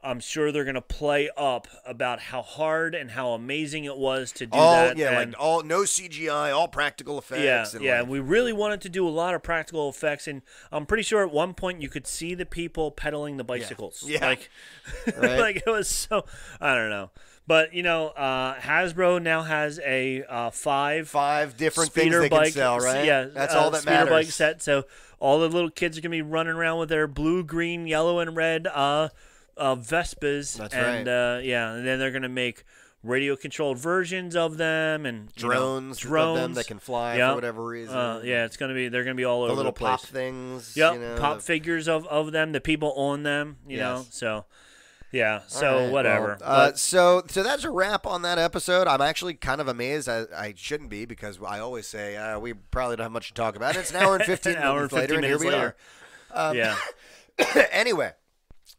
[SPEAKER 2] I'm sure they're gonna play up about how hard and how amazing it was to do
[SPEAKER 1] all
[SPEAKER 2] that.
[SPEAKER 1] yeah,
[SPEAKER 2] and-
[SPEAKER 1] like all no CGI, all practical effects.
[SPEAKER 2] Yeah,
[SPEAKER 1] and
[SPEAKER 2] yeah.
[SPEAKER 1] like-
[SPEAKER 2] and we really wanted to do a lot of practical effects, and I'm pretty sure at one point you could see the people pedaling the bicycles.
[SPEAKER 1] Yeah.
[SPEAKER 2] like,
[SPEAKER 1] Right.
[SPEAKER 2] like it was so. I don't know, but you know, uh, Hasbro now has a uh, five
[SPEAKER 1] five different things
[SPEAKER 2] speeder
[SPEAKER 1] they
[SPEAKER 2] bike.
[SPEAKER 1] can sell, right?
[SPEAKER 2] Yeah,
[SPEAKER 1] that's
[SPEAKER 2] uh,
[SPEAKER 1] all that
[SPEAKER 2] speeder
[SPEAKER 1] matters.
[SPEAKER 2] bike set. So all the little kids are gonna be running around with their blue, green, yellow, and red uh, uh, Vespas.
[SPEAKER 1] That's
[SPEAKER 2] and,
[SPEAKER 1] right.
[SPEAKER 2] Uh, yeah, and then they're gonna make. Radio controlled versions of them and you know,
[SPEAKER 1] Drones of them
[SPEAKER 2] drones
[SPEAKER 1] that can fly for
[SPEAKER 2] Yep.
[SPEAKER 1] whatever reason.
[SPEAKER 2] Uh, yeah, it's gonna be they're gonna be all
[SPEAKER 1] the
[SPEAKER 2] over
[SPEAKER 1] little
[SPEAKER 2] the
[SPEAKER 1] pop
[SPEAKER 2] place.
[SPEAKER 1] things.
[SPEAKER 2] Yep,
[SPEAKER 1] you know,
[SPEAKER 2] pop
[SPEAKER 1] the-
[SPEAKER 2] figures of, of them, the people on them, you know.
[SPEAKER 1] Yes.
[SPEAKER 2] So, yeah,
[SPEAKER 1] All
[SPEAKER 2] so
[SPEAKER 1] right, well,
[SPEAKER 2] whatever.
[SPEAKER 1] uh,
[SPEAKER 2] But-
[SPEAKER 1] so, so that's a wrap on that episode. I'm actually kind of amazed. I, I shouldn't be because I always say uh, we probably don't have much to talk about. It's an hour and fifteen
[SPEAKER 2] An hour
[SPEAKER 1] minutes
[SPEAKER 2] and
[SPEAKER 1] later,
[SPEAKER 2] 15
[SPEAKER 1] and here
[SPEAKER 2] minutes
[SPEAKER 1] we
[SPEAKER 2] later.
[SPEAKER 1] are. um,
[SPEAKER 2] yeah,
[SPEAKER 1] anyway,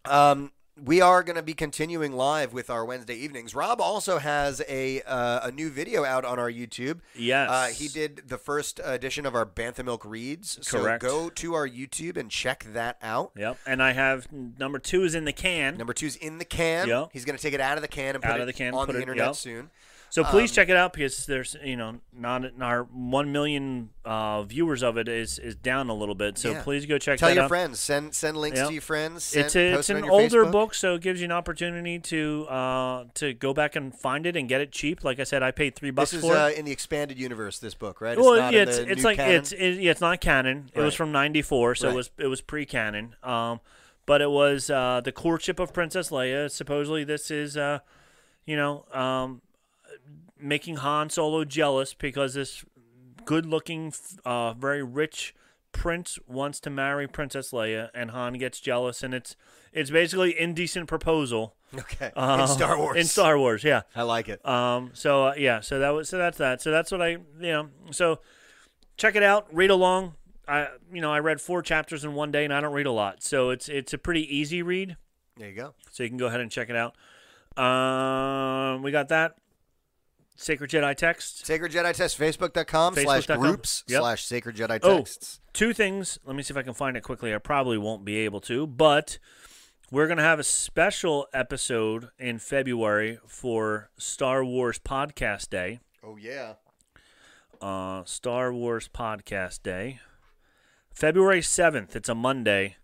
[SPEAKER 1] um, we are going to be continuing live with our Wednesday evenings. Rob also has a uh, a new video out on our YouTube.
[SPEAKER 2] Yes.
[SPEAKER 1] uh, he did the first edition of our Bantha Milk reads.
[SPEAKER 2] Correct.
[SPEAKER 1] So go to our YouTube and check that out.
[SPEAKER 2] yep. And I have number two is in the can.
[SPEAKER 1] Number two's in the can.
[SPEAKER 2] Yeah.
[SPEAKER 1] He's going to take it out of the can and put
[SPEAKER 2] Out
[SPEAKER 1] it
[SPEAKER 2] of the can,
[SPEAKER 1] on
[SPEAKER 2] put
[SPEAKER 1] the
[SPEAKER 2] it-
[SPEAKER 1] internet
[SPEAKER 2] yeah.
[SPEAKER 1] soon.
[SPEAKER 2] so
[SPEAKER 1] Um,
[SPEAKER 2] please check it out because there's you know not our one million uh, viewers of it is is down a little bit. So
[SPEAKER 1] Yeah.
[SPEAKER 2] please go check
[SPEAKER 1] Tell
[SPEAKER 2] that
[SPEAKER 1] your
[SPEAKER 2] out.
[SPEAKER 1] friends. Send send links
[SPEAKER 2] Yeah.
[SPEAKER 1] to your friends. Send,
[SPEAKER 2] It's, a, it's
[SPEAKER 1] post it
[SPEAKER 2] an
[SPEAKER 1] on your
[SPEAKER 2] older
[SPEAKER 1] Facebook.
[SPEAKER 2] book, so it gives you an opportunity to uh, to go back and find it and get it cheap. Like I said, I paid three bucks
[SPEAKER 1] This is
[SPEAKER 2] for it.
[SPEAKER 1] uh, in the expanded universe. This book, right?
[SPEAKER 2] well,
[SPEAKER 1] not
[SPEAKER 2] yeah,
[SPEAKER 1] in
[SPEAKER 2] it's,
[SPEAKER 1] the
[SPEAKER 2] it's
[SPEAKER 1] new
[SPEAKER 2] like
[SPEAKER 1] canon?
[SPEAKER 2] it's it, yeah, it's not canon. It was
[SPEAKER 1] Right.
[SPEAKER 2] from '94, so it
[SPEAKER 1] Right.
[SPEAKER 2] was it was pre-canon. Um, but it was uh, the courtship of Princess Leia. Supposedly, this is uh, you know, um, making Han Solo jealous because this good-looking, f- uh, very rich prince wants to marry Princess Leia, and Han gets jealous, and it's it's basically indecent proposal.
[SPEAKER 1] okay
[SPEAKER 2] uh,
[SPEAKER 1] in Star Wars.
[SPEAKER 2] In Star Wars, yeah.
[SPEAKER 1] I like it.
[SPEAKER 2] Um. So uh, yeah. So that was. So that's that. So that's what I. You know. So check it out. Read along. I. You know. I read four chapters in one day, and I don't read a lot, so it's it's a pretty easy read.
[SPEAKER 1] There you go.
[SPEAKER 2] So you can go ahead and check it out. Um, we got that. Sacred Jedi text.
[SPEAKER 1] Sacred Jedi Test, Facebook.com slash
[SPEAKER 2] Facebook.com.
[SPEAKER 1] groups
[SPEAKER 2] Yep.
[SPEAKER 1] slash Sacred Jedi
[SPEAKER 2] Oh.
[SPEAKER 1] Texts.
[SPEAKER 2] Two things. Let me see if I can find it quickly. I probably won't be able to, but we're going to have a special episode in February for Star Wars Podcast Day.
[SPEAKER 1] Oh, yeah.
[SPEAKER 2] uh, Star Wars Podcast Day, February 7th. It's a Monday,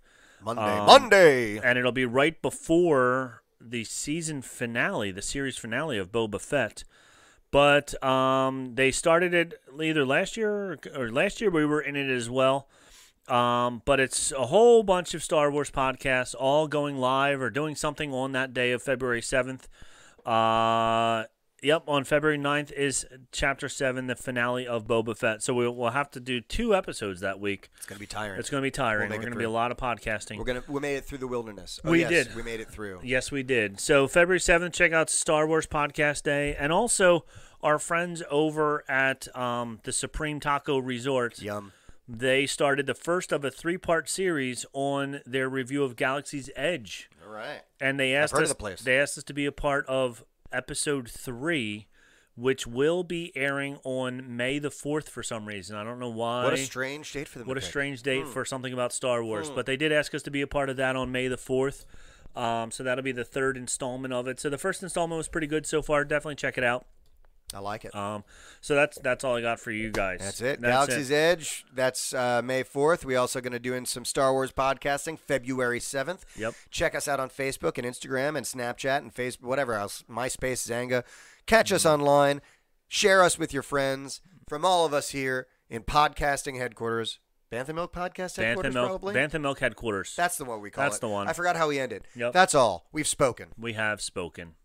[SPEAKER 1] Monday.
[SPEAKER 2] Um,
[SPEAKER 1] Monday.
[SPEAKER 2] and it'll be right before the season finale, the series finale of Boba Fett. But um, they started it either last year or, or last year we were in it as well. Um, but it's a whole bunch of Star Wars podcasts all going live or doing something on that day of February 7th. Uh, yep, on February 9th is Chapter 7, the finale of Boba Fett. So we'll, we'll have to do two episodes that week.
[SPEAKER 1] It's going to be tiring.
[SPEAKER 2] It's going to be
[SPEAKER 1] We'll
[SPEAKER 2] tiring.
[SPEAKER 1] make
[SPEAKER 2] We're
[SPEAKER 1] it
[SPEAKER 2] going to be a
[SPEAKER 1] through.
[SPEAKER 2] lot of podcasting.
[SPEAKER 1] We're gonna we made it through the wilderness. Oh,
[SPEAKER 2] We
[SPEAKER 1] yes,
[SPEAKER 2] did.
[SPEAKER 1] We made it through.
[SPEAKER 2] Yes, we did. So February seventh, check out Star Wars Podcast Day, and also our friends over at um, the Supreme Taco Resort.
[SPEAKER 1] Yum.
[SPEAKER 2] They started the first of a three-part series on their review of Galaxy's Edge,
[SPEAKER 1] All right.
[SPEAKER 2] and they
[SPEAKER 1] I've
[SPEAKER 2] asked
[SPEAKER 1] heard of
[SPEAKER 2] us.
[SPEAKER 1] the place.
[SPEAKER 2] They asked us to be a part of episode three, which will be airing on May the fourth for some reason. I don't know why.
[SPEAKER 1] What a strange date for them. Hmm.
[SPEAKER 2] What
[SPEAKER 1] to
[SPEAKER 2] a
[SPEAKER 1] pick.
[SPEAKER 2] strange date for something about Star Wars. But they did ask us to be a part of that on May the 4th. Um, so that'll be the third installment of it. So the first installment was pretty good so far. Definitely check it out.
[SPEAKER 1] I like it.
[SPEAKER 2] Um, so that's that's all I got for you guys.
[SPEAKER 1] That's it.
[SPEAKER 2] That's
[SPEAKER 1] Galaxy's
[SPEAKER 2] it.
[SPEAKER 1] Edge. That's uh, May 4th. We also going to doing some Star Wars podcasting February 7th.
[SPEAKER 2] Yep.
[SPEAKER 1] Check us out on Facebook and Instagram and Snapchat and Facebook, whatever else, MySpace, Zanga. Catch us online. Share us with your friends. From all of us here in podcasting headquarters, Bantha Milk Podcast
[SPEAKER 2] Bantha
[SPEAKER 1] headquarters,
[SPEAKER 2] Milk,
[SPEAKER 1] probably.
[SPEAKER 2] Bantha Milk headquarters.
[SPEAKER 1] That's the one we call
[SPEAKER 2] That's
[SPEAKER 1] it.
[SPEAKER 2] the one.
[SPEAKER 1] I forgot how we ended.
[SPEAKER 2] Yep.
[SPEAKER 1] That's all. We've spoken.
[SPEAKER 2] we have spoken.